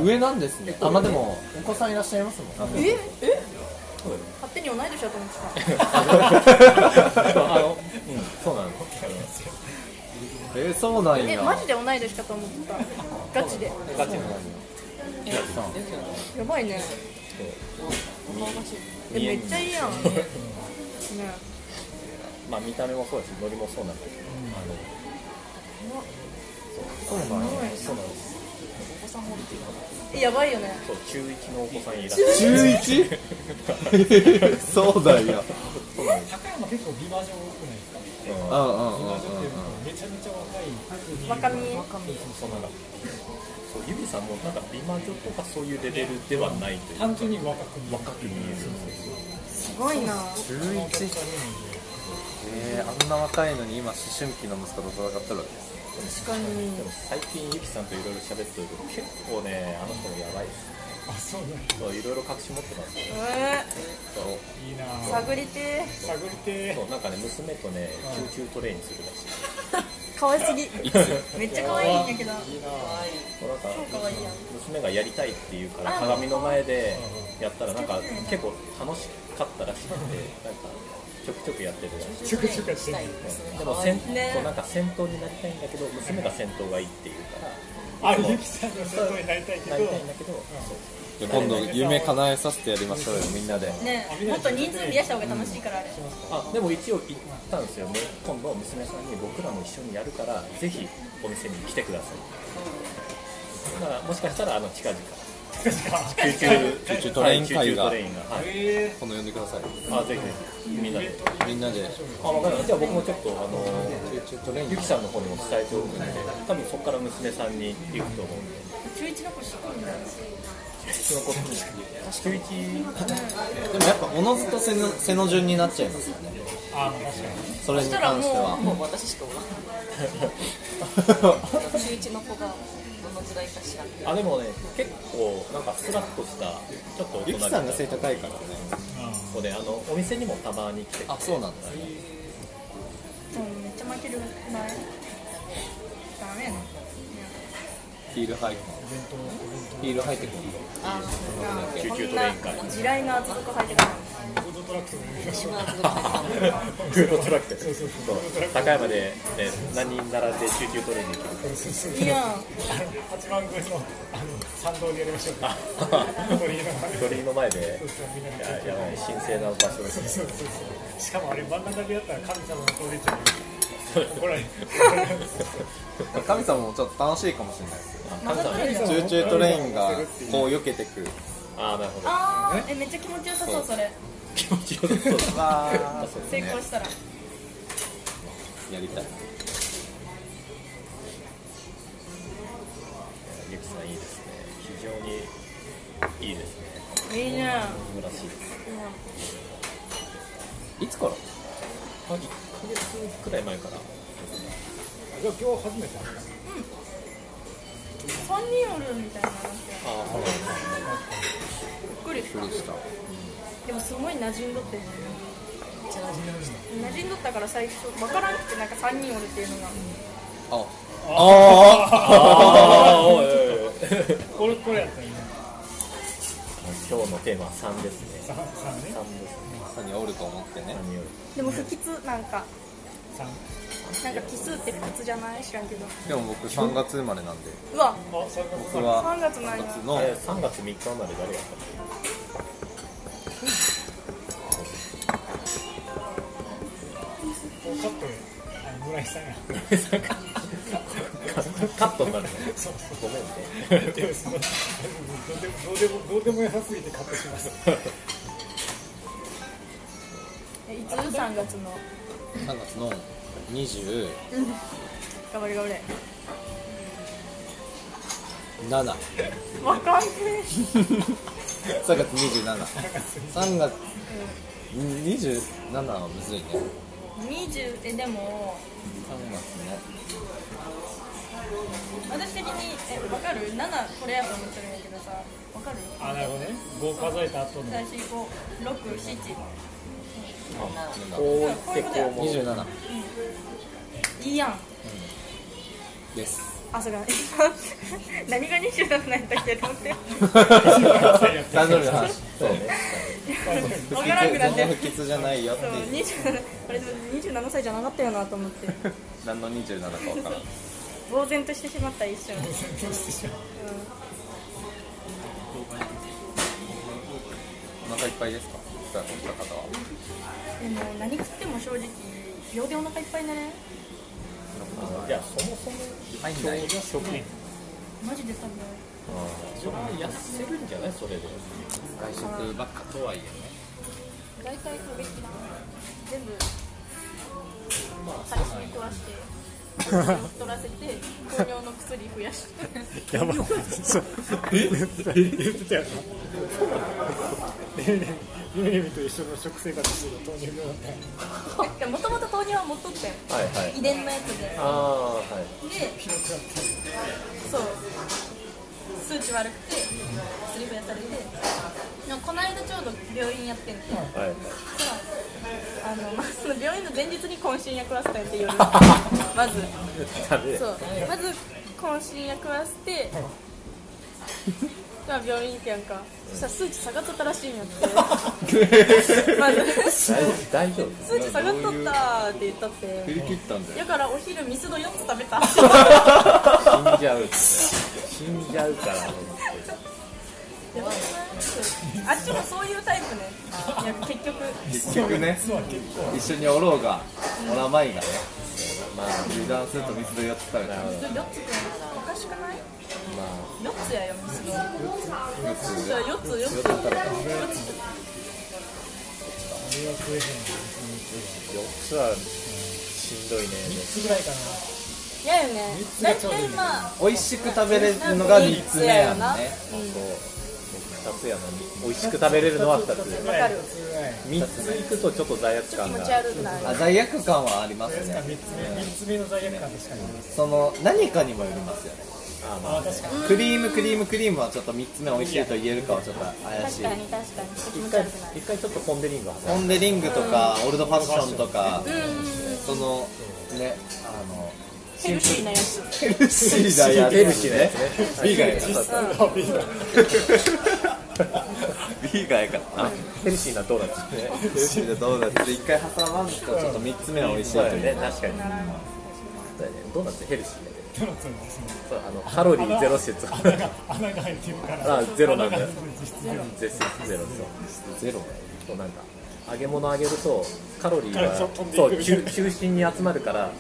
[SPEAKER 3] 上なんですねあまあで (laughs) もお子さんいらっしゃいますもんね
[SPEAKER 4] ええ勝手に同い年だと思ってた
[SPEAKER 2] そうあの、うん、そうなの
[SPEAKER 3] えそうなん
[SPEAKER 4] え
[SPEAKER 3] や
[SPEAKER 4] マジで同い年かと思ってたガチで
[SPEAKER 2] ガチの
[SPEAKER 4] やばいねえめっちゃいいや (laughs) んね
[SPEAKER 2] まあ見た目もそうだしノリもそうなんだけど、あの
[SPEAKER 3] そうなんや
[SPEAKER 2] そうなんですお子さんもっていうのは
[SPEAKER 4] えやばいよね
[SPEAKER 2] そう中1のお子さんいらっしゃる
[SPEAKER 3] 中一 (laughs) そう
[SPEAKER 1] 高山結構美魔女多くな
[SPEAKER 3] だよ。
[SPEAKER 1] いですか
[SPEAKER 3] うんうんうんうん。
[SPEAKER 1] めちゃめちゃ若い
[SPEAKER 4] 若み
[SPEAKER 2] そうなんかそうゆみさんもなんか美魔女とかそういうレベルではないという
[SPEAKER 1] 単純に若く見える
[SPEAKER 2] 若く見える
[SPEAKER 4] すごいな
[SPEAKER 3] 中一。えー、あんな若いのに今思春期の息子と戦ってるわけですね。
[SPEAKER 4] 確かに
[SPEAKER 2] でも最近ゆきさんといろいろ喋ってるけど結構ねあの子もやばいですね
[SPEAKER 1] あそうなんや
[SPEAKER 2] そういろいろ隠し持ってますね
[SPEAKER 4] え
[SPEAKER 2] そう
[SPEAKER 1] いいな
[SPEAKER 4] ー、
[SPEAKER 1] ぁ
[SPEAKER 4] 探りて
[SPEAKER 1] 探りて
[SPEAKER 2] そうなんかね娘とね救急トレインするらしい
[SPEAKER 4] ーかわいすぎ
[SPEAKER 2] いつ
[SPEAKER 4] めっちゃ可愛いんやけど
[SPEAKER 2] そうなんか
[SPEAKER 4] 超可愛いやん
[SPEAKER 2] 娘がやりたいっていうから鏡の前でやったらなんか結構楽しかったらしくてなんかちょくちょくやってるらしい
[SPEAKER 1] ちょくちょくしてる
[SPEAKER 2] でも先
[SPEAKER 4] ね
[SPEAKER 2] そうなんか先頭になりたいんだけど娘が先頭がいいっていうから
[SPEAKER 1] あゆきさんの外になりたいけど
[SPEAKER 2] なりたいんだけど
[SPEAKER 3] じゃあ今度夢叶えさせてやりましょうよ、みんなで。
[SPEAKER 4] ねもっと人数増やした方が楽しいからあれ
[SPEAKER 2] あでも一応言ったんですよね今度娘さんに僕らも一緒にやるからぜひお店に来てくださいだからもしかしたらあの近々救急
[SPEAKER 3] 救急トレイン
[SPEAKER 2] はい救
[SPEAKER 3] 会
[SPEAKER 2] 急
[SPEAKER 3] が
[SPEAKER 2] トレインがはい
[SPEAKER 3] 今度呼んでください。
[SPEAKER 2] あぜひぜひみんなで
[SPEAKER 3] みんなで。
[SPEAKER 2] あ分かりましたじゃあ僕もちょっとあの
[SPEAKER 3] 中中トレイン
[SPEAKER 2] ゆきさんの方にも伝えておくんで多分そこから娘さんに行くと思うんで
[SPEAKER 4] 中一の子すごいんだよ
[SPEAKER 2] その子確かに
[SPEAKER 3] でもやっぱ、おのずと背の背の順になっちゃいますよね。
[SPEAKER 1] あー確かに
[SPEAKER 3] それに関しては。
[SPEAKER 6] もう私しかおらん中一の子がどのくらいか知らんけど
[SPEAKER 2] あでもね結構なんかスラッとしたちょっと大人
[SPEAKER 3] ゆ
[SPEAKER 2] び
[SPEAKER 3] き
[SPEAKER 2] た
[SPEAKER 3] さんが背高いからね。
[SPEAKER 2] 子であのお店にもたまに来て
[SPEAKER 3] あ、そうなんだね。
[SPEAKER 4] でもめっちゃ負けるないダメやな
[SPEAKER 3] ヒール履いてヒール履いてこ
[SPEAKER 6] あ
[SPEAKER 2] 救
[SPEAKER 9] こ
[SPEAKER 2] 急
[SPEAKER 9] ん
[SPEAKER 2] トレイン会
[SPEAKER 9] な地雷の厚底履いてた
[SPEAKER 6] そんなことない
[SPEAKER 2] フードトラックそう高山で、ね、何人並んで救急トレインに行けるか
[SPEAKER 9] いいやん
[SPEAKER 1] 八幡宮のあの参道でやりましょうか
[SPEAKER 2] あ
[SPEAKER 1] 鳥居の前
[SPEAKER 2] 鳥居の前で
[SPEAKER 1] そうそうみんなで
[SPEAKER 2] いややばい神聖な場所ですね
[SPEAKER 1] そうそうそうしかもあれ真ん中でやったら神様の通りちゃうよ怒られる
[SPEAKER 3] う神様もちょっと楽しいかもしれないです
[SPEAKER 2] あ神様ね
[SPEAKER 3] よ
[SPEAKER 1] そう
[SPEAKER 3] チューチュートレインがこう避けてくる
[SPEAKER 2] あーなるほど
[SPEAKER 9] あーえめっちゃ気持ちよさそうそれ
[SPEAKER 2] 気持ちよさそう
[SPEAKER 3] わあそう
[SPEAKER 9] 成
[SPEAKER 3] ね
[SPEAKER 9] 功したら
[SPEAKER 3] やりたい
[SPEAKER 2] ゆきさんいいですね非常にいいですね
[SPEAKER 9] いいね
[SPEAKER 2] 素晴らしいです
[SPEAKER 3] いつから
[SPEAKER 2] あ1ヶ月くらい前から
[SPEAKER 1] じゃあ今日初めて
[SPEAKER 9] 三人おるみたいな話
[SPEAKER 2] ああそう
[SPEAKER 9] びっくりした
[SPEAKER 3] どうした
[SPEAKER 9] でもすごい馴染んどって馴染んどったから最初分からなくてなんか三人おるっていうのが
[SPEAKER 3] あああ
[SPEAKER 2] あおいおいおい
[SPEAKER 1] これこれやったらいいね
[SPEAKER 2] 今日のテーマは3ですね
[SPEAKER 1] 三三ね
[SPEAKER 2] 3ですね
[SPEAKER 3] まさにおると思ってね
[SPEAKER 2] 3による
[SPEAKER 9] でも不吉なんか
[SPEAKER 1] 三
[SPEAKER 9] なんか奇数って不吉じゃない知らんけど
[SPEAKER 3] でも僕3月生まれなんで
[SPEAKER 9] うわ
[SPEAKER 1] あ三が
[SPEAKER 3] 僕は
[SPEAKER 9] 三月ない
[SPEAKER 3] 3
[SPEAKER 9] な
[SPEAKER 3] 月
[SPEAKER 2] あ
[SPEAKER 3] の
[SPEAKER 2] れ3月3日生まれ誰がやった
[SPEAKER 1] こうちょっとあの村井さんが
[SPEAKER 2] カットになるね。ごめんね。
[SPEAKER 1] でそのどうでもどうでもどうでもよさすぎてカットします
[SPEAKER 9] えいつ三月の
[SPEAKER 3] 3月の27
[SPEAKER 9] 頑張れ頑張れ分かんね
[SPEAKER 3] 3月273月27はむずいね
[SPEAKER 9] え20えでも
[SPEAKER 3] 3月ね
[SPEAKER 9] 私的にえ分かる7これやと思ってるんやけどさ分かる
[SPEAKER 1] あなるほどね5数えた後の
[SPEAKER 9] 最初567
[SPEAKER 2] こう言ってこうも。
[SPEAKER 3] 27
[SPEAKER 9] いいやん
[SPEAKER 3] です
[SPEAKER 9] あそうか (laughs) 今何が27なんだっけと思って
[SPEAKER 3] 誕生日の話そうね
[SPEAKER 9] 分からんくなって
[SPEAKER 3] 全然 (laughs) 不吉じゃないよって
[SPEAKER 9] そう
[SPEAKER 3] いう
[SPEAKER 9] 27あれでも27歳じゃなかったよなと思って
[SPEAKER 3] 何の27か分からん
[SPEAKER 9] 呆然としてしまった一瞬
[SPEAKER 3] お腹いっぱいですかさあこの方は
[SPEAKER 9] うんでも何食っても正直秒でお腹いっぱいになれん
[SPEAKER 2] じゃあそもそも
[SPEAKER 3] 入んない
[SPEAKER 2] 食品。
[SPEAKER 9] マジで多分
[SPEAKER 2] それは痩せるんじゃないそれで。
[SPEAKER 3] 外食ばっかとはいえね
[SPEAKER 4] 大体食べきらん全部最初に食わして太らせて糖尿の薬増やして
[SPEAKER 9] (laughs)
[SPEAKER 5] やばい。そう
[SPEAKER 1] 言ってたやつねねゆめゆめと一緒の食生活してる糖尿病だった
[SPEAKER 4] でもともと糖尿は持っとったよ
[SPEAKER 2] はいはい。
[SPEAKER 4] 遺伝のやつで
[SPEAKER 2] ああはい。
[SPEAKER 4] でそう数値悪くて薬増やされてでもこの間ちょうど病院やってんの
[SPEAKER 2] はいはい。
[SPEAKER 4] あのまあその病院の前日に懇親役らせたんやって夜まず
[SPEAKER 2] 食べ。
[SPEAKER 4] そうまず懇親役らせてまあ病院行くやんかそしたら数値下がっとったらしいんやってまず
[SPEAKER 2] 大大丈夫。
[SPEAKER 4] 数値下がっとったーって言ったって
[SPEAKER 3] 振り切ったんだよ
[SPEAKER 4] だからお昼ミスド4つ食べた
[SPEAKER 2] 死んじゃう。死んじゃうから。
[SPEAKER 4] やばくないあっちもそういうタイプねいや結局
[SPEAKER 3] 結局ね一緒におろうがおらまいがねまあ油断すると水でやってたみたいな
[SPEAKER 4] 4つ食うのおかしくない
[SPEAKER 3] ま
[SPEAKER 4] 4つやよミスド
[SPEAKER 3] あよく
[SPEAKER 4] じゃあ4つ4つ4つ
[SPEAKER 2] 四つはしんどいね。
[SPEAKER 4] 嫌よね大体まあ
[SPEAKER 3] 美味しく食べれるのが3つ目やんね
[SPEAKER 2] そう。僕二つやな。美味しく食べれるのは二つ。
[SPEAKER 4] わかる
[SPEAKER 2] 三つ行くとちょっと罪悪
[SPEAKER 4] ちょっ
[SPEAKER 2] 感
[SPEAKER 4] と気持
[SPEAKER 2] が
[SPEAKER 4] ち。悪くない
[SPEAKER 3] あ罪悪感はありますね
[SPEAKER 1] 3つ目三つ目の罪悪感確かにあります
[SPEAKER 3] その何かにもよりますよね
[SPEAKER 2] あまあね。
[SPEAKER 3] クリームクリームクリームはちょっと3つ目美味しいと言えるかはちょっと怪し
[SPEAKER 4] 確
[SPEAKER 3] い
[SPEAKER 4] かに確かにちょっと気
[SPEAKER 2] 一
[SPEAKER 4] 持ち
[SPEAKER 2] 回
[SPEAKER 4] 悪くない
[SPEAKER 2] 一回ちょっとポンデリング挟
[SPEAKER 3] ポン・デ・リングとかオールドファッションとか
[SPEAKER 4] うん
[SPEAKER 3] そのねあの
[SPEAKER 4] ヘルシーなやつ
[SPEAKER 3] ルシーだやつ
[SPEAKER 2] ヘルシーなやつ
[SPEAKER 3] ね
[SPEAKER 2] ビーガンやな
[SPEAKER 3] ビーガンやからな
[SPEAKER 2] ヘルシーなドーナツね
[SPEAKER 3] ヘルシーなドーナツで一回挟まんとちょっと3つ目は美味しい
[SPEAKER 2] そうだ
[SPEAKER 3] と
[SPEAKER 2] よ
[SPEAKER 3] ね
[SPEAKER 2] ね確かにそうだよねドーナツヘルシーだよねそうあのカロリーゼロ説
[SPEAKER 1] 穴が開いてるから
[SPEAKER 2] あゼロなんだよ
[SPEAKER 1] 実
[SPEAKER 2] ゼゼロゼロゼロそうなんか揚げ物揚げるとカロリーが
[SPEAKER 1] そう飛んでい
[SPEAKER 2] そ
[SPEAKER 1] く
[SPEAKER 2] う中中心に集まるから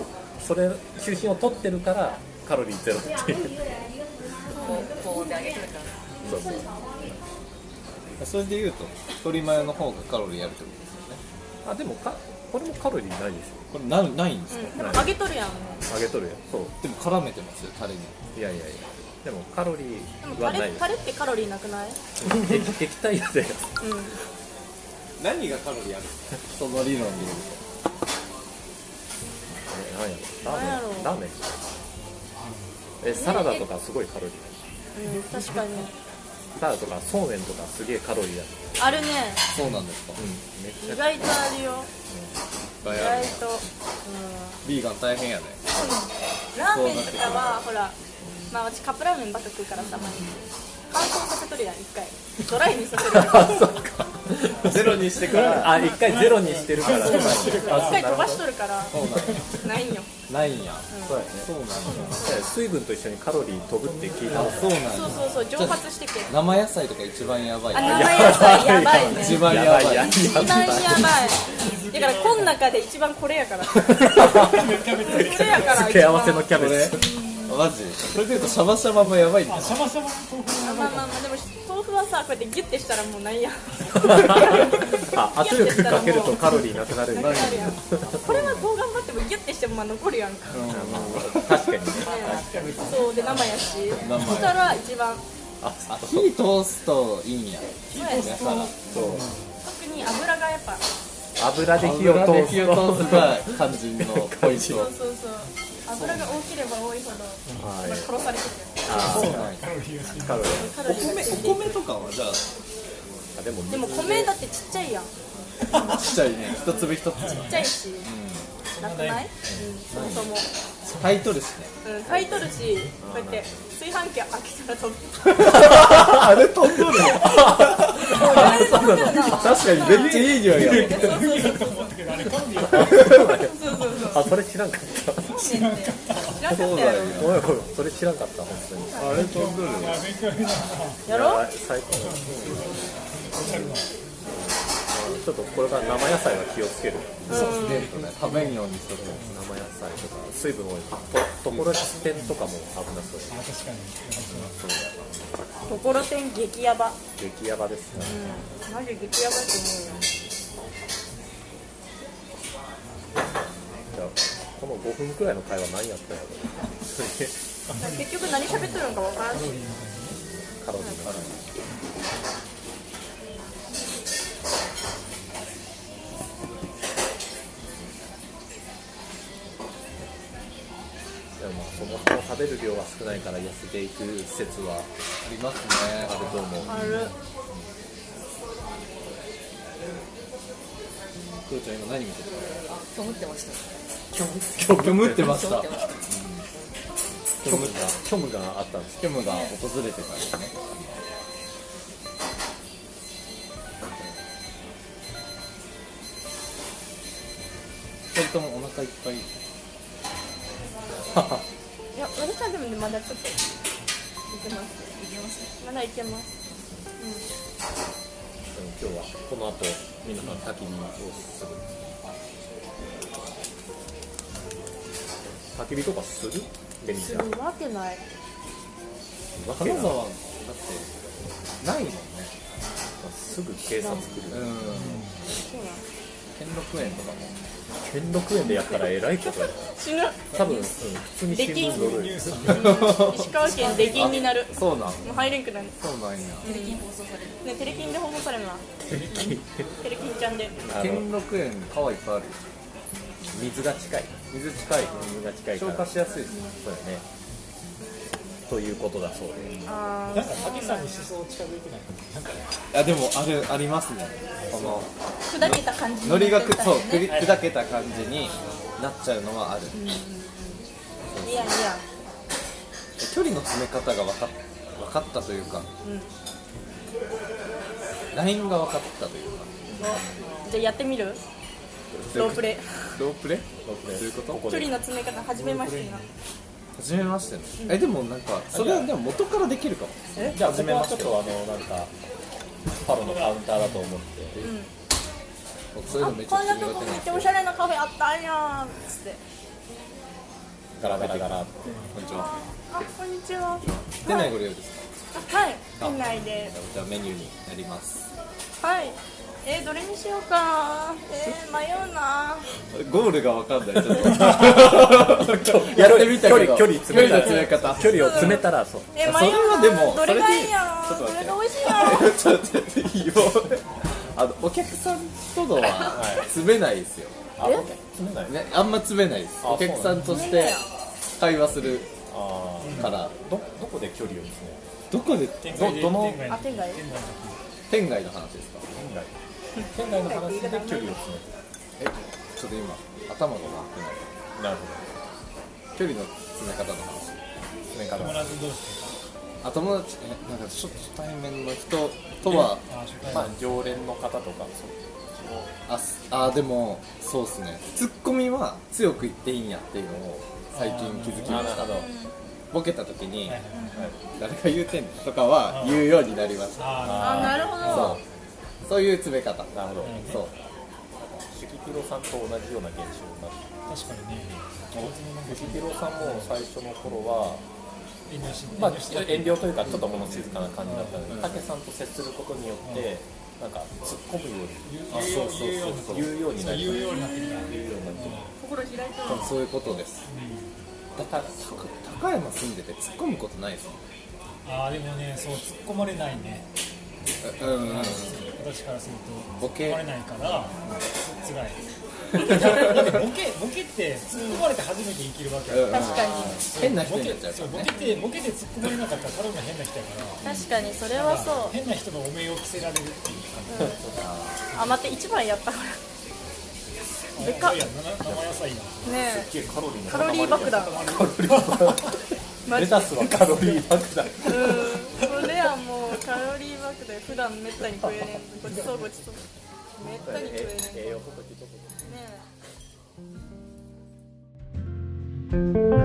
[SPEAKER 2] それ中心を取ってるからカロリーゼロっていう
[SPEAKER 6] こう高温で揚げてるから
[SPEAKER 2] そうそう
[SPEAKER 3] それで言うと鶏マヨの方がカロリーあるってことですよね
[SPEAKER 2] あでもかこれもカロリーないでし
[SPEAKER 3] これなないんですか、
[SPEAKER 4] うんなんか揚げとるやん
[SPEAKER 2] ょ揚げとるやんそう
[SPEAKER 3] でも絡めてますよタレに
[SPEAKER 2] いやいやいやでもカロリ
[SPEAKER 4] でも
[SPEAKER 2] ー
[SPEAKER 4] タ
[SPEAKER 2] は
[SPEAKER 4] レ
[SPEAKER 2] ない
[SPEAKER 4] タレってカロリーなくない
[SPEAKER 2] 液 (laughs) 液体やで
[SPEAKER 4] うん
[SPEAKER 3] 何がカロリーあるその理論で言う
[SPEAKER 2] え何やろラーメンラーメンえサラダとかすごいカロリー
[SPEAKER 4] うん確かに
[SPEAKER 2] サラダとかそうめんとかすげえカロリーだ
[SPEAKER 4] あるね
[SPEAKER 3] とそうなんですか
[SPEAKER 2] うんめっちゃ
[SPEAKER 4] 意外とあるよ
[SPEAKER 3] いっぱ
[SPEAKER 4] 意
[SPEAKER 3] いある
[SPEAKER 4] 外と
[SPEAKER 3] ビーガン大変やね
[SPEAKER 4] うんラーメンとかはほらまあ私カップラーメンばっか食うからさ毎日乾燥させとるやん一回ドライにさせるやん一
[SPEAKER 3] (laughs) ゼロにしてから
[SPEAKER 2] あ一回ゼロにしてるから
[SPEAKER 4] 回飛ばしとるから
[SPEAKER 3] そうなんや
[SPEAKER 4] ないんよ
[SPEAKER 3] ないんや
[SPEAKER 2] そうやね
[SPEAKER 3] そうなんや
[SPEAKER 2] 水分と一緒にカロリー飛ぶって聞いたの
[SPEAKER 3] そうなんや
[SPEAKER 4] そうそうそう蒸発してけ
[SPEAKER 3] 生野菜とか一番やばい
[SPEAKER 4] あ生野菜やばいね
[SPEAKER 3] 一番やばい
[SPEAKER 2] や
[SPEAKER 4] 一番やばいだからこん中で一番これやからこれやから
[SPEAKER 2] 付け合わせのキャ
[SPEAKER 3] これ
[SPEAKER 2] ベツ
[SPEAKER 3] マジそれで言うとシャバシャバもやばいんだ
[SPEAKER 1] シャバシャバの豆腐
[SPEAKER 4] まあまあまあでも豆腐はさこうやってギュッてしたらもうないやん
[SPEAKER 2] (laughs) あ圧力かけるとカロリーなくなる
[SPEAKER 4] なくなるやんこれはこう頑張ってもギュッてしてもまあ残るやんか、
[SPEAKER 2] 確かにね
[SPEAKER 4] そうで生やしそしたら一番
[SPEAKER 2] あ
[SPEAKER 3] あ火通すといいんや
[SPEAKER 4] そうやね
[SPEAKER 3] だからそう
[SPEAKER 4] 特に油がやっぱ
[SPEAKER 2] 油で火
[SPEAKER 3] 油
[SPEAKER 2] を
[SPEAKER 3] で
[SPEAKER 2] 通
[SPEAKER 3] 火
[SPEAKER 2] す
[SPEAKER 3] を
[SPEAKER 2] と
[SPEAKER 3] 通すが肝心のポイン
[SPEAKER 4] そう
[SPEAKER 3] ト
[SPEAKER 4] そうそう油が多ければ多いほど、
[SPEAKER 2] はい
[SPEAKER 4] まあ、殺されてく
[SPEAKER 2] あ
[SPEAKER 3] そうなんや
[SPEAKER 2] カロリ
[SPEAKER 4] るカロ
[SPEAKER 3] お
[SPEAKER 4] リーが
[SPEAKER 3] 米お米とかはじゃあ
[SPEAKER 2] ー (laughs) でも
[SPEAKER 4] でも米だってちっちゃいやんち
[SPEAKER 3] ちっちゃいね一粒一粒
[SPEAKER 4] っちゃいし、なくない、うん、そもそ
[SPEAKER 3] タイトルしね
[SPEAKER 4] も、うん、買い取るしこうやって炊飯器開けたら飛ぶ
[SPEAKER 3] (laughs) あれ飛んどる
[SPEAKER 4] あれ飛ぶよな
[SPEAKER 3] 確かにめっちゃいい匂いや
[SPEAKER 4] そうそうそうそうそうそうそう
[SPEAKER 2] あそれ知らんかった
[SPEAKER 4] そうねって知らんかったやろ
[SPEAKER 2] ごめんごめんそれ知らんかった本当に
[SPEAKER 3] あれ飛んどるよ
[SPEAKER 4] やろ
[SPEAKER 2] 最高うんちょっとこれから生野菜は気をつける
[SPEAKER 3] 食べんようにしとく
[SPEAKER 2] 生野菜とか水分多いとところし店とかも危なそう
[SPEAKER 1] あ確かに
[SPEAKER 4] ところてん激ヤバ
[SPEAKER 2] 激ヤバですね
[SPEAKER 4] うんマジ激ヤバって思
[SPEAKER 2] じ
[SPEAKER 4] うよ
[SPEAKER 2] ゃあこの5分くらいの会話何やったんやろ
[SPEAKER 4] 結局何喋っとるのか分からんし
[SPEAKER 2] カロリーがでもまあそもそも食べる量が少ないから痩せていく説は
[SPEAKER 3] ありますね
[SPEAKER 2] あると思う
[SPEAKER 4] ある
[SPEAKER 3] クロちゃん今何見てる
[SPEAKER 6] あと思ってました
[SPEAKER 3] 今日むってま
[SPEAKER 6] (laughs)
[SPEAKER 3] した
[SPEAKER 6] 思ってました
[SPEAKER 2] 虚無が虚無があったんです
[SPEAKER 3] 虚無が訪れてからですね二人ともお腹いっぱい
[SPEAKER 4] いや私はでもねまだちょっといけます
[SPEAKER 6] いけます
[SPEAKER 4] まだいけます
[SPEAKER 2] でも今日はこの後皆さん焚き火をする焚き火とかするベニち
[SPEAKER 4] す
[SPEAKER 2] ゃん
[SPEAKER 4] るわけない
[SPEAKER 2] わけ
[SPEAKER 3] 金
[SPEAKER 2] ない
[SPEAKER 3] 沢だってないもんね
[SPEAKER 2] すぐ警察来る
[SPEAKER 3] うん
[SPEAKER 4] そうなの
[SPEAKER 3] 兼六園とかも
[SPEAKER 2] 兼六園でやったらえらいことや
[SPEAKER 4] 死ぬ
[SPEAKER 2] 多分、うん、普通に新聞載るよ
[SPEAKER 4] 石川県出禁になる
[SPEAKER 3] そうなん
[SPEAKER 4] もう入れんくなる
[SPEAKER 3] そうなんや
[SPEAKER 6] テレキン放送される
[SPEAKER 4] ねテレキンで訪問されるなテレキンちゃんで
[SPEAKER 2] あの
[SPEAKER 3] 兼六園川いっぱいある
[SPEAKER 2] 水が近い
[SPEAKER 3] 水近い
[SPEAKER 2] 水が近いか
[SPEAKER 3] 消
[SPEAKER 2] ら
[SPEAKER 3] 化しやすいです
[SPEAKER 2] そうだねということだそうで
[SPEAKER 4] あ
[SPEAKER 1] なんか萩さんに思想近づいてない
[SPEAKER 3] あでもあるありますねこの
[SPEAKER 4] ー砕けた感じにな
[SPEAKER 3] 海
[SPEAKER 4] って
[SPEAKER 3] 苔
[SPEAKER 4] るみ
[SPEAKER 3] がく
[SPEAKER 4] たい
[SPEAKER 3] そうくり
[SPEAKER 4] ね
[SPEAKER 3] 砕けた感じになっちゃうのはある
[SPEAKER 4] いい
[SPEAKER 9] やいや
[SPEAKER 3] 距離の詰め方が分かっ分かったというか、ラインが分かったというか
[SPEAKER 4] じゃあやってみるロープレイ
[SPEAKER 3] ロープレ
[SPEAKER 2] ロープレイ
[SPEAKER 3] どういうこと
[SPEAKER 4] 距離の詰め方初めましてな
[SPEAKER 3] 初めましてね、えでもなんかそれはでも元からできるかも
[SPEAKER 2] じゃあここはちょっとあのなんかパロのカウンターだと思って
[SPEAKER 3] 僕そういうのめちゃ
[SPEAKER 4] こ
[SPEAKER 3] くち
[SPEAKER 4] ん
[SPEAKER 3] ゃ
[SPEAKER 4] な
[SPEAKER 3] 苦手なん
[SPEAKER 4] とこ
[SPEAKER 3] で
[SPEAKER 4] めっ
[SPEAKER 3] す
[SPEAKER 4] ちゃおしゃれなカフェあったんやんつって
[SPEAKER 2] ガラガラガラって
[SPEAKER 3] こんにちは
[SPEAKER 4] あこんにちは
[SPEAKER 3] 店内ご利用ですか
[SPEAKER 4] あはい店内で
[SPEAKER 3] じゃあメニューになります
[SPEAKER 4] はいえー、どれにしようかえー、迷うな
[SPEAKER 3] ゴールが分かんないちょっと
[SPEAKER 2] や
[SPEAKER 3] (laughs) や
[SPEAKER 2] っ
[SPEAKER 3] ってて
[SPEAKER 2] み
[SPEAKER 3] み
[SPEAKER 2] た
[SPEAKER 3] た
[SPEAKER 2] け
[SPEAKER 3] け
[SPEAKER 2] ど
[SPEAKER 3] ど
[SPEAKER 2] 距離の詰め
[SPEAKER 3] 方
[SPEAKER 2] 距離を詰めたらそう
[SPEAKER 4] えー、迷うな
[SPEAKER 3] それはでも
[SPEAKER 4] どれがいいや
[SPEAKER 3] それでちょっと待っ
[SPEAKER 4] どれ
[SPEAKER 3] て
[SPEAKER 4] が美味しい
[SPEAKER 3] (laughs)
[SPEAKER 4] や
[SPEAKER 3] ちょっと待っていいよあのお客さんとのは詰めないですよ、
[SPEAKER 2] あ詰めない
[SPEAKER 3] ね、あんま詰めないです
[SPEAKER 2] あ
[SPEAKER 3] お客さんとして会話する
[SPEAKER 2] あー
[SPEAKER 3] から
[SPEAKER 2] どどこで距離を詰める
[SPEAKER 3] どこでどどの
[SPEAKER 4] んあ、店外
[SPEAKER 3] 店外の話ですか
[SPEAKER 2] 県外県外の話で距離を詰める
[SPEAKER 3] えちょっと今頭が回ってな
[SPEAKER 2] な
[SPEAKER 3] い
[SPEAKER 2] る
[SPEAKER 3] 距離の詰め方の
[SPEAKER 2] ほど
[SPEAKER 3] 話
[SPEAKER 2] 詰め方ま
[SPEAKER 3] あ友達えなんかちょっと初対面の人とは
[SPEAKER 2] あ常連の方とか
[SPEAKER 3] あすあでもそうですねツッコミは強く言っていいんやっていうのを最近気づきました
[SPEAKER 2] ど
[SPEAKER 3] ボケた時に誰が言うてんのとかは言うようになりました
[SPEAKER 4] あ、なるほど
[SPEAKER 3] そうそういう詰め方
[SPEAKER 2] なるほど
[SPEAKER 3] そう
[SPEAKER 2] シュキピロさんと同じような現象になって
[SPEAKER 1] 確かにね
[SPEAKER 2] シュキピロさんも最初の頃は
[SPEAKER 1] 遠慮しない
[SPEAKER 2] まあ、遠慮というか、ちょっと物静かな感じだったので、たけさんと接することによって、なんか、突っ込むように、そうそうそう、言うようになりました言うようになって
[SPEAKER 3] 多分そういうことですだたた高山住んでて突っ込むことないですもん
[SPEAKER 1] ああでもねそう突っ込まれないね
[SPEAKER 3] えうんうんうん
[SPEAKER 1] 私からすると
[SPEAKER 3] ボケ
[SPEAKER 1] 突っ込まれないからつ辛いだってボケボケって突っ込まれて初めて生きるわけ
[SPEAKER 3] うん
[SPEAKER 4] 確かに
[SPEAKER 3] 変な人
[SPEAKER 1] ボ
[SPEAKER 3] に
[SPEAKER 1] ケ
[SPEAKER 3] なっちゃうか
[SPEAKER 1] そう
[SPEAKER 3] ら
[SPEAKER 1] ボ
[SPEAKER 3] ね
[SPEAKER 1] ケてボケて突っ込まれなかったらただの変な人やから
[SPEAKER 4] 確かにそれはそう
[SPEAKER 1] 変な人のお面を着せられるっていう感じ
[SPEAKER 4] あ、待って、一番やったからでかっ
[SPEAKER 1] いや生生野菜や
[SPEAKER 4] ね
[SPEAKER 2] すっげえカロリーの
[SPEAKER 4] えカロリー爆弾マジ
[SPEAKER 2] レタスはカロリー爆弾
[SPEAKER 4] うん、これはもうカロリー爆で普段めったに食えねえごちそうごちそうめったに食えねえ
[SPEAKER 2] 栄養補給とか
[SPEAKER 4] ねえ